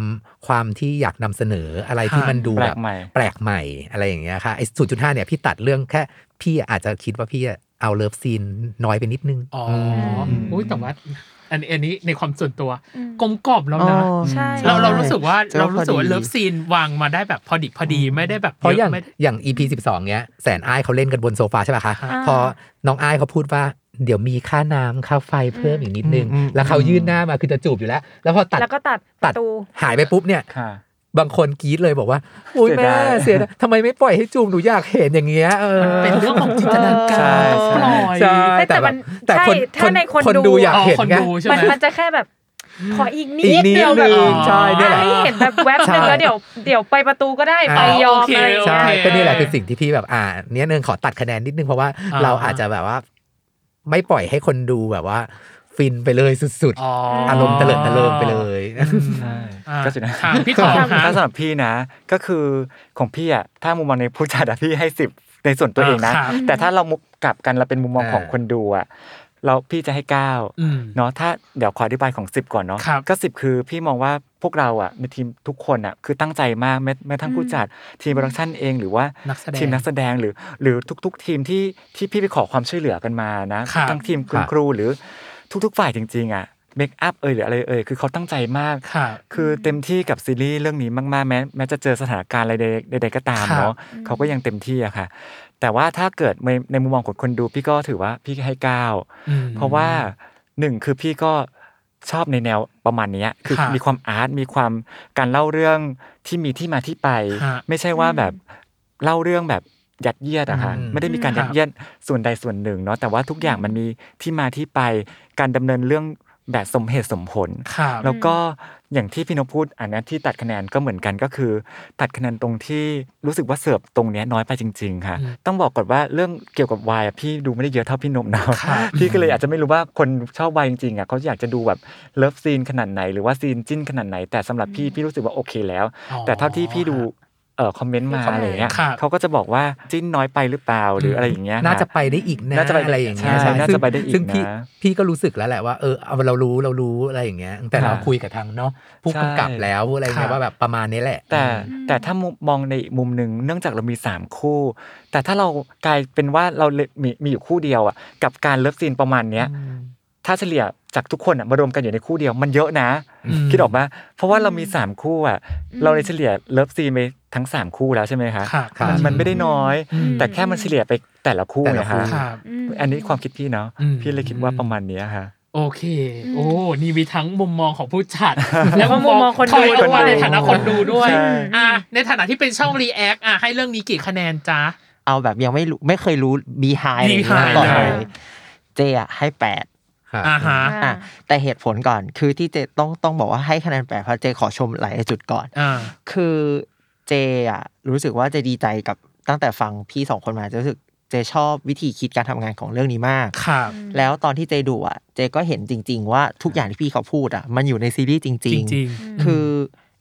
D: ความที่อยากนำเสนออะไรที่มันดู
E: แปล
D: แบบ
E: กใหม่
D: แปลกใหม่อะไรอย่างเงี้ยค่ะไอ้ศูนย์จุดห้าเนี่ยพี่ตัดเรื่องแค่ พี่อาจจะคิดว่าพี่เอาเลิฟซีนน้อยไปนิดนึง
B: อ๋อ
E: ม
B: อุ้ยแต่ว่าอันนี้อันนี้ในความส่วนตัว
C: อืม
B: กลมกล่อมแล้วนะ
I: อ๋อ
C: ใช่
B: เราเรารู้สึกว่า
I: เจอ
B: เรารู้สึ
I: พ
B: ก
I: อ
B: ว่า
I: ดี
B: เลิฟซีนวางมาได้แบบพอดิบพอดีไม่ได้แบบ
D: เพราะอย่าง
B: ไม่ได้
D: อย่าง EP 12เนี้ยแสนอ้ายเขาเล่นกันบนโซฟาใช่ป่ะคะ
B: อ่า
D: พอน้องอ้ายเขาพูดว่าเดี๋ยวมีค่าน้ำค่าไฟเพิ่มอีกนิดนึง
I: อืม
D: แล้วเขายื่นหน้ามาคือจะจูบอยู่แล้ว แล้วพอตัด
C: แล้วก็ตัดป
D: ตัด
C: ระตู
D: หายไปปุ๊บเนี่ย
E: ค่ะ
D: บางคนกรี๊ดเลยบอกว่า อุ้ย
E: เสีย
D: แม่
E: ดาย
D: เสียดายทำไมไม่ปล่อยให้จูบหนูอยากเห็นอย่างเงี้ยเออ
B: มันเป็นเรื่องของจินตนา
E: ใช่
B: การปล่
E: ใช่
B: อย
D: ใช่
C: แต่แต่มัน
D: แต่
C: ใช่
D: คน
C: ถ้าในคน
D: คน
C: ดู
D: ดู
C: อะ
D: อยาก
B: อ๋อ
D: เห็น
B: คน
D: ไง
B: ดูใช่
C: มัน
B: ไหม
C: มันจะแค่แบบขออีกนิ
D: อีก
C: ด
D: นิด
C: เดียวแบบ
D: นึง
B: อ๋อ
D: ใช่เนี่ยแหละ
C: ให้เห็นแบบแวบหนึ่ง
D: ใช่
C: แล้วเดี๋ยวเดี๋ยวไปประตูก็ได้
D: อ่า
C: ไปยอม
B: โอเค
C: อะไรอย่าง
D: ใช่
C: เงี้ย
D: ก็นี่แหละเป็นสิ่งที่พี่แบบอ่าเนี้ยหนึงขอตัดคะแนนนิดนึงเพราะว่า
B: อ่า
D: เราอาจจะแบบว่า ไม่ปล่อยให้คนดูแบบว่า ฟินไปเลยสุด
B: อ๋อ
D: ๆ
B: อา
D: อารมณ์เตลิดตะเลิงไปเลย
E: ใช่
B: อ่า
E: ก็สุดนะ
B: ถามพี่ทองฮะ
E: ถ้าสำหรับพี่นะ ก็คือของพี่อ่ะถ้ามุมมองในผู้จัดอะพี่ให้สิบในส่วนตัวเองนะ
B: อ่าครับ
E: แต่ถ้าเรามุกกลับกันเราเป็นมุมมอง
D: อ่า
E: ของคนดูอ่ะเราพี่จะให้เก้า
B: อืม
E: เนาะถ้าเดี๋ยวขออธิบายของ 10 ก่อนเนาะ
B: ครับ
E: ก็ 10 คือพี่มองว่าพวกเราอ่ะในทีมทุกคนอ่ะคือตั้งใจมากแม้แม้ทั้งผู้จัดทีมโปรดักชันเองหรือว่า
B: นักแสดง
E: ทีมนักแสดงหรือ หรือทุก ๆ ทีมที่ที่พี่ไปขอความช่วยเหลือกันมานะครับทั้งทีมคุณ
D: ครับ
E: ครูหรือทุกๆฝ่ายจริง ๆอ่ะเมคอัพเอยหรืออะไรเอยคือเขาตั้งใจมาก
B: ครับ
E: คือเต็มที่กับซีรีส์เรื่องนี้มากๆแม้แม้จะเจอสถานการณ์อะไรใดใดๆก็ตาม
B: ครับ
E: เนาะเขาก็ยังเต็มที่อะค่ะ แต่ว่าถ้าเกิดในในมุมมองของคนดูพี่ก็ถือว่าพี่ให้เก้า
B: อืม
E: เพราะว่าหนึ่งคือพี่ก็ชอบในแนวประมาณเนี้ยคือ
B: ฮะ
E: มีความอาร์ตมีความการเล่าเรื่องที่มีที่มาที่ไป
B: ฮะ
E: ไม่ใช่ว่าแบบเล่าเรื่องแบบยัดเยียดอะค่ะ
D: อืม
E: ไม่ได้มีการยัด
B: ฮะ
E: เยียดส่วนใดส่วนหนึ่งเนาะแต่ว่าทุกอย่างมันมีที่มาที่ไป การดำเนินเรื่องแบบสมเหตุสมผล
B: ครับ
E: แล้วก็อย่างที่พี่นพพูดอันนี้ที่ตัดคะแนนก็เหมือนกันก็คือ ตัดคะแนนตรงที่รู้สึกว่าเสิร์ฟตรงเนี้ยน้อยไปจริง ๆ ค่ะ ต้องบอกก่อนว่าเรื่องเกี่ยวกับวายอะพี่ดูไม่ได้เยอะเท่าพี่นมนะพี่ก็เลยอาจจะไม่รู้ว่าคนชอบวายจริงๆอ่ะเขาอยากจะดูแบบเลิฟซีนขนาดไหน หรือว่าซีนจิ้นขนาดไหน แต่สำหรับพี่พี่รู้สึกว่าโอเคแล้ว
B: อ๋อ
E: แต่เท่าที่พี่ดูเออคอมเมนต์มา
C: ครับ
E: อะไรเงี้ย
B: ครับ
E: เขาก็จะบอกว่าจิ้นน้อยไปหรือเปล่าหรืออะไรอย่างเงี้ย
D: น่า
E: ค่
D: จะไปได้อีกนะ
E: น่าจะไป
D: อะไรอย่างเงี้ย
E: ใช่
D: ใช่
E: น่าจะไปได้อีก
D: ซึ่งซึ่งพี่
E: นะ
D: พี่ก็รู้สึกแล้วแหละว่าเออเอาเรารู้เรารู้อะไรอย่างเงี้ยแต่เรา
E: ค่ะ
D: คุยกับทางเนาะผู้กำกับ
E: ใช่
D: แล้วผู้อะไรเงี้ย
B: ค่ะ
D: ว่าแบบประมาณนี้แหละ
E: แต่แต่ถ้ามุมมองในอีกมุมหนึ่งเนื่องจากเรามี 3 คู่ แต่ถ้าเรากลายเป็นว่าเราเลยมีมีอยู่คู่เดียวอ่ะกับการเลิฟซีนประมาณเนี้ย ถ้าเฉลี่ยจากทุกคนอะมารวมกันอยู่ในคู่เดียวมันเยอะนะ คิดออกมาเพราะว่าเรามีสามคู่อ่ะ
C: อืม
E: เราเลยเฉลี่ยเลิฟซีนไปทั้งสามคู่แล้วใช่ไหมคะ
B: ค่ะ
F: ครับ
E: มันมันไม่ได้น้อย
B: อืม
E: แต่แค่มันเฉลี่ยไปแต่ละคู่
F: แต่ละ
E: นะ
F: คู่
E: คะ
B: ครับ
C: ม
E: อันนี้ความคิดพี่เนาะ
B: อืม
E: พี่เลยคิดว่าประมาณเนี้ยค่ะ
B: โอเค
C: อืม
B: โอ้ นี่มีทั้งมุมมองของผู้จัด และ
C: มุมมองคนดู
B: ถยออกมา
C: ด้วย
B: ในฐานะคนดูด้วย
E: ใช่
B: อ่ะ ในฐานะที่เป็นช่องรีแอคอ่ะ ให้เรื่องนี้กี่คะแนนจ๊ะ
D: เอาแบบยังไม่รู้ไม่เคยรู้บีไฮ
B: behind
D: ก่อนเล
C: เลย ย
D: เจอะให้แปด
F: ค่ะ
B: อ่าฮะ
C: อ่า
D: อ่ะแต่เหตุผลก่อนคือที่เจต้องต้องบอกว่าให้คะแนนแปดเพราะเจขอชมหลายจุดก่อน
B: อ่า
D: คือเจอ่ะรู้สึกว่าเจดีใจกับตั้งแต่ฟังพี่สองคนมาเจรู้สึกเจชอบวิธีคิดการทำงานของเรื่องนี้มาก
B: ครับ
D: แล้วตอนที่เจดูอ่ะเจก็เห็นจริง ๆ ว่าทุกอย่างที่พี่เขาพูดอ่ะมันอยู่ในซีรีส์จ
B: จ
D: ริง
B: ริง
D: ๆ คือ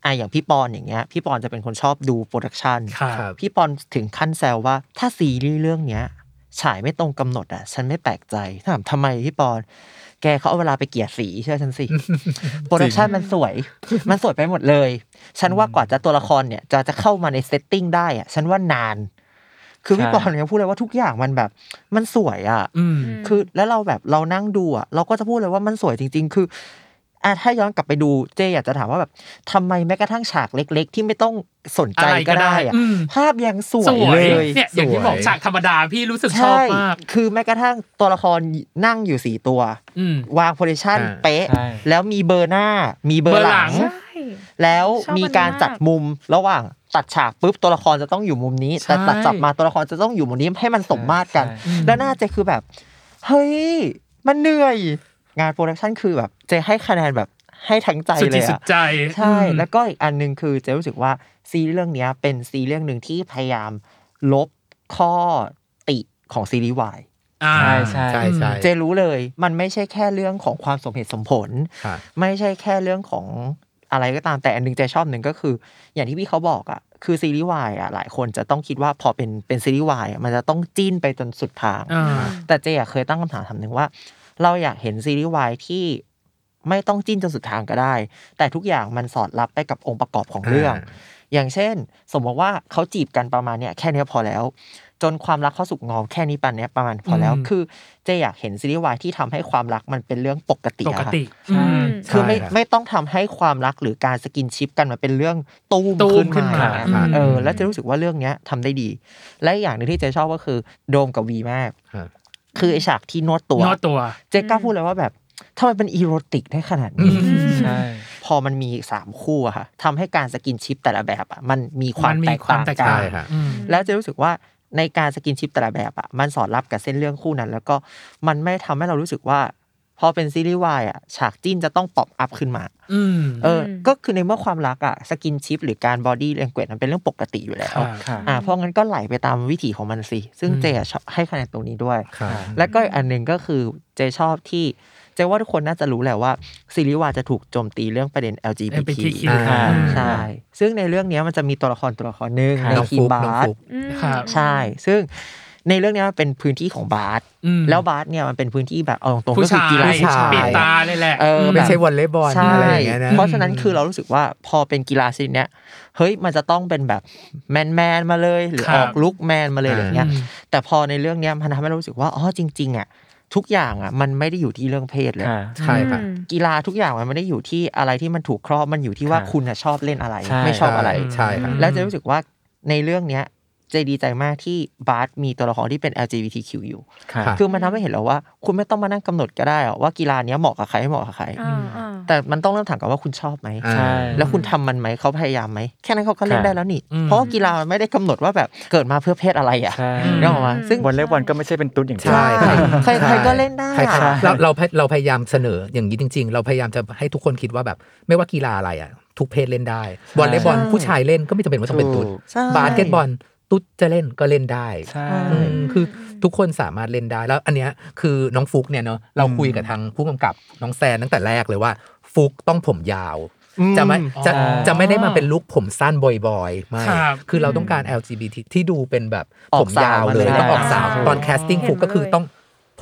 D: อ่ะอย่างพี่ปอนอย่างเงี้ยพี่ปอนจะเป็นคนชอบดูโปรดักชัน
B: ๆ ครั
F: ครับ บ
D: พี่ปอนถึงขั้นแซวว่าถ้าซีรีส์เรื่องเนี้ยฉายไม่ตรงกำหนดอ่ะฉันไม่แปลกใจถามทำไมพี่ปอน แกเขาเอาเวลาไปเกลี่ยสีเชื่อฉันสิ โปรดักชันมันสวย มันสวยไปหมดเลย ฉันว่ากว่าจะตัวละครเนี่ย จะจะเข้ามาในเซตติ้งได้อะฉันว่านาน คือพี่
E: ใช่
D: ปอนเนี่ยพูดเลยว่าทุกอย่างมันแบบ มันสวยอ่ะ
B: อืม
D: คือแล้วเราแบบเรานั่งดูอ่ะเราก็จะพูดเลยว่ามันสวยจริง ๆ คืออ่ะถ้าย้อนกลับไปดูเจอยากจะถามว่าแบบทำไมแม้กระทั่งฉากเล็ก ๆ ที่ไม่ต้องสนใจก็ได้อะ
B: อะไรก็ได้อืม
D: ภาพยังสว
B: ส
D: ยว เลย ย
B: เนี่ย อย่างที่บอกฉากธรรมดาพี่รู้สึกชอบมาก
D: คือแม้กระทั่งตัวละครนั่งอยู่สี่ตัว
B: อืม
D: วางโพซิชัน
F: อ่า
D: เป๊ะ
E: ใช่
D: แล้วมีเบอร์หน้า มีเบอ
B: เบอร์
D: ร์ห
B: หลั
D: ลั
B: ง
D: ง
C: ใช่
D: แล้ว
C: ชอบ
D: มีการจัด
C: อันนี้มาก
D: มุมระหว่างตัดฉากปุ๊บตัวละครจะต้องอยู่มุมนี้ แต่
B: ใช่
D: ตัดจับมาตัวละครจะต้องอยู่มุมนี้ให้มันสมมาตรกัน
E: ใช่
B: อืม
D: แล้วหน่าเจคือแบบ เฮ้ย มันเหนื่อย งานโปรดักชันคือแบบเจให้คะแนนแบบให้ทั้งใจ
B: สุด
D: เล
B: จิต
D: ย
B: สุ
D: อะ
B: ดใจ
D: ใช่
B: อืม
D: แล้วก็อีกอันหนึงคือเจรู้สึกว่าซีรีส์เรื่องเนี้ยเป็นซีรีส์เรื่องหนึ่งที่พยายามลบข้อติของซีรีส์วาย
B: อ่า
E: ใช่ใช่
F: ใช่ใช่
D: เจรู้เลยมันไม่ใช่แค่เรื่องของความสมเหตุสมผล
F: ค่ะ
D: ไม่ใช่แค่เรื่องของอะไรก็ตามแต่อันหนึงเจชอบหนึ่งก็คือ อย่างที่พี่เขาบอกอ่ะคือซีรีส์วายอ่ะหลายคนจะต้องคิดว่าพอเป็นเป็นซีรีส์วายอะมันจะต้องจิ้นไปจนสุดทาง
B: อ่า
D: แต่เจอะเคยตั้งคำถามถามหนึ่งว่า เราอยากเห็นซีรีส์วายที่ไม่ต้องจิ้นจนสุดทางก็ได้ แต่ทุกอย่างมันสอดรับไปกับองค์ประกอบของเรื่อง
F: อ่า
D: อย่างเช่น สมมติว่าเขาจีบกันประมาณเนี้ยแค่เนี้ยพอแล้ว จนความรักเขาสุกงอมแค่นี้ปันเนี้ยประมาณพอแล้ว
B: อืม
D: คือเจอยากเห็นซีรีส์วายที่ทำให้ความรักมันเป็นเรื่องปกติ
B: ป
D: อะ
B: ก
D: ค่ะ
B: ติ
E: ใช่
B: อืม
D: คือไม่
F: ใช่ครับ
D: ไม่ต้องทำให้ความรักหรือการสกินชิปกันมันเป็นเรื่องตูม
B: ตูมขึ้
D: ขึ้
B: น
D: น
B: มา
D: มา
F: ค่ะ
D: เออแล้วจะรู้สึกว่าเรื่องเนี้ยทำได้ดี และอีกอย่างหนึ่งที่เจชอบก็คือโดมกับวีมาก
F: ครับ
D: คือไอฉากที่นวดตัว
B: นอกตัว
D: เจกล้าพูดเลยว่าแบบทำไมเป็นอีโรติกได้ขนาดนี้
B: อืม
E: ใช่
D: พอมันมีสามคู่อะค่ะทำให้การสกินชิปแต่ละแบบอะมันมีความ
B: มันมี
D: แตกต่าง
B: ความแตก
D: กั
B: ต่าง
D: น
F: ใช่ค่ะ
B: อืม
D: แล้วเจะรู้สึกว่าในการสกินชิปแต่ละแบบอะมันสอดรับกับเส้นเรื่องคู่นั้น แล้วก็มันไม่ทำให้เรารู้สึกว่า พอเป็นซีรีส์วายอะฉากจิ้นจะต้องป๊อปอัพขึ้นมา
B: อืม
D: เอออ
C: ม
D: ก็คือในเมื่อความรักอะสกินชิปหรือการบอดี้แลงเกจมันเป็นเรื่องปกติอยู่แล้ว
B: ค่ะ
E: ค่ะ
D: อ่าเพราะงั้นก็ไหลไปตามวิถีของมันสิ ซึ่ง
B: อืม
D: เจอะชอบให้คะแนนตรงนี้ด้วย
F: ค่ะ
D: และก็อีกอันหนึ่งก็คือเจชอบที่ เจว่าทุกคนน่าจะรู้แหละว่าซีรีส์วายจะถูกโจมตีเรื่องประเด็น LGBT
B: LGBTQ
F: อ่า
B: อืม
D: ใช่ ซึ่งในเรื่องเนี้ยมันจะมีตัวละครตัวละครหนึ่ง
E: ค่ะ
D: ใน
F: น้อง
D: ที
F: ฟุ
D: ม
F: ก
D: บา
F: น้อง
D: ส
F: ฟุก
C: ค่ะ
D: ใช่ ซึ่งในเรื่องเนี้ยมันเป็นพื้นที่ของบาส
B: อืม
D: แล้วบาสเนี่ยมันเป็นพื้นที่แบบเอาตรงๆ
B: ผู้
D: ก็คือ
B: ชาย
D: กีฬา
F: ผู้ชาย
B: ปิดตาเลยแหละ
D: เออ
B: ม
D: แบ
F: ไม่
D: บ
F: ใช่วอลเลย์บอล
D: ใช่
F: อะไรอย่างเงี้ยนะ
D: เพราะฉะนั้นคือเรารู้สึกว่าพอเป็นกีฬาชนิดเนี้ยเฮ้ยมันจะต้องเป็นแบบแมนแมนๆมาเลยหรือ
B: ครับ
D: ออกลุกแมนมาเลยอะไรอย่างเงี้ย
B: อืม
D: แต่พอในเรื่องเนี้ยมันทำให้เรารู้สึกว่าอ๋อจริงๆอ่ะทุกอย่างอ่ะมันไม่ได้อยู่ที่เรื่องเพศเลย
E: ค่ะ
F: ใช่ค่ะ
D: กีฬาทุกอย่างมันไม่ได้อยู่ที่อะไรที่มันถูกครอบมันอยู่ที่ว่า
E: ค่ะ
D: คุณอะชอบเล่นอะไร
E: ใช่
D: ไม่ชอบอะไร
F: ใช่ค่ะ
D: แล้วจะรู้สึกว่าในเรื่องเนี้ยเจดีใจมากที่บาร์สมีตัวละครที่เป็น LGBTQ อยู่
E: ค่ะ
F: ค่ะ
D: คือมันทำให้เห็นแล้วว่า คุณไม่ต้องมานั่งกำหนดก็ได้อะว่ากีฬาเนี้ยเหมาะกับใครไม่เหมาะกับใคร
C: อ่าอ่า
D: แต่มันต้องเริ่มถามก่อนว่าคุณชอบไหม
F: อ่า
E: ใช่
D: แล้วคุณทำมันไหมเขาพยายามไหมแค่นั้นเขาก็เล่น
E: ค่ะ
D: ได้แล้วนี่
B: อืม
D: เพราะว่ากีฬามันไม่ได้กำหนดว่าแบบเกิดมาเพื่อเพศอะไรอ่ะ
E: ใช่
B: อืม
D: เรื่องออกมาซึ่ง
E: วันเล็กวันก็ไม่ใช่เป็นตุ๊ดอย่างเดียว
F: ใช่ค่ะ
D: ใครใครก็เล่นได้
F: ใคร
D: อะ
F: ๆเราเราเราพยายามเสนออย่างนี้จริง ๆ เราพยายามจะให้ทุกคนคิดว่าแบบ ไม่ว่ากีฬาอะไรอ่ะ ทุกเพศเล่นได้วอลเลย์บอลผู้ชายเล่นก็ไม่จำเป็นว่าต้องเป็นตุ๊ด
D: ใช่
F: บาสเกตบอลตุ๊ดจะเล่นก็เล่นได้
E: ใช่
F: อืมคือทุกคนสามารถเล่นได้แล้วอันเนี้ยคือน้องฟุกเนี่ยเนาะเราคุยกับทางผู้กำกับน้องแซนตั้งแต่แรกเลยว่า ฟุกต้องผมยาว
D: อื
F: จะไม่จะ
E: อ๋อ
F: จะไม่ได้มาเป็นลุคผมสั้นบ่อยๆ ไม่
B: ครับ
F: คือเราต้องการ LGBT ที่ดูเป็นแบบ
D: อ
F: ผ
D: อก
F: ม
D: สาวย
F: าว
D: มา
F: เล
D: เลย
F: ย
D: นะ
F: ต้องออกสาว
C: ใช่
F: ตอนแคสติ้ง
C: เห็น
F: ฟูก็คือ
C: เลย
F: ต้อง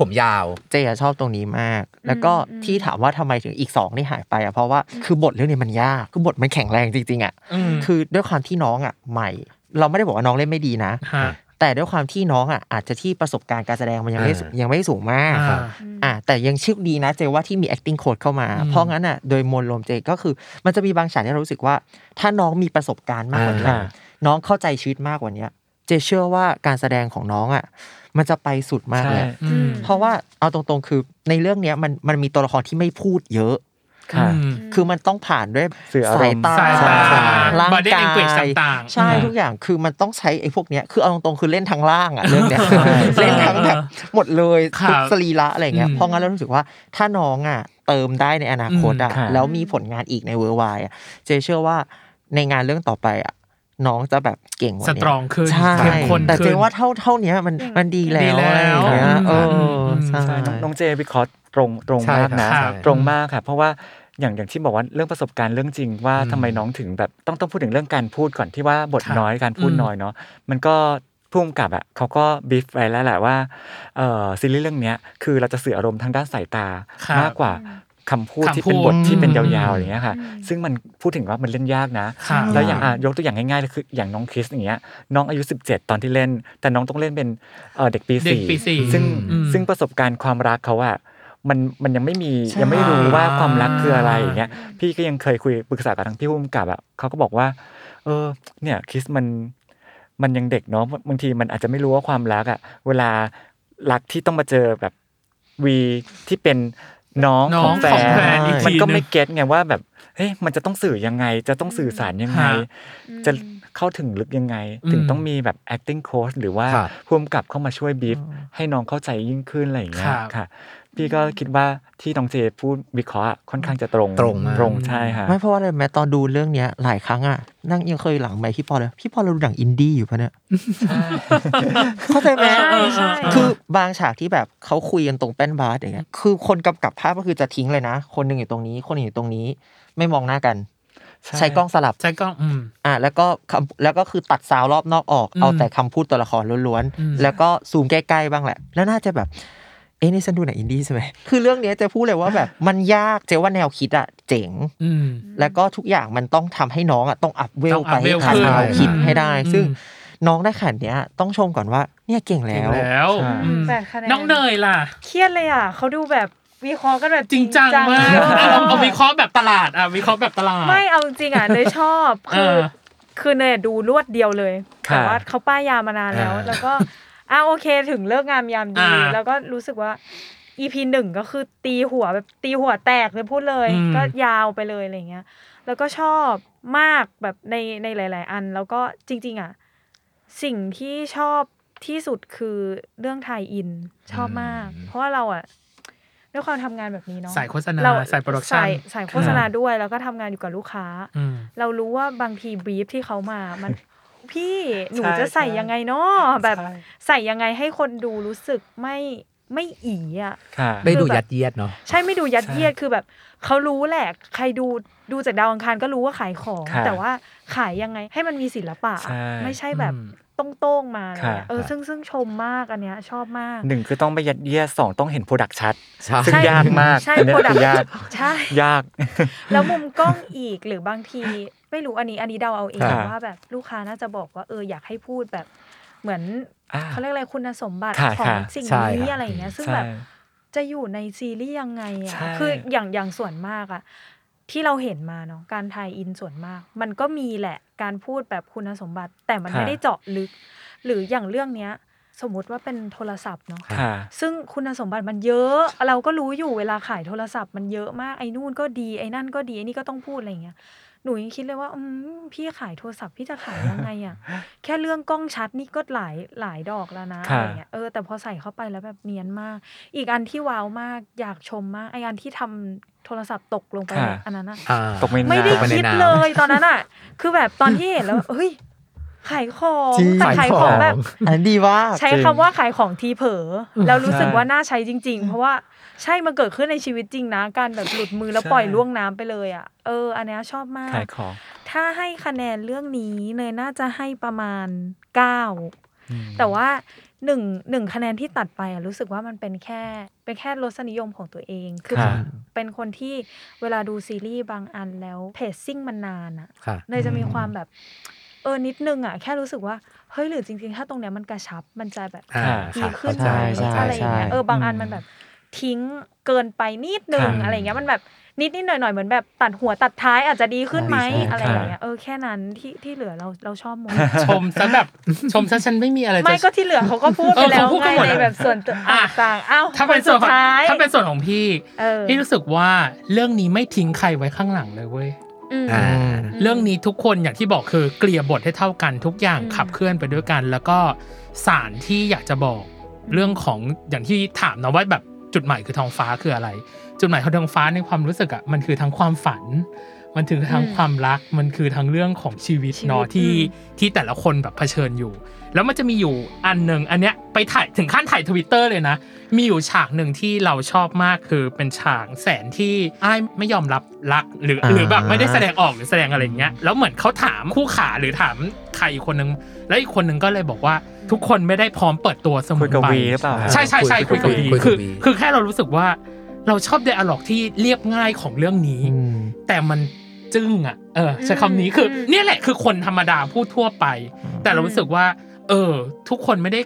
F: ผมยาว
D: เจอะชอบตรงนี้มาก แล้วก็
C: อืม
D: ที่ถามว่าทำไมถึงอีกสองนี่หายไปอ่ะเพราะว่าคือบทเรื่องนี้มันยาก คือบทมันแข็งแรงจริงๆอ่ะ
B: อืม
D: คือด้วยความที่น้องอ่ะใหม่ เราไม่ได้บอกว่าน้องเล่นไม่ดีนะ
B: ฮะ
D: แต่ด้วยความที่น้องอ่ะอาจจะที่ประสบการณ์การแสดงมันยังไม่
J: อ่า
D: สูยังไม่สูงมาก
B: อ่า
D: ครับ อ่ะแต่ยังโชคดีนะเจว่าที่มี acting coach เข้ามา
B: อืม
D: เพราะงั้นอ่ะโดยมวลรวมเจก็คือ มันจะมีบางฉากที่เรารู้สึกว่า ถ้าน้องมีประสบการณ์มากกว่านี้
E: อ่า
D: น้องเข้าใจชีวิตมากกว่านี้เจเชื่อว่าการแสดงของน้องอ่ะมันจะไปสุดมาก
E: ใช่
D: เลย
B: อืม
D: เพราะว่าเอาตรงๆคือในเรื่องเนี้ยมันมันมีตัวละครที่ไม่พูดเยอะ
E: ค่ะ
B: อืม
D: คือมันต้องผ่านด้วย
E: สื่ออารมณ์
D: สายตา
B: สายตา
D: ร่าง
B: body
D: กาย
B: language ต่างๆ
D: ใช่
B: อืม
D: ทุกอย่างคือมันต้องใช้ไอ้พวกเนี้ยคือเอาตรงๆคือเล่นทางล่าง อ่ะเรื่องเนี้ย
B: ใช่
D: เล่นทั้ง แบบหมดเลย
B: ครับ
D: ทุกสรีระอะไรเงี้ย
B: อืม
D: เพราะงั้นเรารู้สึกว่าถ้าน้องอ่ะเติมได้ในอนาคตอ่ะ
E: อืมค่ะ
D: แล้วมีผลงานอีกในเวอร์ไวอ่ะเจเชื่อว่าในงานเรื่องต่อไปอ่ะน้องจะแบบเก่งกว่าเย
B: สตรองขึ้น
D: ใช่
B: เข้มข้น
D: แต่
B: ขึ้น
D: เจว่าเท่าเท่าเนี้ยมันมันดีแล้
B: ดี
D: ว
B: แล้ว
D: อะไรอย่างเงี้ยเอออ
B: ม
D: ใช่
E: ใช่น้องน้องเจวิเคราะห์ตรงตรง
F: ใช่
E: มากนะ
F: ครับ
B: ครับ
F: ใช่
E: ตรงมากค่ะ เพราะว่าอย่างอย่างที่บอกว่าเรื่องประสบการณ์เรื่องจริงว่า
F: อืม
E: ทำไมน้องถึงแบบต้องต้องพูดถึงเรื่องการพูดก่อนที่ว่าบท
B: ครับ
E: น้อยการพูด
B: อืม
E: น้อยเนาะมันก็พุ่มกับอ่ะเขาก็บีฟไว้แล้วแหละว่าเอ่อซีรีส์เรื่องเนี้ยคือเราจะสื่ออารมณ์ทางด้านสายตา
B: ครับ
E: มากกว่าคำพูด
B: คำ
E: ที่เป็น
B: พูด
E: บทที่เป็น
B: อื
E: ยาม วๆอย่างเงี้ยค่ะ
C: อืม
E: ซึ่งมันพูดถึงว่ามันเล่นยากนะ
B: ครับ
E: แล้วอย่างอ่ะยกตัวอย่างง่ายๆเลยคืออย่างน้องคริสอย่างเงี้ยน้องอายุ 17 ตอนที่เล่น แต่น้องต้องเล่นเป็นเอ่อเด็กปี
B: เด็กปีสี่
E: ซึ่ง
B: อืม
E: ซึ่งประสบการณ์ความรักเขาอะมันมันยังไม่มี
D: ใช่
E: ยังไม่รู้ว่าความรักคืออะไร
B: อ่า
E: อย่างเงี้ยพี่ก็ยังเคยคุยปรึกษากับทางพี่ภูมิกับอะเขาก็บอกว่า เออ เนี่ยคริสมันมันยังเด็กเนาะบางทีมันอาจจะไม่รู้ว่าความรักอะเวลารักที่ต้องมาเจอแบบวีที่เป็นน้อง
B: น้
E: ข
B: อ
E: องงแฟ
B: ของแฟ
E: น
B: นอีกที
E: มันก็ไม่
B: หนึ่ง
E: เก็ตไงว่าแบบเฮ้ยมันจะต้องสื่อยังไง จะต้องสื่อสารยังไง
B: ฮะ
E: จะเข้าถึงลึกยังไง
B: อืม
E: ถึงต้องมีแบบ acting coach หรือว่า
F: ครับ
E: พ่วมกับเข้ามาช่วยบีฟให้น้องเข้าใจยิ่งขึ้นอะไรอย่าง
B: ค
E: เงี้ย
B: รับ
E: ค่ะ พี่ก็คิดว่าที่น้องเจพูดวิเคราะห์อะค่อนข้างจะตรง
F: ตรงมาก
E: ตรงใช่ค่ะ
D: ไม่เพราะว่าอะไรแม้ตอนดูเรื่องเนี้ยหลายครั้งอ่ะนั่งยังเคยหลังไหมค์พี่ปอเลยพี่ปอเราดูหนังอินดี้อยู่ปะเนี่ยเข้าใจไหม
C: ใช่ใช่
D: คือบางฉากที่แบบเขาคุยกันตรงแป้นบาสอย่างเงี้ยคือคนกำกับภาพก็คือจะทิ้งเลยนะ คนหนึ่งอยู่ตรงนี้ คนหนึ่งอยู่ตรงนี้ ไม่มองหน้ากัน
E: ใช่
D: ใช้กล้องสลับ
B: ใช่กล้องอืม
D: อ่ะแล้วก็คำแล้วก็คือตัดซาวด์รอบนอกออก
B: อืม
D: เอาแต่คำพูดตัวละครล้วน
B: อืม
D: ๆแล้วก็ซูมใกล้ๆบ้างแหละ แล้วน่าจะแบบเอ๊ะนี่ฉันดูหนังอินดี้ใช่ไหมคือเรื่องเนี้ยเจะพูดเลยว่าแบบมันยากเจว่าแนวคิดอะเจ๋ง
B: อืม
D: แล้วก็ทุกอย่างมันต้องทำให้น้องอ่ะต้องอัพเว
B: ต้
D: ล
B: อง
D: ไปให้
B: upwell
D: ทัน
F: ขึ้น
D: เราคิดให้ได้
B: อืม
D: ซึ่งน้องได้ขนาดเนี้ยต้องชมก่อนว่าเนี่ยเก่ง
B: เก่
D: แล้
B: ง
D: ว
B: แล้ว
E: ใช่
B: อืม
C: แปดคะแนน
B: น้องเนยล่ะ
C: เครียดเลยอ่ะเขาดูแบบวิเคราะห์กันแบบ
B: จริงจังมาก
C: เออ
B: เอาเอาเอาวิเคราะห์แบบตลาดอ่ะวิเคราะห์แบบตลาด
C: ไม่เอาจริงอ่ะ เนยชอบ คือ
B: เออ
C: คือเนยดูรวดเดียวเลย
E: ค่ะ
C: แต่ว่าเขาป้ายยามานานแล้ว
B: อ่า
C: แล้วก็อ่ะโอเคถึงเลิกงามยามดี
B: อ่า
C: แล้วก็รู้สึกว่าอีพีหนึ่งก็คือตีหัวแบบตีหัวแตกเลยพูดเลย
B: อืม
C: ก็ยาวไปเลยอะไรเงี้ย แล้วก็ชอบมากแบบในในหลาย ๆ อัน แล้วก็จริง ๆ อ่ะ สิ่งที่ชอบที่สุดคือเรื่องไทยอินชอบมาก เพราะว่าเราอ่ะด้วยความทำงานแบบนี้เนาะ
B: สายโฆษณา
C: เรา
B: สายโปรดัก
C: สา
B: ชั่น
C: ยสายโฆษณาด้วยแล้วก็ทำงานอยู่กับลูกค้า
B: อืม
C: เรารู้ว่าบางทีบรีฟที่เขามา มัน พี่หนู
E: ใช่
C: จะใส่
E: ใช่
C: ยังไงเนาะแบบใส่ยังไงให้คนดูรู้สึกไม่ไม่อีอ่ะ
E: ค่ะ
F: ไม่ดูยัดเยียดเนาะ
C: ใช่ไม่ดูยัดเยียดคือแบบเขารู้แหละ ใครดูดูจากดาวอังคารก็รู้ว่าขายของ
E: ค่ะ
C: แต่ว่าขายยังไงให้มันมีศิลปะ
E: ใช่
C: ไม่ใช่แบบ
B: อืม
C: ต้งโต้งๆมาอะไรเงี้ย
E: ค่ะ
C: เออ
E: ค่ะ
C: ซึ่งซึ่งชมมากอันเนี้ยชอบมาก
E: หนึ่งคือต้องไม่ยัดเยียดสองต้องเห็นโปรดักชัด
F: ใช่
E: ซึ่งยากมาก
C: ใช่
E: อันเนี้ย
C: โปรดัก
E: คือยาก
C: ใช่
E: ยาก
C: แล้วมุมกล้องอีกหรือบางทีไม่รู้อันนี้อันนี้เดาเอาเอง
E: ครับ
C: ว่าแบบลูกค้าน่าจะบอกว่าเอออยากให้พูดแบบเหมือน
E: อ่า
C: เขาเรียกอะไรคุณสมบัติ
E: ค่ะ
C: ของ
E: ค่ะ
C: สิ่ง
F: ใช่
C: นี้
F: ครับ
C: อะไรอย่างเงี้ยซึ่ง
E: ใช่
C: แบบจะอยู่ในซีรีส์ยังไงอ่ะ
E: ใช่
C: คืออย่างอย่างส่วนมากอ่ะที่เราเห็นมาเนาะการไทยอินส่วนมาก มันก็มีแหละการพูดแบบคุณสมบัติ แต่มันไม่ได้เจาะลึก หรืออย่างเรื่องเนี้ย สมมติว่าเป็นโทรศัพท์เนาะ
E: ค่ะ
C: ซึ่งคุณสมบัติมันเยอะ เราก็รู้อยู่เวลาขายโทรศัพท์มันเยอะมากไอ้นู่นก็ดีไอ้นั่นก็ดีไอ้นี่ก็ต้องพูดอะไรอย่างเงี้ยหนูยังคิดเลยว่าอืมพี่ขายโทรศัพท์พี่จะขายยังไงอ่ะ แค่เรื่องกล้องชัดนี่ก็หลายหลายดอกแล้วนะอะ
E: ค่ะ
C: ไรเงี้ยเออแต่พอใส่เข้าไปแล้วแบบเนียนมาก อีกอันที่ว้าวมากอยากชมมากไออันที่ทำโทรศัพท์ตกลงไปเนี่ยอันนั้นอะ
F: อ่า
E: ตกไม่
C: ไม่
E: นา
C: ได้
F: ต
C: คิด
E: น
F: กไปในน้ำ
C: เลยตอนนั้นอ่ะ คือแบบตอนที่เห็นแล้วเฮ้ยขายของ
D: จริง
C: แต่ขายของแบบ
D: อันนั้นดีว่าก
C: ใช้คำว่าขายของทีเผลอแล้วรู้สึก
E: ใช่
C: ว่าน่าใช้จริง ๆ เพราะว่าใช่มันเกิดขึ้นในชีวิตจริงนะ การแบบหลุดมือแล้ว
E: ใช่
C: ปล่อยล่วงน้ำไปเลยอ่ะเออ อันเนี้ยชอบมาก
E: ขายของ
C: ถ้าให้คะแนนเรื่องนี้เนยน่าจะให้ประมาณ 9 แต่ว่าหนึ่งหนึ่งคะแนนที่ตัดไปอ่ะรู้สึกว่ามันเป็นแค่เป็นแค่รสนิยมของตัวเองคือ
E: ค่ะ
C: เป็นคนที่เวลาดูซีรีส์บางอันแล้วเพจซิ่งมันนานอ่ะ
F: ค่ะ
C: เนยจะมีความแบบ เออนิดนึงอ่ะ แค่รู้สึกว่า เฮ้ยหรือจริงๆ ถ้าตรงเนี้ยมันกระชับมันจะแบบ
F: อ่า
C: ดี
F: ค่ะ
C: ขึ้น
F: เข้าใจ
C: นะ
D: ใช่
F: เข้าใจ
C: อะไรอย่างเงี้ย
D: ใช่
C: เออบางอันมันแบบทิ้งเกินไปนิดนึง
E: ค่ะ
C: อะไรเงี้ยมันแบบนิดนิดหน่อยหน่อยๆเหมือนแบบตัดหัวตัดท้ายอาจจะดีขึ้นไหม
E: ใช่ใช่
C: อะไรอย่างเงี้ย
E: ค่ะ
C: เออแค่นั้นที่ที่เหลือเราเราชอบหมด
B: ชมซะแบบชมซะฉันไม่มีอะไรจะ
C: ไม่ก็ที่เหลือเขาก็พูด
B: เอ
C: ไป
B: อ
C: แล้ว
B: เขาพูดกัน
C: ไง
B: หมด
C: ใน
B: แล้ว
C: แบบส่วนตัว
B: อ่ะ
C: ต่างๆอ้าว
B: ถ้าเป็น
C: ค
B: ส่วน
C: ด
B: ของ
C: ท้าย
B: ถ้าเป็นส่วนของพี่
C: เออ
B: พี่รู้สึกว่าเรื่องนี้ไม่ทิ้งใครไว้ข้างหลังเลยเว้ย
C: อืม
F: อ่า
B: เรื่องนี้ทุกคนอย่างที่บอกคือเกลี่ยบทให้เท่ากันทุกอย่าง
C: อืม
B: ขับเคลื่อนไปด้วยกัน แล้วก็สารที่อยากจะบอกเรื่องของอย่างที่ถามเนาะว่าแบบจุดหมายคือทองฟ้าคืออะไร จุดหมายของทองฟ้าในความรู้สึกอะมันคือทั้งความฝัน มันถึงทั้ง
C: อืม
B: ความรักมันคือทั้งเรื่องของชีวิต
C: ชีวิต
B: เนาะที่
C: อื
B: ที่แต่ละคนแบบเผชิญอยู่ แล้วมันจะมีอยู่อันหนึ่งอันเนี้ยไปถ่ายถึงขั้นถ่ายทวิตเตอร์เลยนะ มีอยู่ฉากหนึ่งที่เราชอบมากคือเป็นฉากแสนที่อ้ายไม่ยอมรับรักหรือ
D: อ่า
B: หรือแบบไม่ได้แสดงออกหรือแสดงอะไรอย่างเงี้ยแล้วเหมือนเขาถามคู่ขาหรือถามใครอีกคนนึง แล้วอีกคนนึงก็เลยบอกว่าทุกคนไม่ได้พร้อมเปิดตัวเสม
E: คุ
B: อย
E: กับ
B: ไป
E: วีหรือเปล่าคะ
B: ใช่ใช่ใช่
F: คุ
B: คุย
F: ยกั
B: กับบ
F: วี
B: วี
F: คุยกับวี
B: คือคือแค่เรารู้สึกว่าเราชอบไดอะล็อกที่เรียบง่ายของเรื่องนี้ แต่มันจึ้งอ่ะเออใช้คำนี้คืออ
C: ม
B: เนี่ยแหละคือคนธรรมดาพูดทั่วไป แต่เรารู้สึกว่า เออ ทุกคนไม่ได้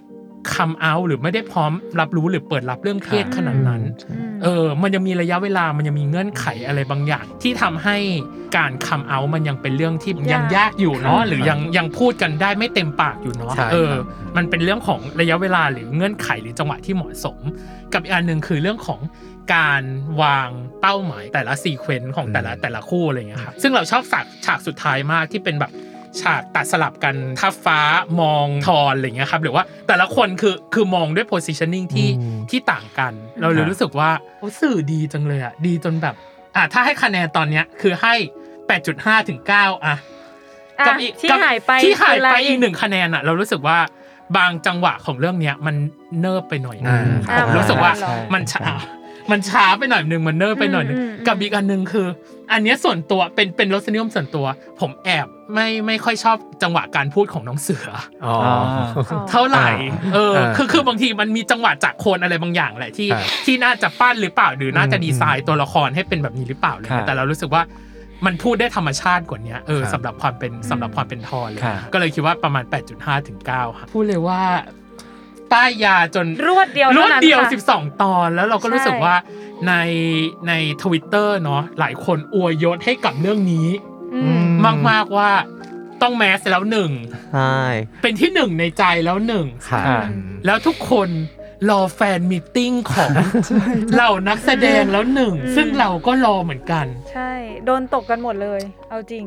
B: คำเอาหรือไม่ได้พร้อมรับรู้หรือเปิดรับเรื่องเครียดขนาดนั้น
C: ม
B: เออ มันยังมีระยะเวลา มันยังมีเงื่อนไขอะไรบางอย่าง ที่ทำให้การคำเอามันยังเป็นเรื่องที่
C: ยาก
B: ยังยากอยู่เนาะ
C: ค่ะ
B: หรือยังยังพูดกันได้ไม่เต็มปากอยู่เนาะ
F: ใช่
B: เออ
F: ครับ
B: มันเป็นเรื่องของระยะเวลาหรือเงื่อนไขหรือจังหวะที่เหมาะสม กับอีกอันหนึ่งคือเรื่องของการวางเป้าหมายแต่ละซีเควนต์ของแต่ละ
F: อืม
B: แต่ละคู่อะไรอย่างเงี้ยครับซึ่งเราชอบฉากฉากสุดท้ายมากที่เป็นแบบฉากตัดสลับกันทับฟ้ามองทอนอะไรอย่างเงี้ยครับหรือว่าแต่ละคนคือคือมองด้วย positioning ที่
D: อืม
B: ที่ต่างกัน เราเลยรู้สึกว่าโอ้สื่อดีจังเลยอะดีจนแบบอ่ะถ้าให้คะแนนตอนเนี้ยคือให้ 8.5ถึง9อ่ะ
C: อ่ะ
B: กับอีก
C: ที่
B: กับ
C: หายไป
B: ที่หาย
C: คือ
B: ไป
C: อะร
B: อีกหนึ่งคะแนนอ่ะ เรารู้สึกว่าบางจังหวะของเรื่องเนี้ยมันเนิบไปหน่อยนึง
F: อ่า
B: ผม
C: อ่ารู้
B: รู้สึกว่า
C: ใช่
B: มันช้ามันช้าไปหน่อยนึงมันเนิบไปหน่อยนึง
C: อืมอืม
B: กับอีกอันหนึ่งคือ อันเนี้ยส่วนตัวเป็นเป็นรสนิยมส่วนตัว ผมแอบไม่ไม่ค่อยชอบจังหวะการพูดของน้องเสือ
F: อ๋อ
E: อ๋อ
C: อ๋อ
B: เท่าไหร่ เออ
F: อ่า
B: คือ คือบางทีมันมีจังหวะจากโคนอะไรบางอย่างแหละที่
F: อ่า
B: ที่น่าจะปั้นหรือเปล่า หรือน่าจะดีไซน์ตัวละครให้เป็นแบบนี้หรือเปล่าอะไรเลย
E: ค่ะ
B: แต่เรารู้สึกว่ามันพูดได้ธรรมชาติกว่าเนี้ยเออ
E: ครับ
B: สำหรับความเป็นสำหรับความเป็นทอนเลย
E: ค่ะ
B: ก็เลยคิดว่าประมาณ 8.5ถึง9ค่ะพูดเลยว่า ป้ายยาจน
C: รวดเดียว
B: รว
C: ท่า
B: ด
C: นั้น
B: เดียว
C: ค่ะ
B: 12 ตอนแล้วเราก็รู้สึก
C: ใช่
B: ว่าในในทวิตเตอร์เนาะหลายคนอวยยศให้กับเรื่องนี้
C: อืม
B: มากๆว่าต้องแมสแล้วหนึ่ง
D: ใช่
B: เป็นที่หนึ่งในใจแล้วหนึ่ง
F: ค่ะ
E: ค่ะ
B: แล้วทุกคนรอแฟนมิทติ้งของเหล่านักแสดงแล้วหนึ่ง
C: อืม
B: ซึ่งเราก็รอเหมือนกัน
C: ใช่โดนตกกันหมดเลย เอาจริง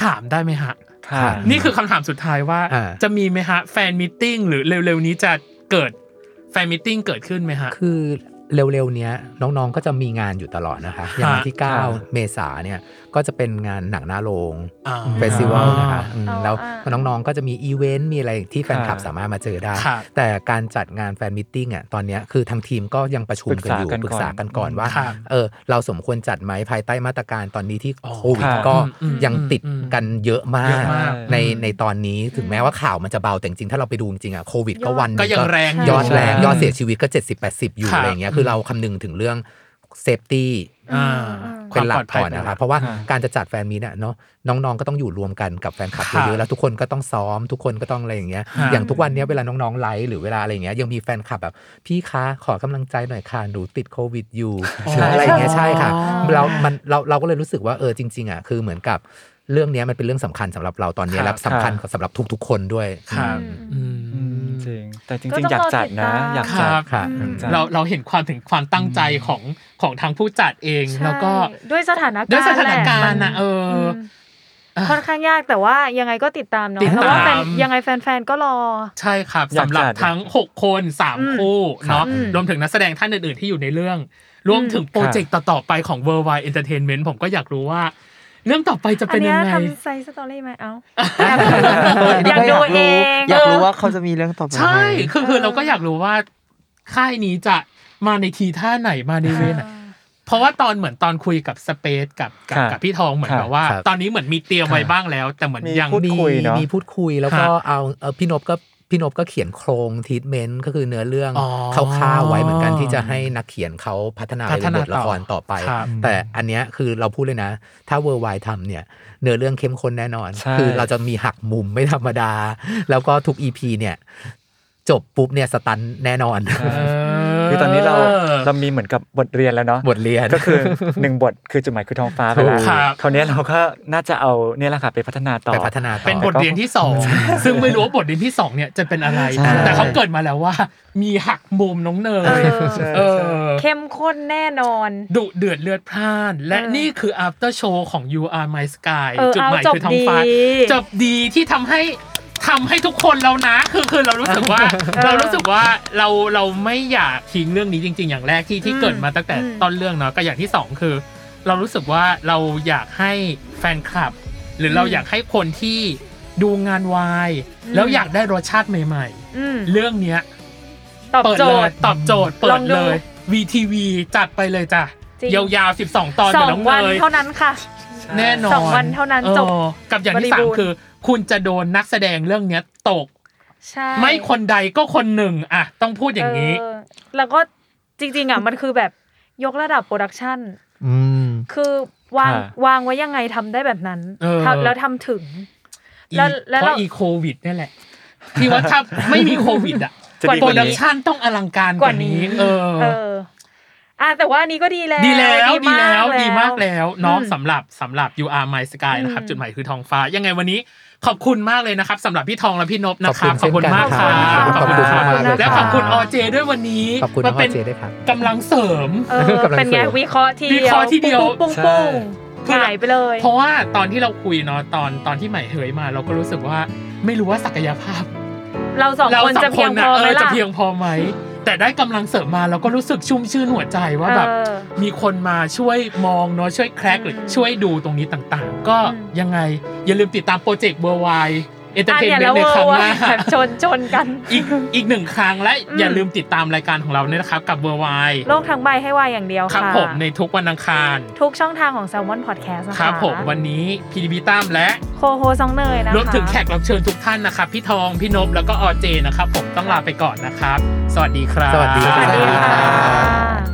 B: ถามได้ไหมฮะ
E: ค่ะ
B: นี่คือคำถามสุดท้ายว่า
F: อ่า
B: จะมีไหมฮะ แฟนมิทติ้งหรือเร็วๆนี้จะเกิดแฟนมิทติ้งเกิดขึ้นไหมฮะ
F: คือเร็วๆเนี้ยน้องๆก็จะมีงานอยู่ตลอดนะคะ อย่างวันที่
E: ค่ะ
F: 9 เมษาเนี่ยก็จะเป็นงานหนังหน้าโรง
B: อ่า
F: เฟสติวัลนะคะอืม
C: อ๋อ
F: แล้ว
C: อ่า
F: น้องๆก็จะมีอีเวนต์มีอะไรที่แฟนคลับ
E: ค่ะ
F: สามารถมาเจอได้
B: ครับ
F: แต่การจัดงานแฟนมิทติ้งอ่ะตอนเนี้ยคือทางทีมก็ยังประชุมกันอยู่
E: ป
F: ป
E: รึ
F: รึ
E: ก
F: ก
E: ษา
F: ษา
E: กั
F: กัน น
E: ก่
F: ก่
E: อ
F: อน นว่า
B: ค่ะ
F: เออเราสมควรจัดไหมภายใต้มาตรการตอนนี้ที่
B: อ๋อ
F: โควิด
E: ค่ะ
F: ก็
B: อืม
F: ยังติดกันเยอะมา
B: เยอะ
F: ก
B: มาก
F: ในในตอนนี้ถึงแม้ว่าข่าวมันจะเบาแต่จริงๆถ้าเราไปดูจริงๆอ่ะโควิดก็วันหนึ่
B: ก็ยังแรง
F: ยอดแรง
B: ใช่
F: ยอดเสียชีวิตก็ 70 80 อยู่
B: ครับ
F: อะไรอย่างเงี้ยคือเราคำนึงถึงเรื่องเซฟตี้
B: อ่าค
F: เป็
B: วาน ม
F: หลัก
B: ปลอดภั
F: ก่
B: ย
F: อนนะค
B: ค
F: รับ
B: รั
F: บ เพราะว่า
E: ค่ะ
F: การจะจัดแฟนมีตเนี่ยเนาะน้องๆก็ต้องอยู่รวมกันกับแฟนคลับ
B: ค่ะ
F: เยอะๆแล้วทุกคนก็ต้องซ้อมทุกคนก็ต้องอะไรอย่างเงี้ย
B: ค่ะ
F: อย่างทุกวันเนี้ยเวลาน้องๆไลฟ์หรือเวลาอะไรอย่างเงี้ยยังมีแฟนคลับแบบพี่คะขอกำลังใจหน่อยค่ะหนูติดโควิดอยู่
B: อ๋ออ
F: อะไรอย่างเงี้ยใช่ค่ะ
C: อ๋อ
F: เรามันเราเราก็เลยรู้สึกว่าเออจริง ๆอ่ะคือเหมือนกับเรื่องเนี้ยมันเป็นเรื่องสำคัญสำหรับเราตอนเนี้ย
B: ครั
F: และ
B: บ
F: สำคัญสำหรับทุกๆคนด้วย
B: ครับอืม
E: อืมจริง แต่จ
C: ก็
E: ริง
C: ต้อง
E: ๆอยากจัดนะ
C: รอติดตาม
E: อยาก
B: ค
E: จัด
B: รับ
F: ค่ะ
C: อืม
E: จ้ะ
B: เราเราเห็นความถึงความตั้งใจของของทางผู้จัดเอง
C: ใช่
B: แล้วก็
C: ด้วยสถานการณ์
B: ด้วยสถานการณ์
C: แหลมั
B: น่ะเอออื
C: มค่อนข้างยากแต่ว่ายังไงก็ติดตามเนาะ
B: ติดตาม
C: แล้วว่าแฟนยังไงแฟนๆก็รอ
B: ใช่ครับ
E: อยาก
B: สำหรับ
E: จัด
B: ทั้ง 6 คน
C: อืม
B: 3 คู่เนาะ
C: อืม
B: รวมถึงนักแสดงท่านอื่น ๆ ที่อยู่ในเรื่อง รวมถึงโปรเจกต์ต่อ ๆ ไปของ Worldwide Entertainment ผมก็อยากรู้ว่า เรื่องต่อไปจะ
C: ั
B: เป็นยั
C: นเนี้ย
B: งไง
C: ทำไซส์สตอรี่ไหมเอ้า
D: นี่
C: อยากดูเอง
D: อยากรู้ว่าเขาจะมีเรื่องต่อไปไหม
B: ใช่คือคือเราก็อยากรู้ว่า ค่ายนี้จะมาในทีท่าไหนมาในเวไหน เพราะว่าตอนเหมือนตอนคุยกับสเปซกับกับ
E: ค่ะ
B: กับพี่ทองเหมือน
E: ค่ะ
B: แบบว่า
F: ครับ
B: ตอนนี้เหมือนมีเตรียมไว้
E: ค่ะ
B: บ้างแล้ว แต่เหมือน
E: มี
B: ยัง
E: พูด คุยเนอะ
F: มีพูดคุยแล้วก็
B: ฮะ
F: เอาเอ่อพี่นพก็พ พี่นพก็เขียนโครงทีทเมนต์ก็คือเนื้อเรื่อง
B: อ๋
F: ค
B: อ
F: ร่าวๆไว้เหมือนกันที่จะให้นักเขียนเขาพัฒนา
B: พั
F: ไป
B: ฒ
F: เป็นบ
B: นา
F: ทละคร
B: ต่อ
F: ต่อไป
B: ครับ
F: แต่อันเนี้ยคือเราพูดเลยนะ ถ้าเวอร์ไวทำเนี่ย เนื้อเรื่องเข้มข้นแน่นอน
E: ใช่
F: คือเราจะมีหักมุมไม่ธรรมดา แล้วก็ทุก EP เนี่ย จบปุ๊บเนี่ยสตันแน่นอน
E: ใช่คือตอนนี้เราเรามีเหมือนกับบทเรียนแล้วเนาะ
F: บทเรียน
E: ก็คือหนึ่งบทคือจุดหมายคือท้องฟ้าไปแล้ว
B: ถูกครับ
E: คราวเนี้ยเราก็น่าจะเอาเนี่ยแหละค่ะไปพัฒนาต่อ
F: ไปพัฒนาต่อ
B: เป็นบทเรียนที่สอง ซึ่งไม่รู้ว่าบทเรียนที่สองเนี่ยจะเป็นอะไร
D: ใช่
B: แต่เขาเกิดมาแล้วว่า มีหักมุมน้องเน
C: เอย อ
E: ใช่
B: เออ
C: เข้มข้นแน่นอน
B: ดุเดือดเลือดพล่าน และ
C: เออ
B: นี่คือ after show ของ you are my sky
C: เออ
B: จุดหมาย
C: เอาจบ
B: คือท้องฟ้า
C: ดี
B: จบดีที่ทำให้ทำให้ทุกคนเรานะ คือคือเรารู้สึกว่า
C: เออ
B: เรารู้สึกว่าเราเราไม่อยากทิ้งเรื่องนี้จริง ๆ อย่างแรกที่ที่
C: อืม
B: เกิดมาตั้งแต่
C: อืม
B: ต้นเรื่องเนาะก็อย่างที่สองคือ เรารู้สึกว่าเราอยากให้แฟนคลับ หรือเรา
C: อืม
B: อยากให้คนที่ดูงานวาย
C: อืม
B: แล้วอยากได้รสชาติใหม่
C: อืม
B: ๆ เรื่องเนี้ย
C: ตอบ
B: เปิด
C: โจ
B: เลย
C: ทย์
B: ตอบโจทย์
C: ล
B: เปิ
C: อ
B: ด
C: งดู
B: เลย VTV จัดไปเลยจ้ะ
C: จริง
B: ยาวๆ 12 ตอน
C: ส
B: เหมือน
C: อง
B: น้อง
C: วัน
B: เนย
C: เท่านั้นค่ะ
B: แน่นอน
C: สองวันเท่านั้น
B: ออ
C: จบ
B: กับอย่างที่
C: บริ
B: สา
C: บู
B: ม
C: รณ์
B: คือ คุณจะโดนนักแสดงเรื่องเนี้ยตก
C: ใช่
B: ไม่คนใดก็คนหนึ่งอะต้องพูดอย่างนี้
C: เออแล้วก็จริงๆอ่ะ มันคือแบบยกระดับโปรดักชัน
D: อืม
C: คือวาง
E: ค่ะ
C: วางไว้ยังไงทำได้แบบนั้น
B: เออ
C: ทำแล้วทำถึง
B: อี
C: แล้วแล้ว
B: เพ
C: เรา
B: ราะอีโควิดนี่แหละ ที่ว่า ถ้าไม่มีโควิด อะ
E: จะดี
B: โปร
E: กว่า
B: ดัก
E: นี้
B: ชันต้องอลังการกว่านี้ เออ
C: เอออ่ะแต่ว่าอันนี้ก็ดีแล้ว
B: ดีแล้วดี
C: มา
B: แล้
C: ก
B: วดีมากแล้วเน้อง
C: อืม
B: สำหรับสำหรับ you are my sky นะครับ
C: อืม
B: จุดหมายคือทองฟ้า ยังไงวันนี้ขอบคุณมากเลยนะครับสำหรับพี่ทองและพี่นพนะครับ
F: ขอบคุณ
B: มาก
F: เช่
B: ค่ะ
F: นกันครับ
B: ขอบคุณ
F: ขอบคุณ
B: ค่ะ
F: มากเลย
B: และขอบคุณ
F: ค
B: อ
F: รับ
B: เจด้วยวันนี้
F: ขอบคุณ
B: มา
F: พ่
B: เป็
F: อน เจด้วยครับ
B: กำลังเสริม
C: เออก
F: ำลัง
C: เป็นไง
F: เสริม
C: วิเคราะห์ที
B: วิ
C: เดีย
B: เคราะห์ทีเดียว
C: ปุ้งปุ้งปุ้
E: ใช่
C: งหายไปเลย
B: เพราะว่าตอนที่เราคุยเนาะตอนตอนที่ใหม่เฮยมา เราก็รู้สึกว่าไม่รู้ว่าศักยภาพ
C: เราสอง
B: เรา
C: คน
B: สอ
C: จะ
B: งค
C: เพีย
B: น
C: งพ
B: น่ะ
C: อ
B: เอ
C: ไหม
B: อจะ
C: ล่ะ
B: เพียงพอไหมแต่ได้กำลังเสริมมาเราก็รู้สึกชุ่มชื่นหัวใจว่าแบบ
C: เออ
B: มีคนมาช่วยมองเนาะช่วยแครก
C: อืม
B: หรือช่วยดูตรงนี้ต่างๆ ก็
C: อืม
B: ยังไงอย่าลืมติดตามโปรเจกต์เบอร์ไวเอเตอ
C: อั
B: ร์
C: น
B: เทน
C: เนี่ย
B: เมนต์
C: แล้ว
B: ในครั้ง
C: เว
B: ห
C: อร์
B: น้า
C: ว่าแบบชนชนกัน
B: อีกอีกหนึ่งครั้งและ
C: อืม
B: อย่าลืมติดตามรายการของเราเนี่ยนะครับ กับเบอร์ไว
C: โลกทั้งใบให้วายอย่างเดียว
B: ครับ
C: ค่ะ
B: ผมในทุกวันอังคาร
C: ทุกช่องทางของ Salmon Podcast นะคะ
B: ครับผมวันนี้พีดีบีตั้มและ
C: โคโฮซองเนยนะคะ
B: รวมถึงแขกรับเชิญทุกท่านนะครับ พี่ทองพี่นพแล้วก็ออเจนะครับ ผมต้องลาไปก่อนนะครับ สวัสดีครับ
F: สวัสดี
C: ส
F: ค
C: วัส
F: รับ
C: ดีค่ะ